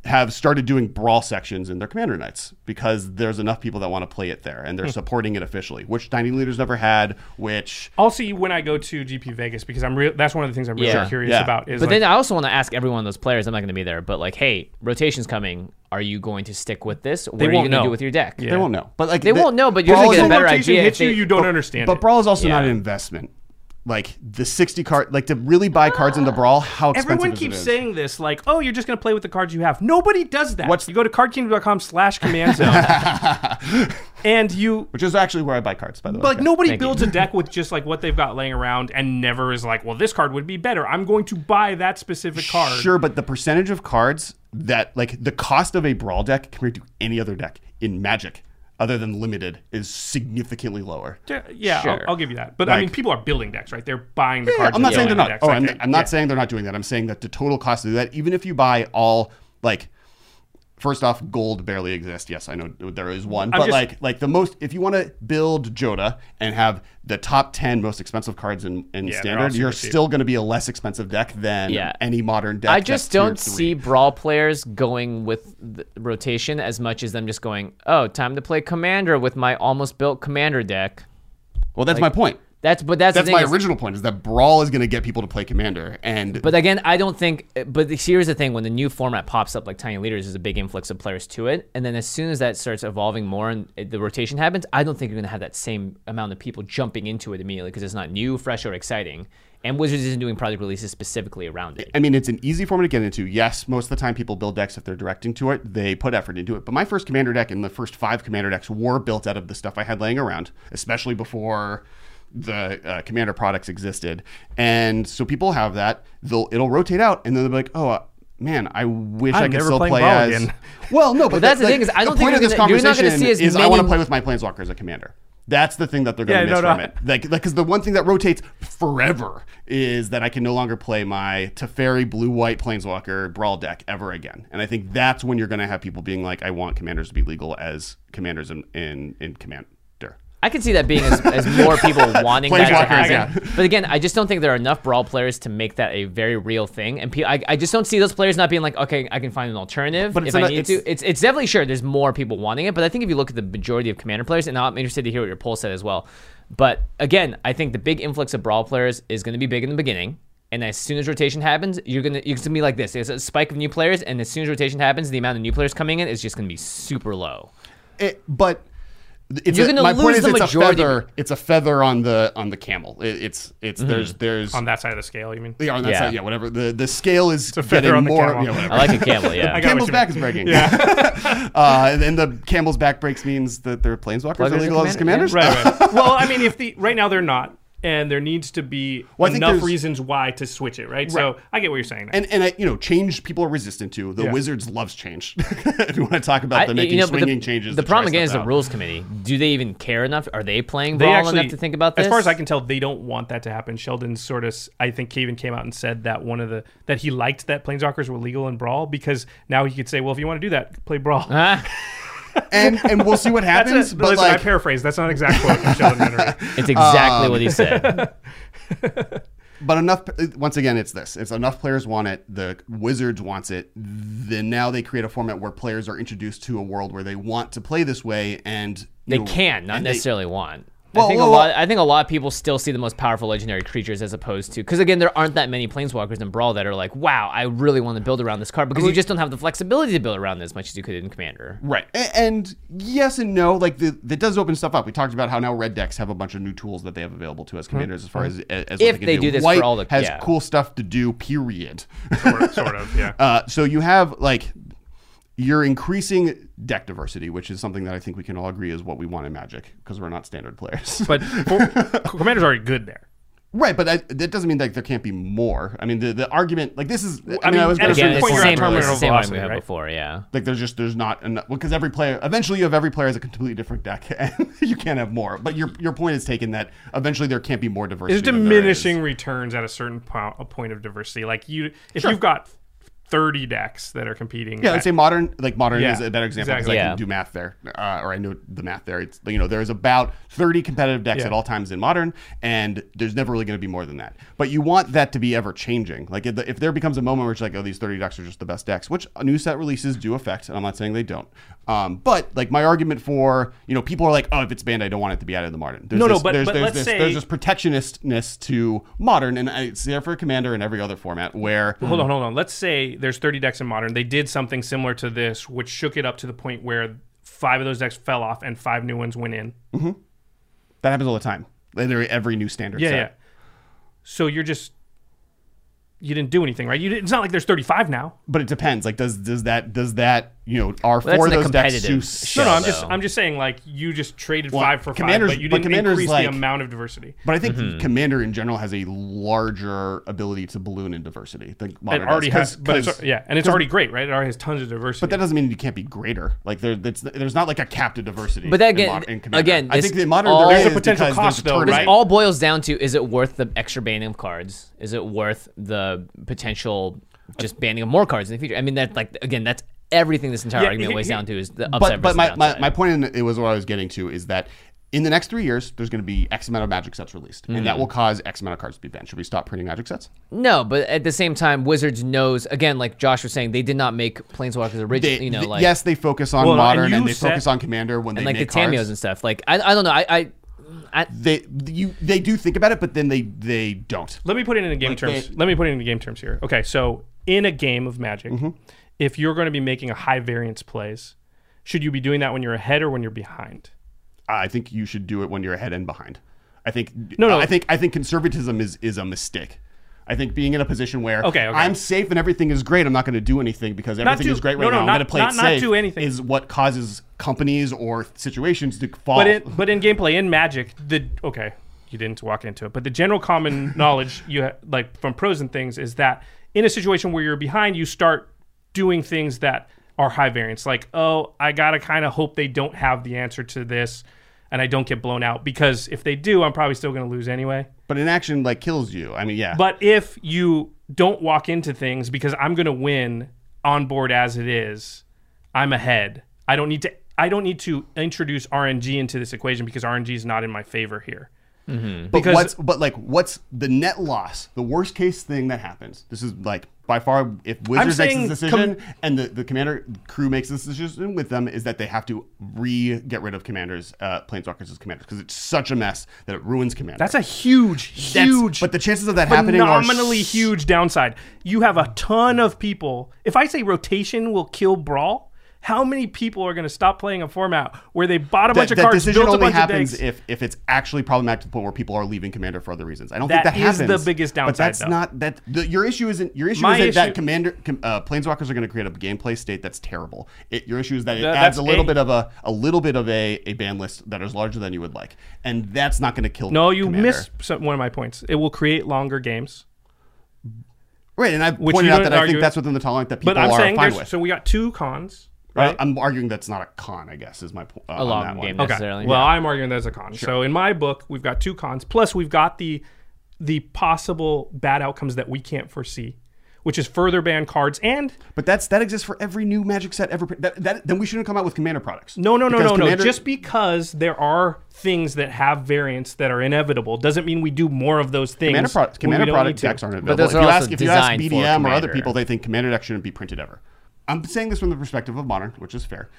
Speaker 1: have started doing brawl sections in their Commander Nights because there's enough people that want to play it there and they're supporting it officially, which Tiny Leaders never had, which
Speaker 2: I'll see when I go to GP Vegas because I'm real. That's one of the things I'm really
Speaker 3: Yeah.
Speaker 2: curious
Speaker 1: Yeah.
Speaker 2: about. Is
Speaker 3: But
Speaker 2: like,
Speaker 3: then I also want to ask every one of those players. I'm not going to be there, but like, hey, rotation's coming. Are you going to stick with this? What are you
Speaker 2: won't
Speaker 3: going to
Speaker 2: know.
Speaker 3: do with your deck?
Speaker 1: they won't know. But like
Speaker 3: They won't know, but you're
Speaker 1: Brawl
Speaker 3: gonna
Speaker 1: is
Speaker 3: get a
Speaker 1: a
Speaker 3: better
Speaker 2: rotation
Speaker 3: idea
Speaker 2: hits
Speaker 3: if
Speaker 2: you,
Speaker 3: they-
Speaker 2: you don't understand
Speaker 1: But
Speaker 2: it.
Speaker 1: Brawl is also
Speaker 3: Yeah.
Speaker 1: not an investment. like the 60 card like to really buy cards
Speaker 3: Ah.
Speaker 1: into brawl how expensive
Speaker 2: Everyone
Speaker 1: is
Speaker 2: keeps
Speaker 1: it is.
Speaker 2: saying this, like, oh, you're just going to play with the cards you have. Nobody does that.
Speaker 1: What's-
Speaker 2: you go to cardkingdom.com slash command zone
Speaker 1: *laughs*
Speaker 2: and you,
Speaker 1: which is actually where i buy cards by the way
Speaker 2: like,
Speaker 1: Okay.
Speaker 2: nobody
Speaker 3: Thank you.
Speaker 2: builds a deck with just like what they've got laying around and never is like, well, this card would be better. I'm going to buy that specific card.
Speaker 1: Sure, but the percentage of cards that like the cost of a brawl deck compared to any other deck in Magic, other than limited, is significantly lower.
Speaker 2: Yeah, Yeah,
Speaker 3: Sure.
Speaker 2: I'll, I'll give you that. But I
Speaker 1: Like-
Speaker 2: mean, people are building decks, right? They're buying the
Speaker 1: Yeah,
Speaker 2: cards.
Speaker 1: I'm
Speaker 2: and
Speaker 1: not saying they're
Speaker 2: building
Speaker 1: not.
Speaker 2: decks.
Speaker 1: Oh,
Speaker 2: Like,
Speaker 1: I'm,
Speaker 2: they-
Speaker 1: I'm not
Speaker 2: yeah.
Speaker 1: saying they're not doing that. I'm saying that the total cost to do that, even if you buy all like. First off, gold barely exists. Yes, I know there is one, but
Speaker 2: just-
Speaker 1: like, like the most, if you want to build Joda and have the top ten most expensive cards in, in
Speaker 2: Yeah, they're all
Speaker 1: standard,
Speaker 2: super
Speaker 1: you're
Speaker 2: cheap.
Speaker 1: still going to be a less expensive deck than
Speaker 3: Yeah.
Speaker 1: any modern deck.
Speaker 3: I
Speaker 1: that's
Speaker 3: just
Speaker 1: tier
Speaker 3: don't
Speaker 1: three.
Speaker 3: see brawl players going with the rotation as much as them just going, "Oh, time to play commander with my almost built commander deck."
Speaker 1: Well, that's my point.
Speaker 3: That's but that's the
Speaker 1: That's
Speaker 3: thing
Speaker 1: my
Speaker 3: is-
Speaker 1: original point is that Brawl is going to get people to play Commander. And
Speaker 3: But again, I don't think. But here's the thing: when the new format pops up, like Tiny Leaders, there's a big influx of players to it, and then as soon as that starts evolving more and it- the rotation happens, I don't think you're going to have that same amount of people jumping into it immediately because it's not new, fresh, or exciting. And Wizards isn't doing project releases specifically around it.
Speaker 1: I mean, it's an easy format to get into. Yes, most of the time people build decks if they're directing to it, they put effort into it. But my first Commander deck and the first five Commander decks were built out of the stuff I had laying around, especially before the uh, Commander products existed. And so people have that. They'll it'll rotate out, and then they'll be like, oh. Uh, Man, I wish i
Speaker 2: I'm
Speaker 1: could
Speaker 2: never
Speaker 1: still
Speaker 2: playing
Speaker 1: play
Speaker 2: Brawl
Speaker 1: as.
Speaker 2: again.
Speaker 3: *laughs*
Speaker 1: Well, no, but
Speaker 3: that's the
Speaker 1: like,
Speaker 3: thing is I don't
Speaker 1: the
Speaker 3: think
Speaker 1: point of
Speaker 3: you're
Speaker 1: this
Speaker 3: gonna- you're not
Speaker 1: conversation
Speaker 3: gonna see as
Speaker 1: is I want to
Speaker 3: many-
Speaker 1: play with my planeswalker as a commander. That's the thing that they're going
Speaker 2: Yeah,
Speaker 1: to
Speaker 2: no,
Speaker 1: miss
Speaker 2: no,
Speaker 1: from
Speaker 2: I-
Speaker 1: it. Like, because the one thing that rotates forever is that I can no longer play my Teferi blue white planeswalker brawl deck ever again. And I think that's when you're going to have people being like, I want commanders to be legal as commanders in in, in commander.
Speaker 3: I can see that being as, as
Speaker 1: *laughs*
Speaker 3: more people wanting that to
Speaker 1: Planeswalkers, *laughs*
Speaker 3: happen.
Speaker 1: yeah.
Speaker 3: But again, I just don't think there are enough brawl players to make that a very real thing. And pe- I, I just don't see those players not being like, okay, I can find an alternative
Speaker 1: But
Speaker 3: if
Speaker 1: it's
Speaker 3: I
Speaker 1: not-
Speaker 3: need
Speaker 1: it's-
Speaker 3: to. It's it's definitely sure there's more people wanting it. But I think if you look at the majority of commander players, and I'm interested to hear what your poll said as well. But again, I think the big influx of brawl players is going to be big in the beginning. And as soon as rotation happens, you're gonna you're gonna be like this. There's a spike of new players, and as soon as rotation happens, the amount of new players coming in is just gonna be super low.
Speaker 1: It, but it's
Speaker 3: You're
Speaker 1: a-
Speaker 3: gonna
Speaker 1: my
Speaker 3: lose
Speaker 1: point is
Speaker 3: the
Speaker 1: it's a
Speaker 3: majority.
Speaker 1: feather. It's a feather on the on the camel. It, it's it's there's there's
Speaker 2: Mm-hmm. On that side of the scale, you mean?
Speaker 1: yeah, on that
Speaker 3: Yeah.
Speaker 1: side, yeah, whatever. The the scale is
Speaker 2: a feather
Speaker 1: getting
Speaker 2: on the
Speaker 1: more.
Speaker 2: camel.
Speaker 1: yeah, whatever.
Speaker 3: I like a
Speaker 1: *laughs*
Speaker 3: camel, yeah.
Speaker 2: I got what
Speaker 1: Campbell's
Speaker 2: you
Speaker 1: back
Speaker 2: mean.
Speaker 1: is breaking. *laughs* uh, and then the Campbell's back breaks means that their planeswalkers
Speaker 3: Pluggers
Speaker 1: are
Speaker 3: and
Speaker 1: legal as
Speaker 3: commanders,
Speaker 1: commanders.
Speaker 2: *laughs* right,
Speaker 1: *laughs*
Speaker 2: right. well, I mean, if the right now they're not, and there needs to be
Speaker 1: Well, I think
Speaker 2: enough
Speaker 1: there's-
Speaker 2: reasons why to switch it, right? So I get what you're saying. there.
Speaker 1: And and I, you know, change people are resistant to. The
Speaker 2: Yeah.
Speaker 1: Wizards loves change. *laughs* if you want to talk about
Speaker 3: I-
Speaker 1: them making
Speaker 3: you know, but
Speaker 1: swinging
Speaker 3: the,
Speaker 1: changes,
Speaker 3: The
Speaker 1: to
Speaker 3: problem
Speaker 1: try
Speaker 3: again is
Speaker 1: stuff
Speaker 3: the
Speaker 1: out.
Speaker 3: rules committee. Do they even care enough? Are they playing
Speaker 2: they
Speaker 3: ball
Speaker 2: actually
Speaker 3: enough to think about this?
Speaker 2: As far
Speaker 3: *laughs*
Speaker 2: as I can tell, they don't want that to happen. Sheldon sort of, s- I think, he even came out and said that one of the that he liked that planeswalkers were legal in Brawl because now he could say, well, if you want to do that, play Brawl.
Speaker 3: Ah,
Speaker 1: and and we'll see what
Speaker 2: *laughs* That's
Speaker 1: happens.
Speaker 2: a,
Speaker 1: but
Speaker 2: listen, I
Speaker 1: like,
Speaker 2: paraphrase. That's not an exact quote from Sheldon Mannery.
Speaker 3: it's exactly what
Speaker 1: Um, *laughs*
Speaker 3: he said.
Speaker 1: but enough. uh, Once again, it's this. It's enough players want it. The Wizards wants it. Then now they create a format where players are introduced to a world where they want to play this way, and you
Speaker 3: They
Speaker 1: know,
Speaker 3: can, not
Speaker 1: and they-
Speaker 3: necessarily want. I
Speaker 1: Well,
Speaker 3: think a
Speaker 1: well,
Speaker 3: lot.
Speaker 1: well-
Speaker 3: I think a lot of people still see the most powerful legendary creatures as opposed to because again, there aren't that many planeswalkers in Brawl that are like, wow, I really want to build around this card because you just don't have the flexibility to build around it as much as you could in Commander.
Speaker 1: Right. A- And yes and no, like the that does open stuff up. We talked about how now red decks have a bunch of new tools that they have available to us commanders as far as as what
Speaker 3: If
Speaker 1: can
Speaker 3: they
Speaker 1: do.
Speaker 3: do this for
Speaker 1: White
Speaker 3: all the-
Speaker 1: has
Speaker 3: yeah.
Speaker 1: cool stuff to do. Period.
Speaker 2: *laughs*
Speaker 1: *laughs*
Speaker 2: Sort, sort of, yeah.
Speaker 1: Uh, so you have like you're increasing deck diversity, which is something that I think we can all agree is what we want in Magic because we're not standard players. *laughs*
Speaker 2: But for, Commander's already good there.
Speaker 1: right, but I, that doesn't mean that there can't be more. I mean, the, the argument like this is. I, mean,
Speaker 2: mean,
Speaker 1: I was
Speaker 2: at
Speaker 1: going
Speaker 2: a certain
Speaker 1: to
Speaker 3: Again,
Speaker 1: say
Speaker 3: it's
Speaker 2: point,
Speaker 3: the
Speaker 2: you're
Speaker 1: this
Speaker 2: at
Speaker 1: point.
Speaker 3: same.
Speaker 2: terminal
Speaker 3: It's the same argument
Speaker 2: velocity,
Speaker 3: we had
Speaker 2: right?
Speaker 3: before. Yeah.
Speaker 1: Like there's just there's not enough because every player eventually you have every player as a completely different deck *laughs* and you can't have more. But your your point is taken that eventually there can't be more diversity.
Speaker 2: There's
Speaker 1: than there is.
Speaker 2: diminishing returns at a certain po- a point of diversity. Like you, if you've got 30 decks that are competing,
Speaker 1: Yeah,
Speaker 2: at-
Speaker 1: I'd say modern like modern
Speaker 2: Yeah,
Speaker 1: is a better example because
Speaker 2: exactly.
Speaker 1: I
Speaker 3: Yeah.
Speaker 1: can do math there, uh, or I know the math there. It's you know there's about 30 competitive decks
Speaker 2: Yeah.
Speaker 1: at all times in modern, and there's never really going to be more than that. But you want that to be ever changing. Like if, the, if there becomes a moment where it's like, oh, these 30 decks are just the best decks, which new set releases do affect, and I'm not saying they don't. Um, but like my argument for you know people are like, oh, if it's banned, I don't want it to be added to modern. There's
Speaker 2: No, no,
Speaker 1: this-
Speaker 2: but-
Speaker 1: there's,
Speaker 2: but
Speaker 1: there's
Speaker 2: let's
Speaker 1: this,
Speaker 2: say-
Speaker 1: there's this protectionistness to modern, and it's there for commander and every other format where
Speaker 2: Hold on, hold on. Let's say there's 30 decks in modern. They did something similar to this, which shook it up to the point where five of those decks fell off and five new ones went in.
Speaker 1: that happens all the time. Literally every new standard
Speaker 2: Yeah,
Speaker 1: set.
Speaker 2: yeah. So you're just you didn't do anything, right? You didn't, it's not like there's 35 now.
Speaker 1: But it depends. Like, does does that does that you know are
Speaker 3: that's
Speaker 1: four
Speaker 3: in
Speaker 1: of
Speaker 3: a
Speaker 1: those decks
Speaker 3: competitive
Speaker 1: too?
Speaker 3: show.
Speaker 2: No, no,
Speaker 1: shallow?
Speaker 2: I'm just I'm just saying like you just traded
Speaker 1: Well,
Speaker 2: five for five,
Speaker 1: Commander's-
Speaker 2: but you
Speaker 1: but
Speaker 2: didn't
Speaker 1: Commander's
Speaker 2: increase
Speaker 1: like-
Speaker 2: the amount of diversity.
Speaker 1: But I think
Speaker 3: Mm-hmm.
Speaker 1: Commander in general has a larger ability to balloon in diversity. than
Speaker 2: It
Speaker 1: modern does.
Speaker 2: already
Speaker 1: 'Cause-
Speaker 2: has, but it's,
Speaker 1: 'cause-
Speaker 2: yeah, and it's already great, right? It already has tons of diversity.
Speaker 1: But that doesn't mean you can't be greater. Like there, that's, there's not like a cap to diversity.
Speaker 3: But that
Speaker 1: in
Speaker 3: again-
Speaker 1: mod- in Commander.
Speaker 3: again,
Speaker 1: I
Speaker 3: this
Speaker 1: think in modern
Speaker 3: all-
Speaker 1: there
Speaker 3: There's
Speaker 2: a
Speaker 1: is
Speaker 2: potential
Speaker 1: because there's
Speaker 2: cost, though,
Speaker 1: tournament.
Speaker 2: right?
Speaker 3: all boils down to is it worth the extra banning of cards? Is it worth the potential just banning of more cards in the future? I mean, that like again, that's everything this entire
Speaker 2: Yeah,
Speaker 3: argument
Speaker 2: he-
Speaker 3: weighs
Speaker 2: he-
Speaker 3: down to is the
Speaker 1: But
Speaker 3: upside.
Speaker 1: but
Speaker 3: versus
Speaker 1: my,
Speaker 3: the
Speaker 1: my,
Speaker 3: downside.
Speaker 1: my point in it was what I was getting to is that in the next three years there's going to be X amount of magic sets released, and
Speaker 3: Mm.
Speaker 1: that will cause X amount of cards to be banned. Should we stop printing magic sets?
Speaker 3: no, but at the same time, Wizards knows again, like Josh was saying, they did not make Planeswalkers originally.
Speaker 1: They-
Speaker 3: you know,
Speaker 1: th-
Speaker 3: like
Speaker 1: yes, they focus on
Speaker 2: Well, and
Speaker 1: modern and,
Speaker 2: you
Speaker 1: they
Speaker 2: said-
Speaker 1: focus on Commander when
Speaker 3: and
Speaker 1: they
Speaker 3: like the
Speaker 1: make
Speaker 3: cameos
Speaker 1: cards.
Speaker 3: and stuff. Like I, I don't know, I. I I,
Speaker 1: they you they do think about it, but then they they don't.
Speaker 2: Let me put it in game terms.
Speaker 1: they-
Speaker 2: Let me put it in game terms here. Okay, so in a game of Magic,
Speaker 1: Mm-hmm.
Speaker 2: if you're going to be making a high variance plays, should you be doing that when you're ahead or when you're behind?
Speaker 1: I think you should do it when you're ahead and behind. I think
Speaker 2: No, no.
Speaker 1: I think I think conservatism is is a mistake. I think being in a position where
Speaker 2: Okay, okay.
Speaker 1: I'm safe and everything is great, I'm not going to do anything because everything
Speaker 2: do-
Speaker 1: is great right
Speaker 2: no, no,
Speaker 1: now. I'm
Speaker 2: not-
Speaker 1: going to play
Speaker 2: not-
Speaker 1: it
Speaker 2: not
Speaker 1: safe.
Speaker 2: do anything.
Speaker 1: is what causes companies or situations to fall.
Speaker 2: But in but in gameplay in Magic, the okay, you didn't walk into it, but the general common knowledge you ha- like from pros and things is that in a situation where you're behind, you start doing things that are high variance, like oh, I gotta kind of hope they don't have the answer to this, and I don't get blown out because if they do, I'm probably still going to lose anyway.
Speaker 1: but an action like kills you. I mean, yeah.
Speaker 2: But if you don't walk into things because I'm going to win on board as it is, I'm ahead. I don't need to. I don't need to introduce RNG into this equation because RNG is not in my favor here.
Speaker 1: But
Speaker 2: Because-
Speaker 1: what's but like what's the net loss? The worst case thing that happens. This is like by far if Wizards makes
Speaker 2: saying
Speaker 1: this decision and the, the commander crew makes this decision with them is that they have to re get rid of commanders, uh, planeswalkers as commanders because it's such a mess that it ruins commanders.
Speaker 2: That's a huge,
Speaker 1: That's-
Speaker 2: huge,
Speaker 1: But the chances of that happening are
Speaker 2: phenomenally
Speaker 1: s-
Speaker 2: huge downside. You have a ton of people. If I say rotation will kill brawl. How many people are going to stop playing a format where they bought a
Speaker 1: That,
Speaker 2: bunch of
Speaker 1: that
Speaker 2: cards,
Speaker 1: decision
Speaker 2: built a
Speaker 1: only
Speaker 2: bunch
Speaker 1: happens
Speaker 2: of decks?
Speaker 1: if, if it's actually problematic to the point where people are leaving Commander for other reasons. I don't
Speaker 2: That
Speaker 1: think that
Speaker 2: is
Speaker 1: happens.
Speaker 2: the biggest
Speaker 1: But
Speaker 2: downside,
Speaker 1: that's
Speaker 2: though.
Speaker 1: not that the, your issue isn't your issue
Speaker 2: My
Speaker 1: isn't
Speaker 2: issue-
Speaker 1: that Commander com, uh, Planeswalkers are going to create a gameplay state that's terrible. It, your issue is that it
Speaker 2: That- that's
Speaker 1: adds a little
Speaker 2: a-
Speaker 1: bit of a a little bit of a, a ban list that is larger than you would like, and that's not going to kill.
Speaker 2: No, you
Speaker 1: Commander.
Speaker 2: missed some, one of my points. It will create longer games.
Speaker 1: right, and I
Speaker 2: Which
Speaker 1: pointed
Speaker 2: you
Speaker 1: out
Speaker 2: don't
Speaker 1: that I
Speaker 2: argue-
Speaker 1: think that's within the tolerance that people
Speaker 2: But I'm
Speaker 1: are
Speaker 2: saying
Speaker 1: fine
Speaker 2: there's,
Speaker 1: with.
Speaker 2: so we got two cons,
Speaker 1: Well,
Speaker 2: right?
Speaker 1: I'm arguing that's not a con. I guess is my point. Uh,
Speaker 3: long
Speaker 1: on that
Speaker 3: game.
Speaker 1: One.
Speaker 2: okay.
Speaker 3: necessarily,
Speaker 2: Well,
Speaker 3: yeah.
Speaker 2: I'm arguing there's a con. So in my book, we've got two cons. Plus, we've got the the possible bad outcomes that we can't foresee, which is further ban cards and
Speaker 1: But that's that exists for every new Magic set ever. pr- That, that then we shouldn't come out with Commander products.
Speaker 2: no, no, no,
Speaker 1: Because
Speaker 2: no,
Speaker 1: Commander-
Speaker 2: no. Just because there are things that have variants that are inevitable doesn't mean we do more of those things.
Speaker 1: Commander, pro-
Speaker 2: when we
Speaker 1: commander
Speaker 2: don't
Speaker 1: product
Speaker 2: need to.
Speaker 1: decks aren't
Speaker 3: But
Speaker 1: available.
Speaker 3: those
Speaker 1: If
Speaker 3: are
Speaker 1: you
Speaker 3: also
Speaker 1: ask, if you ask
Speaker 3: designed for
Speaker 1: BDM or other
Speaker 3: Commander.
Speaker 1: people, they think commander decks shouldn't be printed ever. I'm saying this from the perspective of modern, which is fair.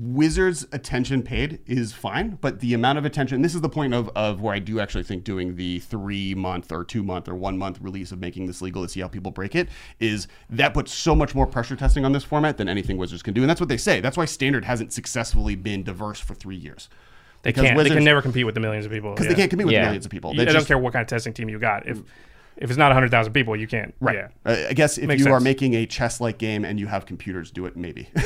Speaker 1: Wizards attention paid is fine, but the amount of attention, this is the point of, of where I do actually think doing the three month or two month or one month release of making this legal to see how people break it, is that puts so much more pressure testing on this format than anything Wizards can do. And that's what they say. That's why standard hasn't successfully been diverse for three years.
Speaker 2: They
Speaker 1: Because
Speaker 2: can't. they
Speaker 1: Wizards-
Speaker 2: can never compete with the millions of people
Speaker 1: Because they can't compete with
Speaker 3: Yeah.
Speaker 1: millions of people.
Speaker 2: I
Speaker 1: They
Speaker 2: don't
Speaker 1: just- Mm.
Speaker 2: care what kind of testing team you got. If if it's not hundred thousand people, you can't.
Speaker 1: Right.
Speaker 2: Yeah.
Speaker 1: Uh, I guess if
Speaker 2: Makes
Speaker 1: you are
Speaker 2: sense.
Speaker 1: making a chess-like game and you have computers do it, maybe. *laughs*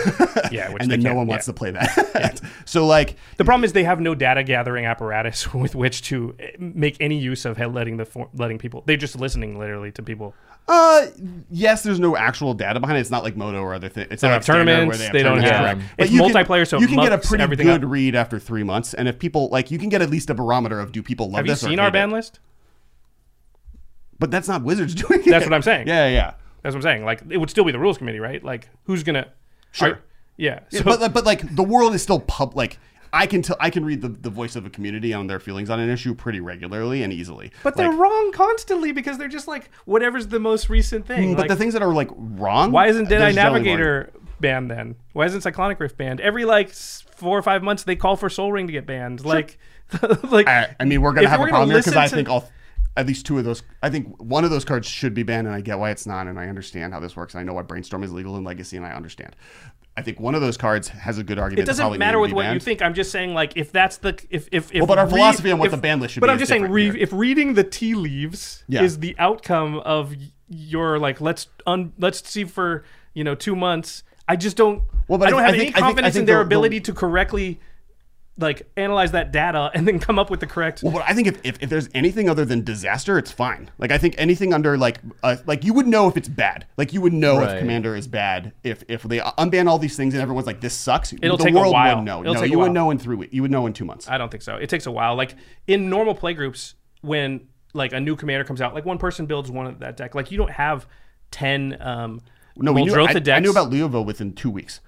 Speaker 2: Yeah, which
Speaker 1: and
Speaker 2: they
Speaker 1: then no
Speaker 2: can't,
Speaker 1: one
Speaker 2: *laughs*
Speaker 1: wants
Speaker 2: yeah.
Speaker 1: to play that. *laughs* So like,
Speaker 2: The problem is they have no data gathering apparatus *laughs* with which to eh, make any use of he- letting the for- letting people. They're just listening literally to people.
Speaker 1: uh, yes, there's no actual data behind it. It's not like Moto or other things. It's
Speaker 2: They
Speaker 1: not
Speaker 2: don't have
Speaker 1: like Standard
Speaker 2: tournaments,
Speaker 1: Where they, have
Speaker 2: they don't
Speaker 1: tournaments,
Speaker 2: have-
Speaker 1: correct.
Speaker 2: it's
Speaker 1: you can-
Speaker 2: multiplayer, so it
Speaker 1: you can get a
Speaker 2: mucks
Speaker 1: pretty
Speaker 2: everything
Speaker 1: good
Speaker 2: up.
Speaker 1: read after three months. And if people like, you can get at least a barometer of do people love
Speaker 2: Have you
Speaker 1: this. or
Speaker 2: seen our
Speaker 1: hate it.
Speaker 2: ban list?
Speaker 1: But that's not Wizards *laughs* doing it.
Speaker 2: That's what I'm saying.
Speaker 1: Yeah, yeah.
Speaker 2: That's what I'm saying. Like it would still be the rules committee, right? Like who's gonna?
Speaker 1: Sure.
Speaker 2: are- yeah.
Speaker 1: Yeah,
Speaker 2: So,
Speaker 1: but like- but like the world is still pub like. I can tell. I can read the, the voice of a community on their feelings on an issue pretty regularly and easily.
Speaker 2: *laughs* but they're
Speaker 1: Like-
Speaker 2: wrong constantly because they're just like whatever's the most recent thing.
Speaker 1: Mm, but
Speaker 2: Like,
Speaker 1: the things that are like wrong.
Speaker 2: why isn't Dead Eye
Speaker 1: there's generally one.
Speaker 2: Navigator banned then? Why isn't Cyclonic Rift banned? Every like s- four or five months they call for Soul Ring to get banned. Like, *laughs* like
Speaker 1: I, I mean, we're gonna
Speaker 2: if
Speaker 1: have
Speaker 2: we're
Speaker 1: a
Speaker 2: gonna
Speaker 1: problem here because
Speaker 2: listen
Speaker 1: I
Speaker 2: to-
Speaker 1: think all, at least two of those. I think one of those cards should be banned, and I get why it's not, and I understand how this works. And I know why Brainstorm is legal in Legacy, and I understand. I think one of those cards has a good argument.
Speaker 2: It
Speaker 1: that
Speaker 2: doesn't
Speaker 1: probably
Speaker 2: matter
Speaker 1: would
Speaker 2: with
Speaker 1: be
Speaker 2: what you
Speaker 1: banned.
Speaker 2: think. I'm just saying, like, if that's the if if, if
Speaker 1: Well, but our
Speaker 2: rea-
Speaker 1: philosophy on what the ban list should
Speaker 2: But
Speaker 1: be
Speaker 2: I'm
Speaker 1: is
Speaker 2: just saying,
Speaker 1: different
Speaker 2: re-
Speaker 1: here.
Speaker 2: if reading the tea leaves
Speaker 1: Yeah.
Speaker 2: is the outcome of y- your like, let's un let's see for you know two months. I just don't.
Speaker 1: Well, but
Speaker 2: I don't
Speaker 1: I
Speaker 2: have any
Speaker 1: thi- I think- I think- I
Speaker 2: confidence in
Speaker 1: think
Speaker 2: their
Speaker 1: the- the-
Speaker 2: ability to correctly like analyze that data and then come up with the correct.
Speaker 1: Well, but I think if, if, if there's anything other than disaster, it's fine. Like I think anything under like uh, like you would know if it's bad. Like you would know
Speaker 3: Right.
Speaker 1: if Commander is bad. If if they unban all these things and everyone's like this sucks,
Speaker 2: It'll
Speaker 1: the
Speaker 2: take a
Speaker 1: world
Speaker 2: while.
Speaker 1: would know.
Speaker 2: It'll
Speaker 1: no,
Speaker 2: take a
Speaker 1: you
Speaker 2: while.
Speaker 1: would know in three weeks. You would know in two months.
Speaker 2: I don't think so. It takes a while. Like in normal play groups, when like a new commander comes out, like one person builds one of that deck. Like you don't have ten. Um,
Speaker 1: no, we knew,
Speaker 2: Moldrotha
Speaker 1: I, I
Speaker 2: decks.
Speaker 1: knew about Leoville within two weeks.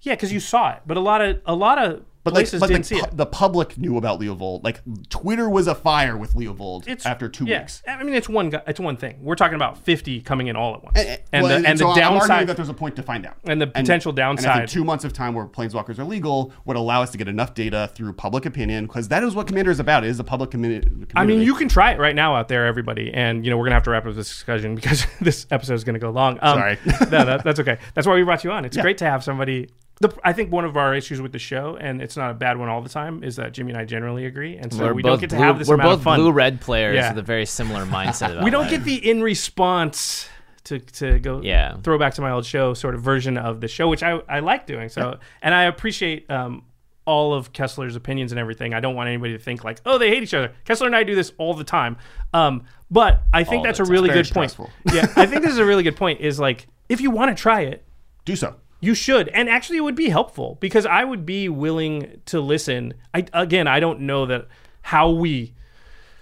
Speaker 2: Yeah, because you saw it, but a lot of a lot of
Speaker 1: But like,
Speaker 2: places
Speaker 1: but
Speaker 2: didn't
Speaker 1: the,
Speaker 2: see
Speaker 1: pu-
Speaker 2: it.
Speaker 1: the public knew about Leovold. Like Twitter was afire with Leovold after two
Speaker 2: yeah.
Speaker 1: weeks.
Speaker 2: I mean, it's one guy. It's one thing. We're talking about fifty coming in all at once,
Speaker 1: And,
Speaker 2: and,
Speaker 1: well,
Speaker 2: the, and,
Speaker 1: so
Speaker 2: the
Speaker 1: I'm arguing
Speaker 2: downside.
Speaker 1: that there's a point to find out,
Speaker 2: and the potential
Speaker 1: And I
Speaker 2: downside-
Speaker 1: think two months of time where planeswalkers are legal would allow us to get enough data through public opinion because that is what Commander is about. It is a public community.
Speaker 2: I mean, you can try it right now out there, everybody. And you know, we're gonna have to wrap up this discussion *laughs* because this episode is gonna go long. Um,
Speaker 1: Sorry.
Speaker 2: *laughs* no, that, that's okay. That's why we brought you on. It's great to have somebody. The, I think one of our issues with the show, and it's not a bad one all the time, is that Jimmy and I generally agree, and so
Speaker 3: we're
Speaker 2: we don't
Speaker 3: both
Speaker 2: get to
Speaker 3: blue,
Speaker 2: have this
Speaker 3: we're
Speaker 2: amount
Speaker 3: both
Speaker 2: of fun.
Speaker 3: blue red players
Speaker 2: Yeah.
Speaker 3: with a
Speaker 2: *laughs*
Speaker 3: very similar mindset. About
Speaker 2: we don't
Speaker 3: life.
Speaker 2: get the in response to, to go
Speaker 3: Yeah.
Speaker 2: throw back to my old show sort of version of the show which i, I like doing so and i appreciate um, all of kessler's opinions and everything i don't want anybody to think like oh they hate each other kessler and i do this all the time um, but i think
Speaker 3: All
Speaker 2: that's
Speaker 3: the
Speaker 2: a really
Speaker 1: Very
Speaker 2: good point
Speaker 1: stressful.
Speaker 3: *laughs*
Speaker 2: yeah i think this is a really good point is like if you want to try it
Speaker 1: do so.
Speaker 2: you should, and actually, it would be helpful because I would be willing to listen. I again, I don't know that how we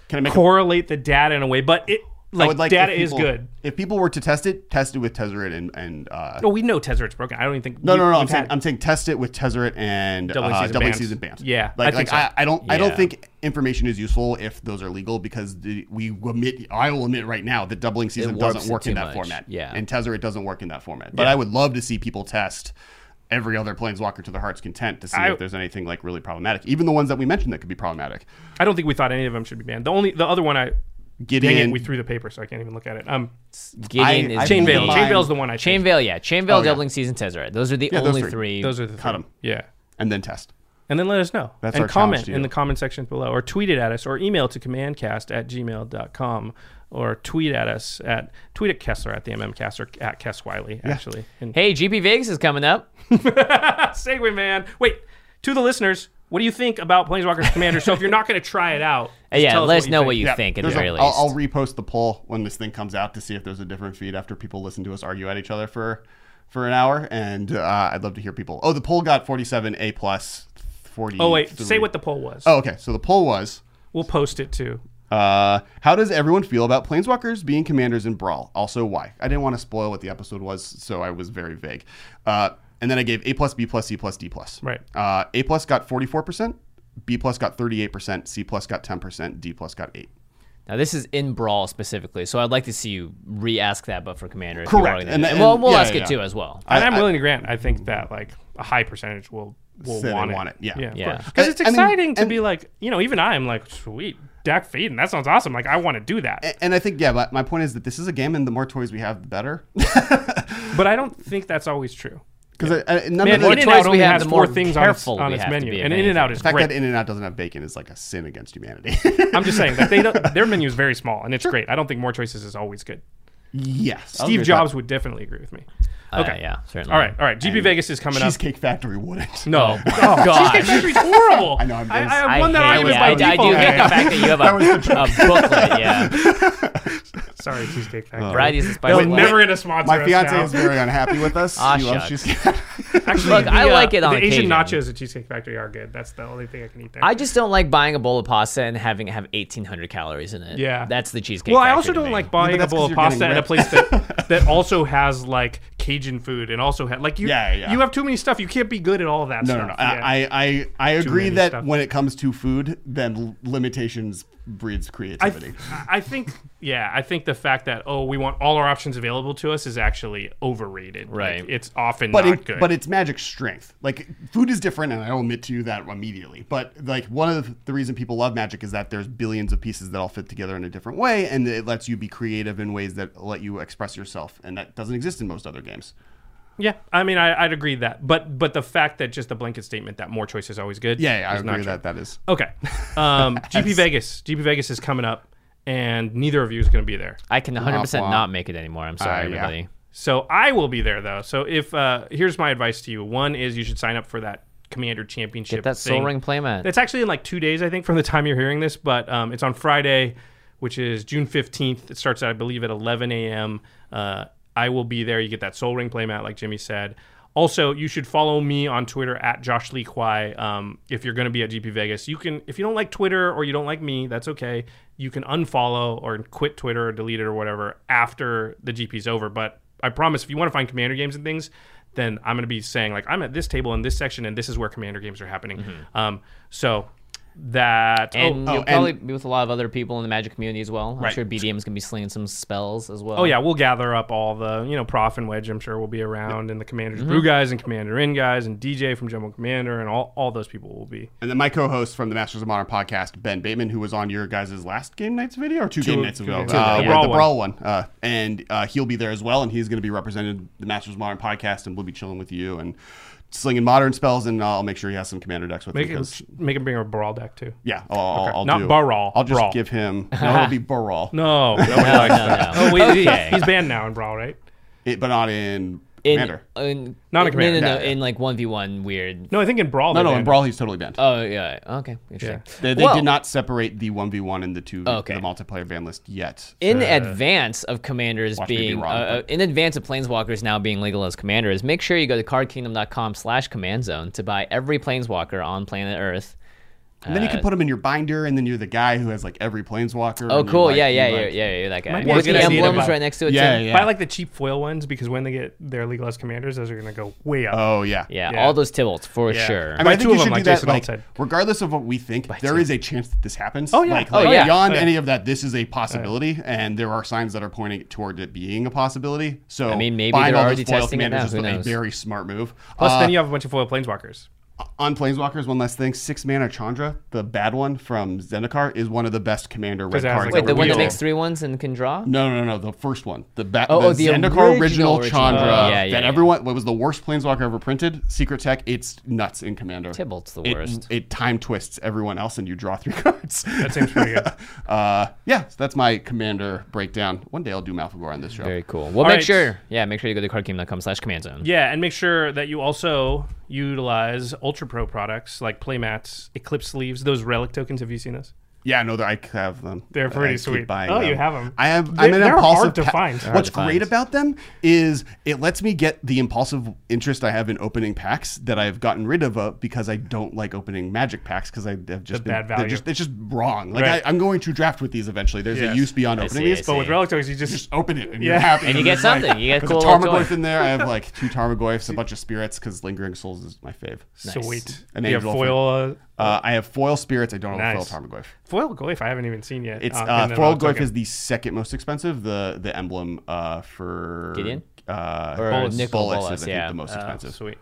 Speaker 1: Can I make? a-
Speaker 2: correlate the data in a way, but it
Speaker 1: I
Speaker 2: like,
Speaker 1: would like
Speaker 2: data
Speaker 1: if
Speaker 2: is
Speaker 1: people-
Speaker 2: good.
Speaker 1: If people were to test it, test it with Tezzeret and and uh,
Speaker 2: Oh, we know Tezzeret's broken. I don't even think.
Speaker 1: no,
Speaker 2: we-
Speaker 1: no, no. I'm
Speaker 2: we've
Speaker 1: saying
Speaker 2: had-
Speaker 1: I'm saying test it with Tezzeret and
Speaker 2: Doubling
Speaker 1: uh,
Speaker 2: season
Speaker 1: doubling
Speaker 2: bans.
Speaker 1: season bans.
Speaker 2: Yeah, I
Speaker 1: like,
Speaker 2: think
Speaker 1: like
Speaker 2: so.
Speaker 1: I, I don't I
Speaker 3: Yeah.
Speaker 1: don't think information is useful if those are legal because the, we admit I will admit right now that doubling season
Speaker 3: warps
Speaker 1: doesn't
Speaker 3: it
Speaker 1: work in
Speaker 3: too
Speaker 1: that
Speaker 3: much.
Speaker 1: format.
Speaker 3: Yeah.
Speaker 1: and Tezzeret doesn't work in that format. But I would love to see people test every other planeswalker to their heart's content to see
Speaker 2: I-
Speaker 1: if there's anything like really problematic. Even the ones that we mentioned that could be problematic.
Speaker 2: I don't think we thought any of them should be banned. The only the other one I.
Speaker 1: Gideon,
Speaker 2: Dang it, we threw the paper, so I can't even look at it. Um,
Speaker 3: Gideon
Speaker 1: I-
Speaker 3: is
Speaker 2: Chain
Speaker 1: believe
Speaker 2: Veil.
Speaker 1: in
Speaker 2: Chain
Speaker 1: mine.
Speaker 2: Veil's the one I
Speaker 3: Chain
Speaker 2: changed.
Speaker 3: Veil, yeah. Chain Veil, Doubling Season, Tezzeret. Those are the
Speaker 1: Yeah, those
Speaker 3: only
Speaker 1: three.
Speaker 3: three.
Speaker 2: Those are the three.
Speaker 1: cut 'em.
Speaker 2: Yeah.
Speaker 1: and then test.
Speaker 2: And then let us know.
Speaker 1: That's
Speaker 2: and
Speaker 1: our challenge
Speaker 2: comment
Speaker 1: to
Speaker 2: in
Speaker 1: you.
Speaker 2: the comment section below or tweet it at us or email to commandcast at gmail.com or tweet at us at tweet at Kessler at the MMcast or at Kess Wiley, actually. And
Speaker 3: Hey, GP Vegas is coming up.
Speaker 2: segue, man. Wait, to the listeners, what do you think about Planeswalker's Commander? So if you're not going to try it
Speaker 3: *laughs*
Speaker 2: out, just
Speaker 3: yeah,
Speaker 2: tell us
Speaker 3: let us know what
Speaker 2: think.
Speaker 3: you think at the
Speaker 1: there's a-
Speaker 3: very least.
Speaker 1: I'll, I'll repost the poll when this thing comes out to see if there's a different feed after people listen to us argue at each other for for an hour, and uh, I'd love to hear people. Oh, the poll got 47 A plus 40.
Speaker 2: Oh, wait, say what the poll was.
Speaker 1: Oh, okay. So the poll was.
Speaker 2: We'll post it too.
Speaker 1: Uh, how does everyone feel about planeswalkers being commanders in Brawl? Also, why? I didn't want to spoil what the episode was, so I was very vague. Uh, and then I gave A plus, B plus, C plus, D plus.
Speaker 2: Right.
Speaker 1: Uh, A plus got 44%, B plus got 38%, C plus got 10%, D plus got 8
Speaker 3: Now this is in Brawl specifically, so I'd like to see you re-ask that, but for Commander. if
Speaker 1: Correct.
Speaker 3: you're already
Speaker 1: And-
Speaker 3: there.
Speaker 1: and-
Speaker 3: well, we'll
Speaker 1: yeah,
Speaker 3: ask
Speaker 1: yeah,
Speaker 3: it
Speaker 1: yeah.
Speaker 3: too as well.
Speaker 2: And I, am willing to grant, I think that like a high percentage will will
Speaker 1: Say they
Speaker 2: want, it.
Speaker 1: want it, yeah.
Speaker 2: yeah,
Speaker 3: Yeah.
Speaker 2: Because it's
Speaker 1: I- I mean,
Speaker 2: exciting to
Speaker 1: and-
Speaker 2: be like, you know, even I am like, sweet, Dak Faden, that sounds awesome. Like I want to do that,
Speaker 1: A- And I think yeah, but my point is that this is a game, and the more toys we have, the
Speaker 3: *laughs*
Speaker 1: better. *laughs*
Speaker 2: but I don't think that's always true.
Speaker 1: Because none
Speaker 2: Man,
Speaker 1: of the
Speaker 2: In
Speaker 1: in
Speaker 2: and
Speaker 3: toys
Speaker 2: Out
Speaker 3: we
Speaker 2: only
Speaker 3: have,
Speaker 2: has
Speaker 3: the
Speaker 2: four
Speaker 3: more
Speaker 2: things on its,
Speaker 3: careful
Speaker 2: on
Speaker 3: we
Speaker 2: its
Speaker 3: have to
Speaker 2: menu,
Speaker 3: be of
Speaker 2: and In and Out is
Speaker 1: the fact that
Speaker 2: great.
Speaker 1: In and Out doesn't have bacon is like a sin against humanity. *laughs*
Speaker 2: I'm just saying that they don't, their menu is very small, and it's great. I don't think more choices is always good.
Speaker 1: yes, I'll agree
Speaker 2: Steve
Speaker 1: with
Speaker 2: Jobs would definitely agree with me.
Speaker 3: Uh,
Speaker 2: Okay,
Speaker 3: yeah, certainly.
Speaker 2: All right, all right. GP Vegas is
Speaker 1: that.
Speaker 2: coming up.
Speaker 1: Cheesecake Factory wouldn't.
Speaker 2: No, *laughs*
Speaker 3: Oh God.
Speaker 2: Factory's horrible.
Speaker 1: I know, I'm
Speaker 2: I,
Speaker 1: just-
Speaker 2: I
Speaker 3: I,
Speaker 2: won that
Speaker 3: hate-
Speaker 2: argument
Speaker 3: I,
Speaker 2: by
Speaker 3: I
Speaker 2: default.
Speaker 3: do hate the fact
Speaker 2: *laughs*
Speaker 3: that you have a, a booklet. Yeah, *laughs*
Speaker 2: Sorry, cheesecake factory.
Speaker 3: Oh. variety is the spice.
Speaker 2: We're
Speaker 3: of life.
Speaker 2: never gonna sponsor
Speaker 1: My
Speaker 2: us
Speaker 1: fiance
Speaker 2: now.
Speaker 1: is very unhappy with us.
Speaker 3: *laughs* Ah,
Speaker 1: She loves
Speaker 3: shucks.
Speaker 2: *laughs*
Speaker 1: cheesecake.
Speaker 2: Actually,
Speaker 3: Look,
Speaker 2: the,
Speaker 3: I
Speaker 2: uh,
Speaker 3: like it on
Speaker 2: the Asian
Speaker 3: occasion.
Speaker 2: nachos at Cheesecake Factory are good. That's the only thing I can eat there.
Speaker 3: I just don't like buying a bowl of pasta and having it have 1,800 calories in it.
Speaker 2: Yeah.
Speaker 3: that's the cheesecake.
Speaker 2: well, I
Speaker 3: Factory
Speaker 2: also
Speaker 3: to
Speaker 2: don't
Speaker 3: me.
Speaker 2: like buying a
Speaker 1: that's
Speaker 2: bowl of
Speaker 1: 'cause you're
Speaker 2: pasta
Speaker 1: getting
Speaker 2: at a place that, that also has like Cajun food and also has like you.
Speaker 1: Yeah, yeah.
Speaker 2: You have too many stuff. You can't be good at all of that
Speaker 1: No,
Speaker 2: stuff.
Speaker 1: no, no.
Speaker 2: Yeah.
Speaker 1: I, I, I agree
Speaker 2: many
Speaker 1: that
Speaker 2: stuff.
Speaker 1: when it comes to food, then l- limitations breeds
Speaker 2: I,
Speaker 1: creativity.
Speaker 2: th- I think yeah I think the fact that oh we want all our options available to us is actually overrated Like,
Speaker 3: Right.
Speaker 2: it's often
Speaker 1: but
Speaker 2: not
Speaker 1: it-
Speaker 2: good
Speaker 1: but it's magic strength. Like food is different, and I'll admit to you that immediately. But like one of the reason people love magic is that there's billions of pieces that all fit together in a different way, and it lets you be creative in ways that let you express yourself, and that doesn't exist in most other games.
Speaker 2: Yeah, I mean, I, I'd agree with that, but but the fact that just the blanket statement that more choice is always good.
Speaker 1: Yeah, yeah I
Speaker 2: is not
Speaker 1: agree with
Speaker 2: true.
Speaker 1: that. That is.
Speaker 2: Okay, um,
Speaker 1: *laughs*
Speaker 2: GP Vegas, GP Vegas is coming up, and neither of you is going to be there.
Speaker 3: I can 100 percent
Speaker 1: Womp womp.
Speaker 3: not make it anymore.
Speaker 2: Ah,
Speaker 3: I'm sorry,
Speaker 1: Uh, yeah.
Speaker 3: everybody.
Speaker 2: So I will be there though. So if uh, here's my advice to you: one is you should sign up for that Commander Championship.
Speaker 3: Get that
Speaker 2: thing.
Speaker 3: Soul Ring playmat.
Speaker 2: It's actually in like two days, I think, from the time you're hearing this, but um, it's on Friday, which is June 15th. It starts, I believe, at 11 a.m. Uh, I will be there. You get that Soul Ring playmat, like Jimmy said. Also, you should follow me on Twitter at Josh Lee Kwai. Um, if you're going to be at GP Vegas, you can. If you don't like Twitter or you don't like me, that's okay. You can unfollow or quit Twitter or delete it or whatever after the GP's over. But I promise, if you want to find Commander games and things, then I'm going to be saying like I'm at this table in this section, and this is where Commander games are happening. Um, so that
Speaker 3: and
Speaker 2: oh,
Speaker 3: you'll
Speaker 1: and-
Speaker 3: probably be with a lot of other people in the magic community as well. I'm
Speaker 2: Right.
Speaker 3: sure BDM's gonna be slinging some spells as well.
Speaker 2: oh, yeah, we'll gather up all the you know Prof and Wedge. I'm sure will be around, and the Commander's Brew guys and Commander In guys and DJ from General Commander, and all all those people will be.
Speaker 1: And then my co-host from the Masters of Modern podcast, Ben Bateman, who was on your guys' last game nights video or two, game nights
Speaker 2: two
Speaker 1: ago,
Speaker 2: nights
Speaker 1: uh,
Speaker 2: ago, yeah.
Speaker 1: with
Speaker 2: Brawl
Speaker 1: the
Speaker 2: one.
Speaker 1: brawl one, uh, and uh, he'll be there as well, and he's going to be representing the Masters of Modern podcast, and we'll be chilling with you and slinging modern spells, and I'll make sure he has some commander decks with
Speaker 2: Make
Speaker 1: him.
Speaker 2: him
Speaker 1: 'cause-
Speaker 2: make him bring a brawl deck too.
Speaker 1: yeah, I'll, I'll-
Speaker 2: Okay.
Speaker 1: I'll
Speaker 2: Not
Speaker 1: do.
Speaker 2: Brawl,
Speaker 1: I'll just
Speaker 2: Brawl.
Speaker 1: give him.
Speaker 2: *laughs*
Speaker 1: No, it'll be Brawl.
Speaker 2: No, nobody likes that.
Speaker 3: no.
Speaker 2: Oh, wait, he-
Speaker 3: Okay.
Speaker 2: he's banned now in brawl, right?
Speaker 1: It- but not in,
Speaker 3: in,
Speaker 1: commander.
Speaker 3: in
Speaker 2: Not a
Speaker 3: no, no,
Speaker 2: commander.
Speaker 3: no,
Speaker 1: Yeah, yeah.
Speaker 3: in like one v one weird.
Speaker 2: No, I think in brawl.
Speaker 1: No,
Speaker 2: they're
Speaker 1: no, in
Speaker 2: banned.
Speaker 1: Brawl he's totally banned.
Speaker 3: Oh yeah, okay, interesting.
Speaker 1: they they
Speaker 3: Well,
Speaker 1: did not separate the one v one and the two
Speaker 3: Okay.
Speaker 1: the multiplayer ban list yet.
Speaker 3: In advance of commanders
Speaker 1: Watch me be
Speaker 3: being,
Speaker 1: wrong,
Speaker 3: uh, uh, in advance of planeswalkers now being legal as commanders, make sure you go to cardkingdom.com/command zone to buy every planeswalker on planet Earth.
Speaker 1: And then you can put them in your binder, and then you're the guy who has like every planeswalker.
Speaker 3: Uh, Oh,
Speaker 1: and you,
Speaker 3: cool!
Speaker 1: like-
Speaker 3: yeah,
Speaker 1: you,
Speaker 3: yeah,
Speaker 1: like-
Speaker 3: yeah, yeah, yeah, that guy.
Speaker 2: Might be a
Speaker 3: With
Speaker 2: good
Speaker 3: the
Speaker 2: idea to
Speaker 3: emblems
Speaker 2: buy-
Speaker 3: right next to it.
Speaker 1: Yeah,
Speaker 3: too.
Speaker 1: yeah.
Speaker 2: Buy like the cheap foil ones because when they get their legalized commanders, those are going to go way up.
Speaker 1: Oh yeah.
Speaker 3: Yeah,
Speaker 2: Yeah.
Speaker 3: all those tilts for
Speaker 2: Yeah.
Speaker 3: sure.
Speaker 1: I mean,
Speaker 2: Buy
Speaker 1: I think
Speaker 2: two
Speaker 1: you
Speaker 2: of
Speaker 1: should
Speaker 2: 'em, like
Speaker 1: do that.
Speaker 2: Jason
Speaker 1: Like,
Speaker 2: said.
Speaker 1: regardless of what we think, there is a chance that this happens.
Speaker 2: Oh, yeah.
Speaker 1: Like,
Speaker 2: Oh,
Speaker 1: like,
Speaker 3: yeah.
Speaker 1: beyond
Speaker 2: Oh, yeah.
Speaker 1: any of that, this is a possibility, and there are signs that are pointing toward it being a possibility. So,
Speaker 3: I mean, maybe
Speaker 1: buying
Speaker 3: they're
Speaker 1: all those
Speaker 3: already
Speaker 1: foil
Speaker 3: testing it
Speaker 1: commanders
Speaker 3: now, who
Speaker 1: is
Speaker 3: knows?
Speaker 1: a very smart move.
Speaker 2: Plus,
Speaker 1: Uh,
Speaker 2: then you have a bunch of foil planeswalkers.
Speaker 1: on Planeswalkers, one last thing: six mana Chandra, the bad one from Zendikar, is one of the best commander red
Speaker 2: it has,
Speaker 1: cards.
Speaker 2: like,
Speaker 1: that
Speaker 2: a
Speaker 3: Wait, the
Speaker 1: were
Speaker 3: one that
Speaker 1: built.
Speaker 3: makes three ones and can draw?
Speaker 1: No, no, no, the first one, the ba-
Speaker 3: Oh,
Speaker 1: the,
Speaker 3: oh, the
Speaker 1: Zendikar
Speaker 3: original,
Speaker 1: original,
Speaker 3: original.
Speaker 1: Chandra
Speaker 3: Oh, yeah, yeah,
Speaker 1: that
Speaker 3: yeah.
Speaker 1: everyone what was the worst Planeswalker ever printed. Secret Tech, it's nuts in Commander.
Speaker 3: Tybalt's the
Speaker 1: It-
Speaker 3: worst.
Speaker 1: It, time twists everyone else, and you draw *laughs* three cards.
Speaker 2: That seems pretty good.
Speaker 1: uh, yeah, so that's my Commander breakdown. One day I'll do Malfagor on this show.
Speaker 3: Very cool. Well,
Speaker 2: All
Speaker 3: make
Speaker 2: right.
Speaker 3: sure, yeah, make sure you go to cardgame.com slash command zone.
Speaker 2: Yeah, and make sure that you also utilize Ultra Pro products like playmats, Eclipse sleeves, those relic tokens. Have you seen those?
Speaker 1: Yeah, no, they're- I have them.
Speaker 2: They're
Speaker 1: I
Speaker 2: pretty
Speaker 1: keep
Speaker 2: sweet.
Speaker 1: buying
Speaker 2: Oh, you have 'em.
Speaker 1: I have.
Speaker 2: They-
Speaker 1: I'm an
Speaker 2: they're
Speaker 1: impulsive.
Speaker 2: hard to
Speaker 1: pa-
Speaker 2: find. They're hard
Speaker 1: What's
Speaker 3: to find.
Speaker 1: great about them is it lets me get the impulsive interest I have in opening packs that I've gotten rid of uh, because I don't like opening Magic packs because I have just been,
Speaker 2: bad
Speaker 1: they're
Speaker 2: value.
Speaker 1: Just, it's just wrong. Like
Speaker 2: Right.
Speaker 1: I, I'm going to draft with these eventually. There's
Speaker 2: Yes.
Speaker 1: a use beyond
Speaker 3: see,
Speaker 1: opening
Speaker 3: I
Speaker 1: these.
Speaker 3: see.
Speaker 1: But
Speaker 2: But with
Speaker 3: See.
Speaker 2: relic tokens, you just
Speaker 1: *laughs* just open it and
Speaker 2: Yeah.
Speaker 1: you're happy.
Speaker 3: And you get
Speaker 1: it's like-
Speaker 3: something. You get
Speaker 1: there's a
Speaker 3: cool little
Speaker 1: Tarmogoyf
Speaker 3: toy.
Speaker 1: in there. I
Speaker 3: *laughs*
Speaker 1: have like two Tarmogoyfs, a bunch of spirits because Lingering Souls is my fave.
Speaker 2: sweet.
Speaker 1: An
Speaker 2: you have
Speaker 1: angel
Speaker 2: foil. Uh,
Speaker 1: Uh, I have foil spirits. I don't have
Speaker 2: Nice.
Speaker 1: foil Tarmogoyf.
Speaker 2: foil Goif, I haven't even seen yet.
Speaker 1: It's
Speaker 2: uh,
Speaker 1: uh,
Speaker 2: in the
Speaker 1: Foil
Speaker 2: relic
Speaker 1: Goyf
Speaker 2: token.
Speaker 1: is the second most expensive. The the emblem uh, for
Speaker 3: Gideon?
Speaker 1: uh,
Speaker 3: Or
Speaker 1: Bolas.
Speaker 3: Nicol
Speaker 1: Bolas
Speaker 3: Bolas,
Speaker 1: is I think
Speaker 3: yeah. Uh,
Speaker 1: the most
Speaker 2: Oh,
Speaker 1: expensive.
Speaker 2: sweet.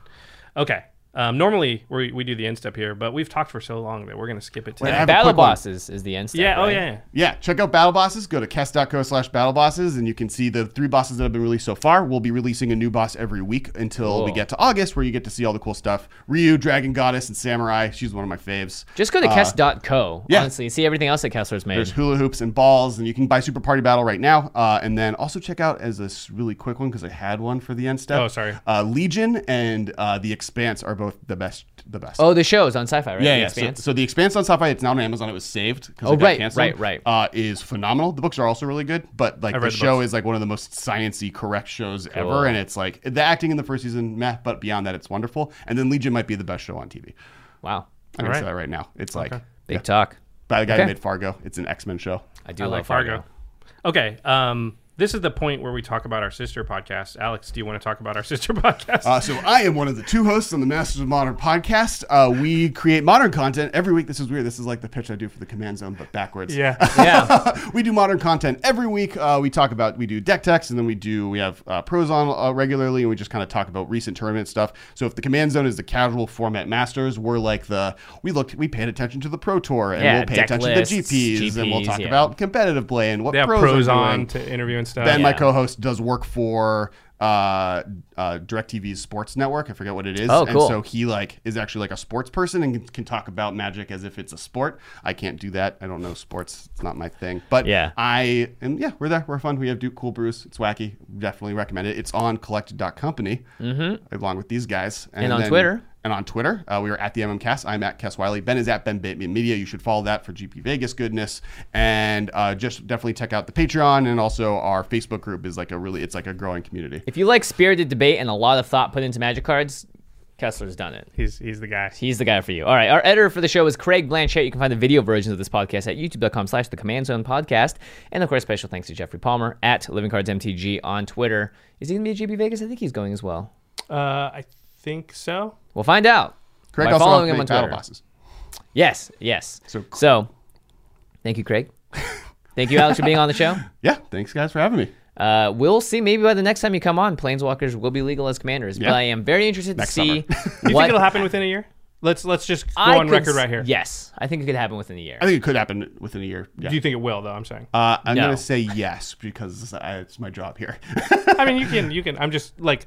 Speaker 2: Okay. Um, normally we, we do the end step here, but we've talked for so long that we're going to skip it
Speaker 1: I
Speaker 2: today.
Speaker 1: have a
Speaker 3: Battle
Speaker 1: quick one.
Speaker 3: bosses is the end step.
Speaker 2: Yeah. Oh
Speaker 3: right?
Speaker 2: yeah. yeah.
Speaker 1: Yeah, check out Battle Bosses. Go to kess.co slash battle bosses, and you can see the three bosses that have been released so far. We'll be releasing a new boss every week until we
Speaker 3: Cool.
Speaker 1: get to August, where you get to see all the cool stuff. Ryu, Dragon Goddess, and Samurai. She's one of my faves.
Speaker 3: Just go to Kess.co,
Speaker 1: Uh, yeah.
Speaker 3: honestly. See everything else that Kessler's made.
Speaker 1: There's hula hoops and balls, and you can buy Super Party Battle right now. Uh, and then also check out as this really quick one because I had one for the end step.
Speaker 2: Oh, sorry.
Speaker 1: Uh, Legion and uh, The Expanse are both the best. The best.
Speaker 3: oh, the show's on sci-fi, right?
Speaker 1: Yeah,
Speaker 3: The
Speaker 1: yeah. So,
Speaker 3: Expanse?
Speaker 1: so the Expanse on sci-fi, it's not on Amazon. It was saved because
Speaker 3: Oh,
Speaker 1: it got
Speaker 3: right,
Speaker 1: canceled.
Speaker 3: right, right.
Speaker 1: Uh, is phenomenal. The books are also really good, but like
Speaker 2: I've
Speaker 1: the,
Speaker 2: read the
Speaker 1: show
Speaker 2: books.
Speaker 1: is like one of the most sciency correct shows
Speaker 3: Cool.
Speaker 1: ever, and it's like the acting in the first season, meh, but beyond that, it's wonderful. And then Legion might be the best show on TV.
Speaker 3: wow.
Speaker 1: I'm
Speaker 2: All
Speaker 1: gonna
Speaker 2: right.
Speaker 1: say that right now. It's like
Speaker 3: Big talk.
Speaker 1: by the guy
Speaker 3: Okay.
Speaker 1: who made Fargo. It's an X-Men show.
Speaker 3: I do
Speaker 2: I
Speaker 3: love
Speaker 2: like Fargo. Okay. Um, this is the point where we talk about our sister podcast. Alex, do you want to talk about our sister *laughs* podcast?
Speaker 1: Uh, so I am one of the two hosts on the Masters of Modern podcast. Uh, we create modern content every week. This is weird. This is like the pitch I do for the Command Zone, but backwards.
Speaker 2: yeah.
Speaker 3: Yeah.
Speaker 1: *laughs* we do modern content every week. Uh, we talk about we do deck techs, and then we do we have uh, pros on uh, regularly, and we just kind of talk about recent tournament stuff. So if the command zone is the casual format masters, we're like the we looked we paid attention to the pro tour, and
Speaker 3: Yeah,
Speaker 1: we'll pay
Speaker 3: deck
Speaker 1: attention
Speaker 3: lists,
Speaker 1: to GPs, and we'll
Speaker 3: GPs,
Speaker 1: talk
Speaker 3: yeah.
Speaker 1: about competitive play and what
Speaker 2: They have
Speaker 1: pros,
Speaker 2: pros
Speaker 1: are
Speaker 2: on
Speaker 1: doing.
Speaker 2: to interview and stuff.
Speaker 1: Ben, my
Speaker 3: Yeah.
Speaker 1: co-host, does work for uh, uh, DirecTV's sports network. I forget what it is.
Speaker 3: Oh, cool.
Speaker 1: And so he like is actually like a sports person and can, can talk about magic as if it's a sport. I can't do that. I don't know sports. It's not my thing. But
Speaker 3: Yeah.
Speaker 1: I and yeah, we're there. We're fun. We have Duke Cool Brews. It's wacky. Definitely recommend it. It's on collected.company mm-hmm. along with these guys
Speaker 3: And on Twitter.
Speaker 1: and on Twitter. Uh, we are at the MMCast. I'm at Kes Wiley. Ben is at Ben Bateman Media. You should follow that for GP Vegas goodness. And uh, just definitely check out the Patreon and also our Facebook group is like a really it's like a growing community.
Speaker 3: If you like spirited debate and a lot of thought put into magic cards, Kessler's done it.
Speaker 2: He's he's the guy.
Speaker 3: He's the guy for you. All right. Our editor for the show is Craig Blanchett. You can find the video versions of this podcast at youtube.com slash the command zone podcast. And of course, special thanks to Jeffrey Palmer at Living Cards MTG on Twitter. Is he going to be at GB Vegas? I think he's going as well.
Speaker 2: Uh, I think so.
Speaker 3: We'll find out.
Speaker 1: Craig
Speaker 3: by
Speaker 1: also
Speaker 3: following
Speaker 1: helped
Speaker 3: him
Speaker 1: make
Speaker 3: on
Speaker 1: battle
Speaker 3: Twitter.
Speaker 1: bosses.
Speaker 3: Yes. Yes.
Speaker 1: So-
Speaker 3: So, thank you, Craig. thank you, Alex, for being on the show.
Speaker 1: Yeah, thanks guys for having me.
Speaker 3: Uh, we'll see. Maybe by the next time you come on, Planeswalkers will be legal as commanders.
Speaker 1: Yeah.
Speaker 3: But I am very interested
Speaker 1: Next
Speaker 3: to see
Speaker 1: summer.
Speaker 2: Do you
Speaker 3: what
Speaker 2: think it'll happen within a year? Let's let's just go
Speaker 3: I
Speaker 2: on
Speaker 3: could
Speaker 2: record
Speaker 3: s-
Speaker 2: right here.
Speaker 3: Yes, I think it could happen within a year.
Speaker 1: I think it could happen within a year. Yeah.
Speaker 2: Do you think it will though? I'm saying.
Speaker 1: uh, I'm
Speaker 3: No.
Speaker 1: gonna say yes because I, it's my job here. *laughs*
Speaker 2: I mean, you can you can. I'm just like.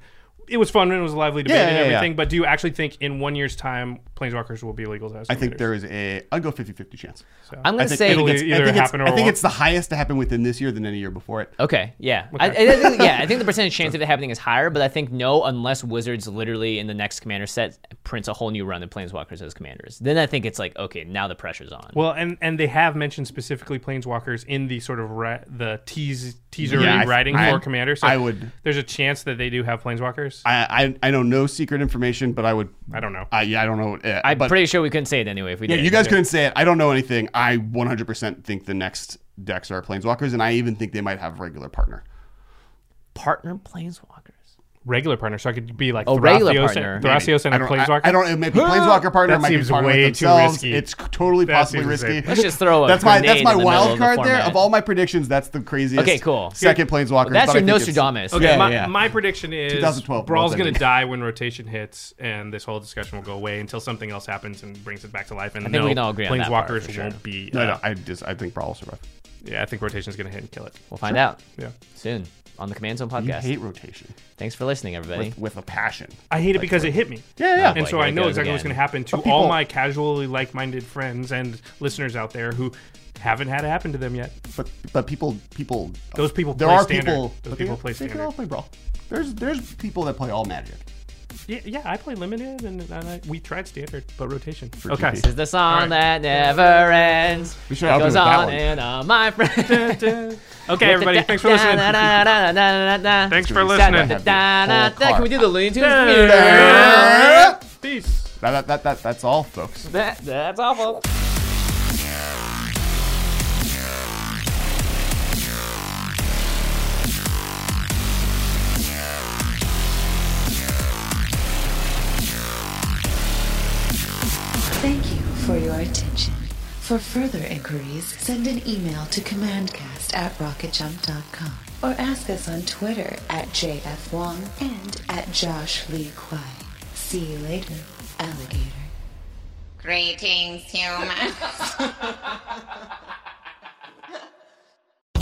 Speaker 2: It was fun and it was a lively debate
Speaker 1: Yeah,
Speaker 2: and
Speaker 1: yeah, yeah.
Speaker 2: everything, but do you actually think in one year's time, Planeswalkers will be legal as
Speaker 1: I think
Speaker 2: escalators?
Speaker 1: there is a I'd go 50-50 chance.
Speaker 2: So-
Speaker 3: I'm
Speaker 1: I
Speaker 3: gonna
Speaker 1: think,
Speaker 3: say
Speaker 1: I think it's,
Speaker 2: It'll either
Speaker 1: I think, it's,
Speaker 2: happen or
Speaker 1: I think
Speaker 2: won't.
Speaker 1: it's the highest to happen within this year than any year before it.
Speaker 3: Okay, yeah. I, I think, yeah, I think the percentage chance of it happening is higher, but I think no, unless Wizards literally in the next commander set prints a whole new run of Planeswalkers as commanders. Then I think it's like, okay, now the pressure's on.
Speaker 2: Well, and and they have mentioned specifically planeswalkers in the sort of ra- the tease teaser
Speaker 1: Yeah, I-
Speaker 2: writing
Speaker 1: I-
Speaker 2: for commander. So
Speaker 1: I would-
Speaker 2: There's a chance that they do have planeswalkers. I,
Speaker 1: I, I I know no secret information, but I would
Speaker 2: don't know.
Speaker 1: I yeah I don't know. Uh,
Speaker 3: I'm
Speaker 1: but-
Speaker 3: pretty sure we couldn't say it anyway if we
Speaker 1: Yeah,
Speaker 3: did.
Speaker 1: you guys couldn't say it. I don't know anything. I 100% think the next decks are planeswalkers, and I even think they might have regular partner.
Speaker 3: partner Planeswalkers.
Speaker 2: regular partner, so I could be like
Speaker 3: Oh,
Speaker 2: Thrasios
Speaker 3: regular partner.
Speaker 2: and, Thrasios and
Speaker 1: I
Speaker 2: a
Speaker 1: don't,
Speaker 2: planeswalker.
Speaker 1: I, I don't. It might be planeswalker partner.
Speaker 2: That
Speaker 1: it might
Speaker 2: seems
Speaker 1: be partner
Speaker 2: way
Speaker 1: with
Speaker 2: too
Speaker 1: themselves.
Speaker 2: risky.
Speaker 1: It's c- totally
Speaker 2: That
Speaker 1: possibly
Speaker 2: seems
Speaker 1: risky.
Speaker 2: insane.
Speaker 3: Let's just throw a
Speaker 1: that's my
Speaker 3: grenade
Speaker 1: that's my
Speaker 3: in the middle
Speaker 1: wild
Speaker 3: of the
Speaker 1: card there.
Speaker 3: format.
Speaker 1: Of all my predictions, that's the craziest.
Speaker 3: Okay, cool.
Speaker 1: Second planeswalker.
Speaker 3: That's your Nostradamus.
Speaker 2: Okay,
Speaker 1: Yeah,
Speaker 2: my,
Speaker 1: yeah.
Speaker 2: my prediction is
Speaker 1: 2012
Speaker 2: Brawl's
Speaker 1: world's
Speaker 2: going to
Speaker 1: ending.
Speaker 2: die when rotation hits, and this whole discussion will go away until something else happens and brings it back to life. And I
Speaker 3: think
Speaker 2: no,
Speaker 3: we can all agree on that part
Speaker 2: Planeswalkers
Speaker 3: for sure.
Speaker 2: won't be.
Speaker 1: No,
Speaker 2: uh,
Speaker 1: no, I just I think Brawl will survive.
Speaker 2: Yeah, I think rotation's going to hit and kill it.
Speaker 3: We'll find out
Speaker 2: Yeah.
Speaker 3: soon on the Command Zone
Speaker 1: You
Speaker 3: podcast.
Speaker 1: hate rotation
Speaker 3: Thanks for listening, everybody.
Speaker 1: with, with a passion.
Speaker 2: I hate it because it hit me.
Speaker 1: Yeah, yeah.
Speaker 2: And so
Speaker 3: Like,
Speaker 2: I
Speaker 3: it
Speaker 2: know
Speaker 3: goes
Speaker 2: exactly what's
Speaker 3: again.
Speaker 2: going to happen to
Speaker 1: But people-
Speaker 2: all my casually like-minded friends and listeners out there who haven't had it happen to them yet.
Speaker 1: But but people people
Speaker 2: Those people
Speaker 1: there
Speaker 2: play
Speaker 1: are
Speaker 2: standard.
Speaker 1: people
Speaker 2: Those
Speaker 1: but
Speaker 2: people
Speaker 1: they,
Speaker 2: play
Speaker 1: they can
Speaker 2: standard.
Speaker 1: all play Brawl. There's there's people that play all Magic.
Speaker 2: Yeah, yeah I play limited, and, and I, we tried standard, but rotation. *laughs*
Speaker 1: GP.
Speaker 2: okay.
Speaker 3: This is the song
Speaker 2: All
Speaker 3: that never ends.
Speaker 1: We should
Speaker 3: It
Speaker 1: open
Speaker 3: goes
Speaker 1: with that
Speaker 3: on
Speaker 1: one.
Speaker 3: and on, my friend. *laughs*
Speaker 2: Okay, everybody. Thanks for listening. Thanks for listening.
Speaker 3: Can we do the Looney Tunes?
Speaker 1: Da-
Speaker 2: Peace.
Speaker 1: That, that, that, that, that's all, folks.
Speaker 3: That, that's awful.
Speaker 4: Thank you for your attention. For further inquiries, send an email to commandcast at rocketjump.com or ask us on Twitter at JF Wong and at Josh Lee Kwai. See you later, alligator.
Speaker 5: Greetings, humans.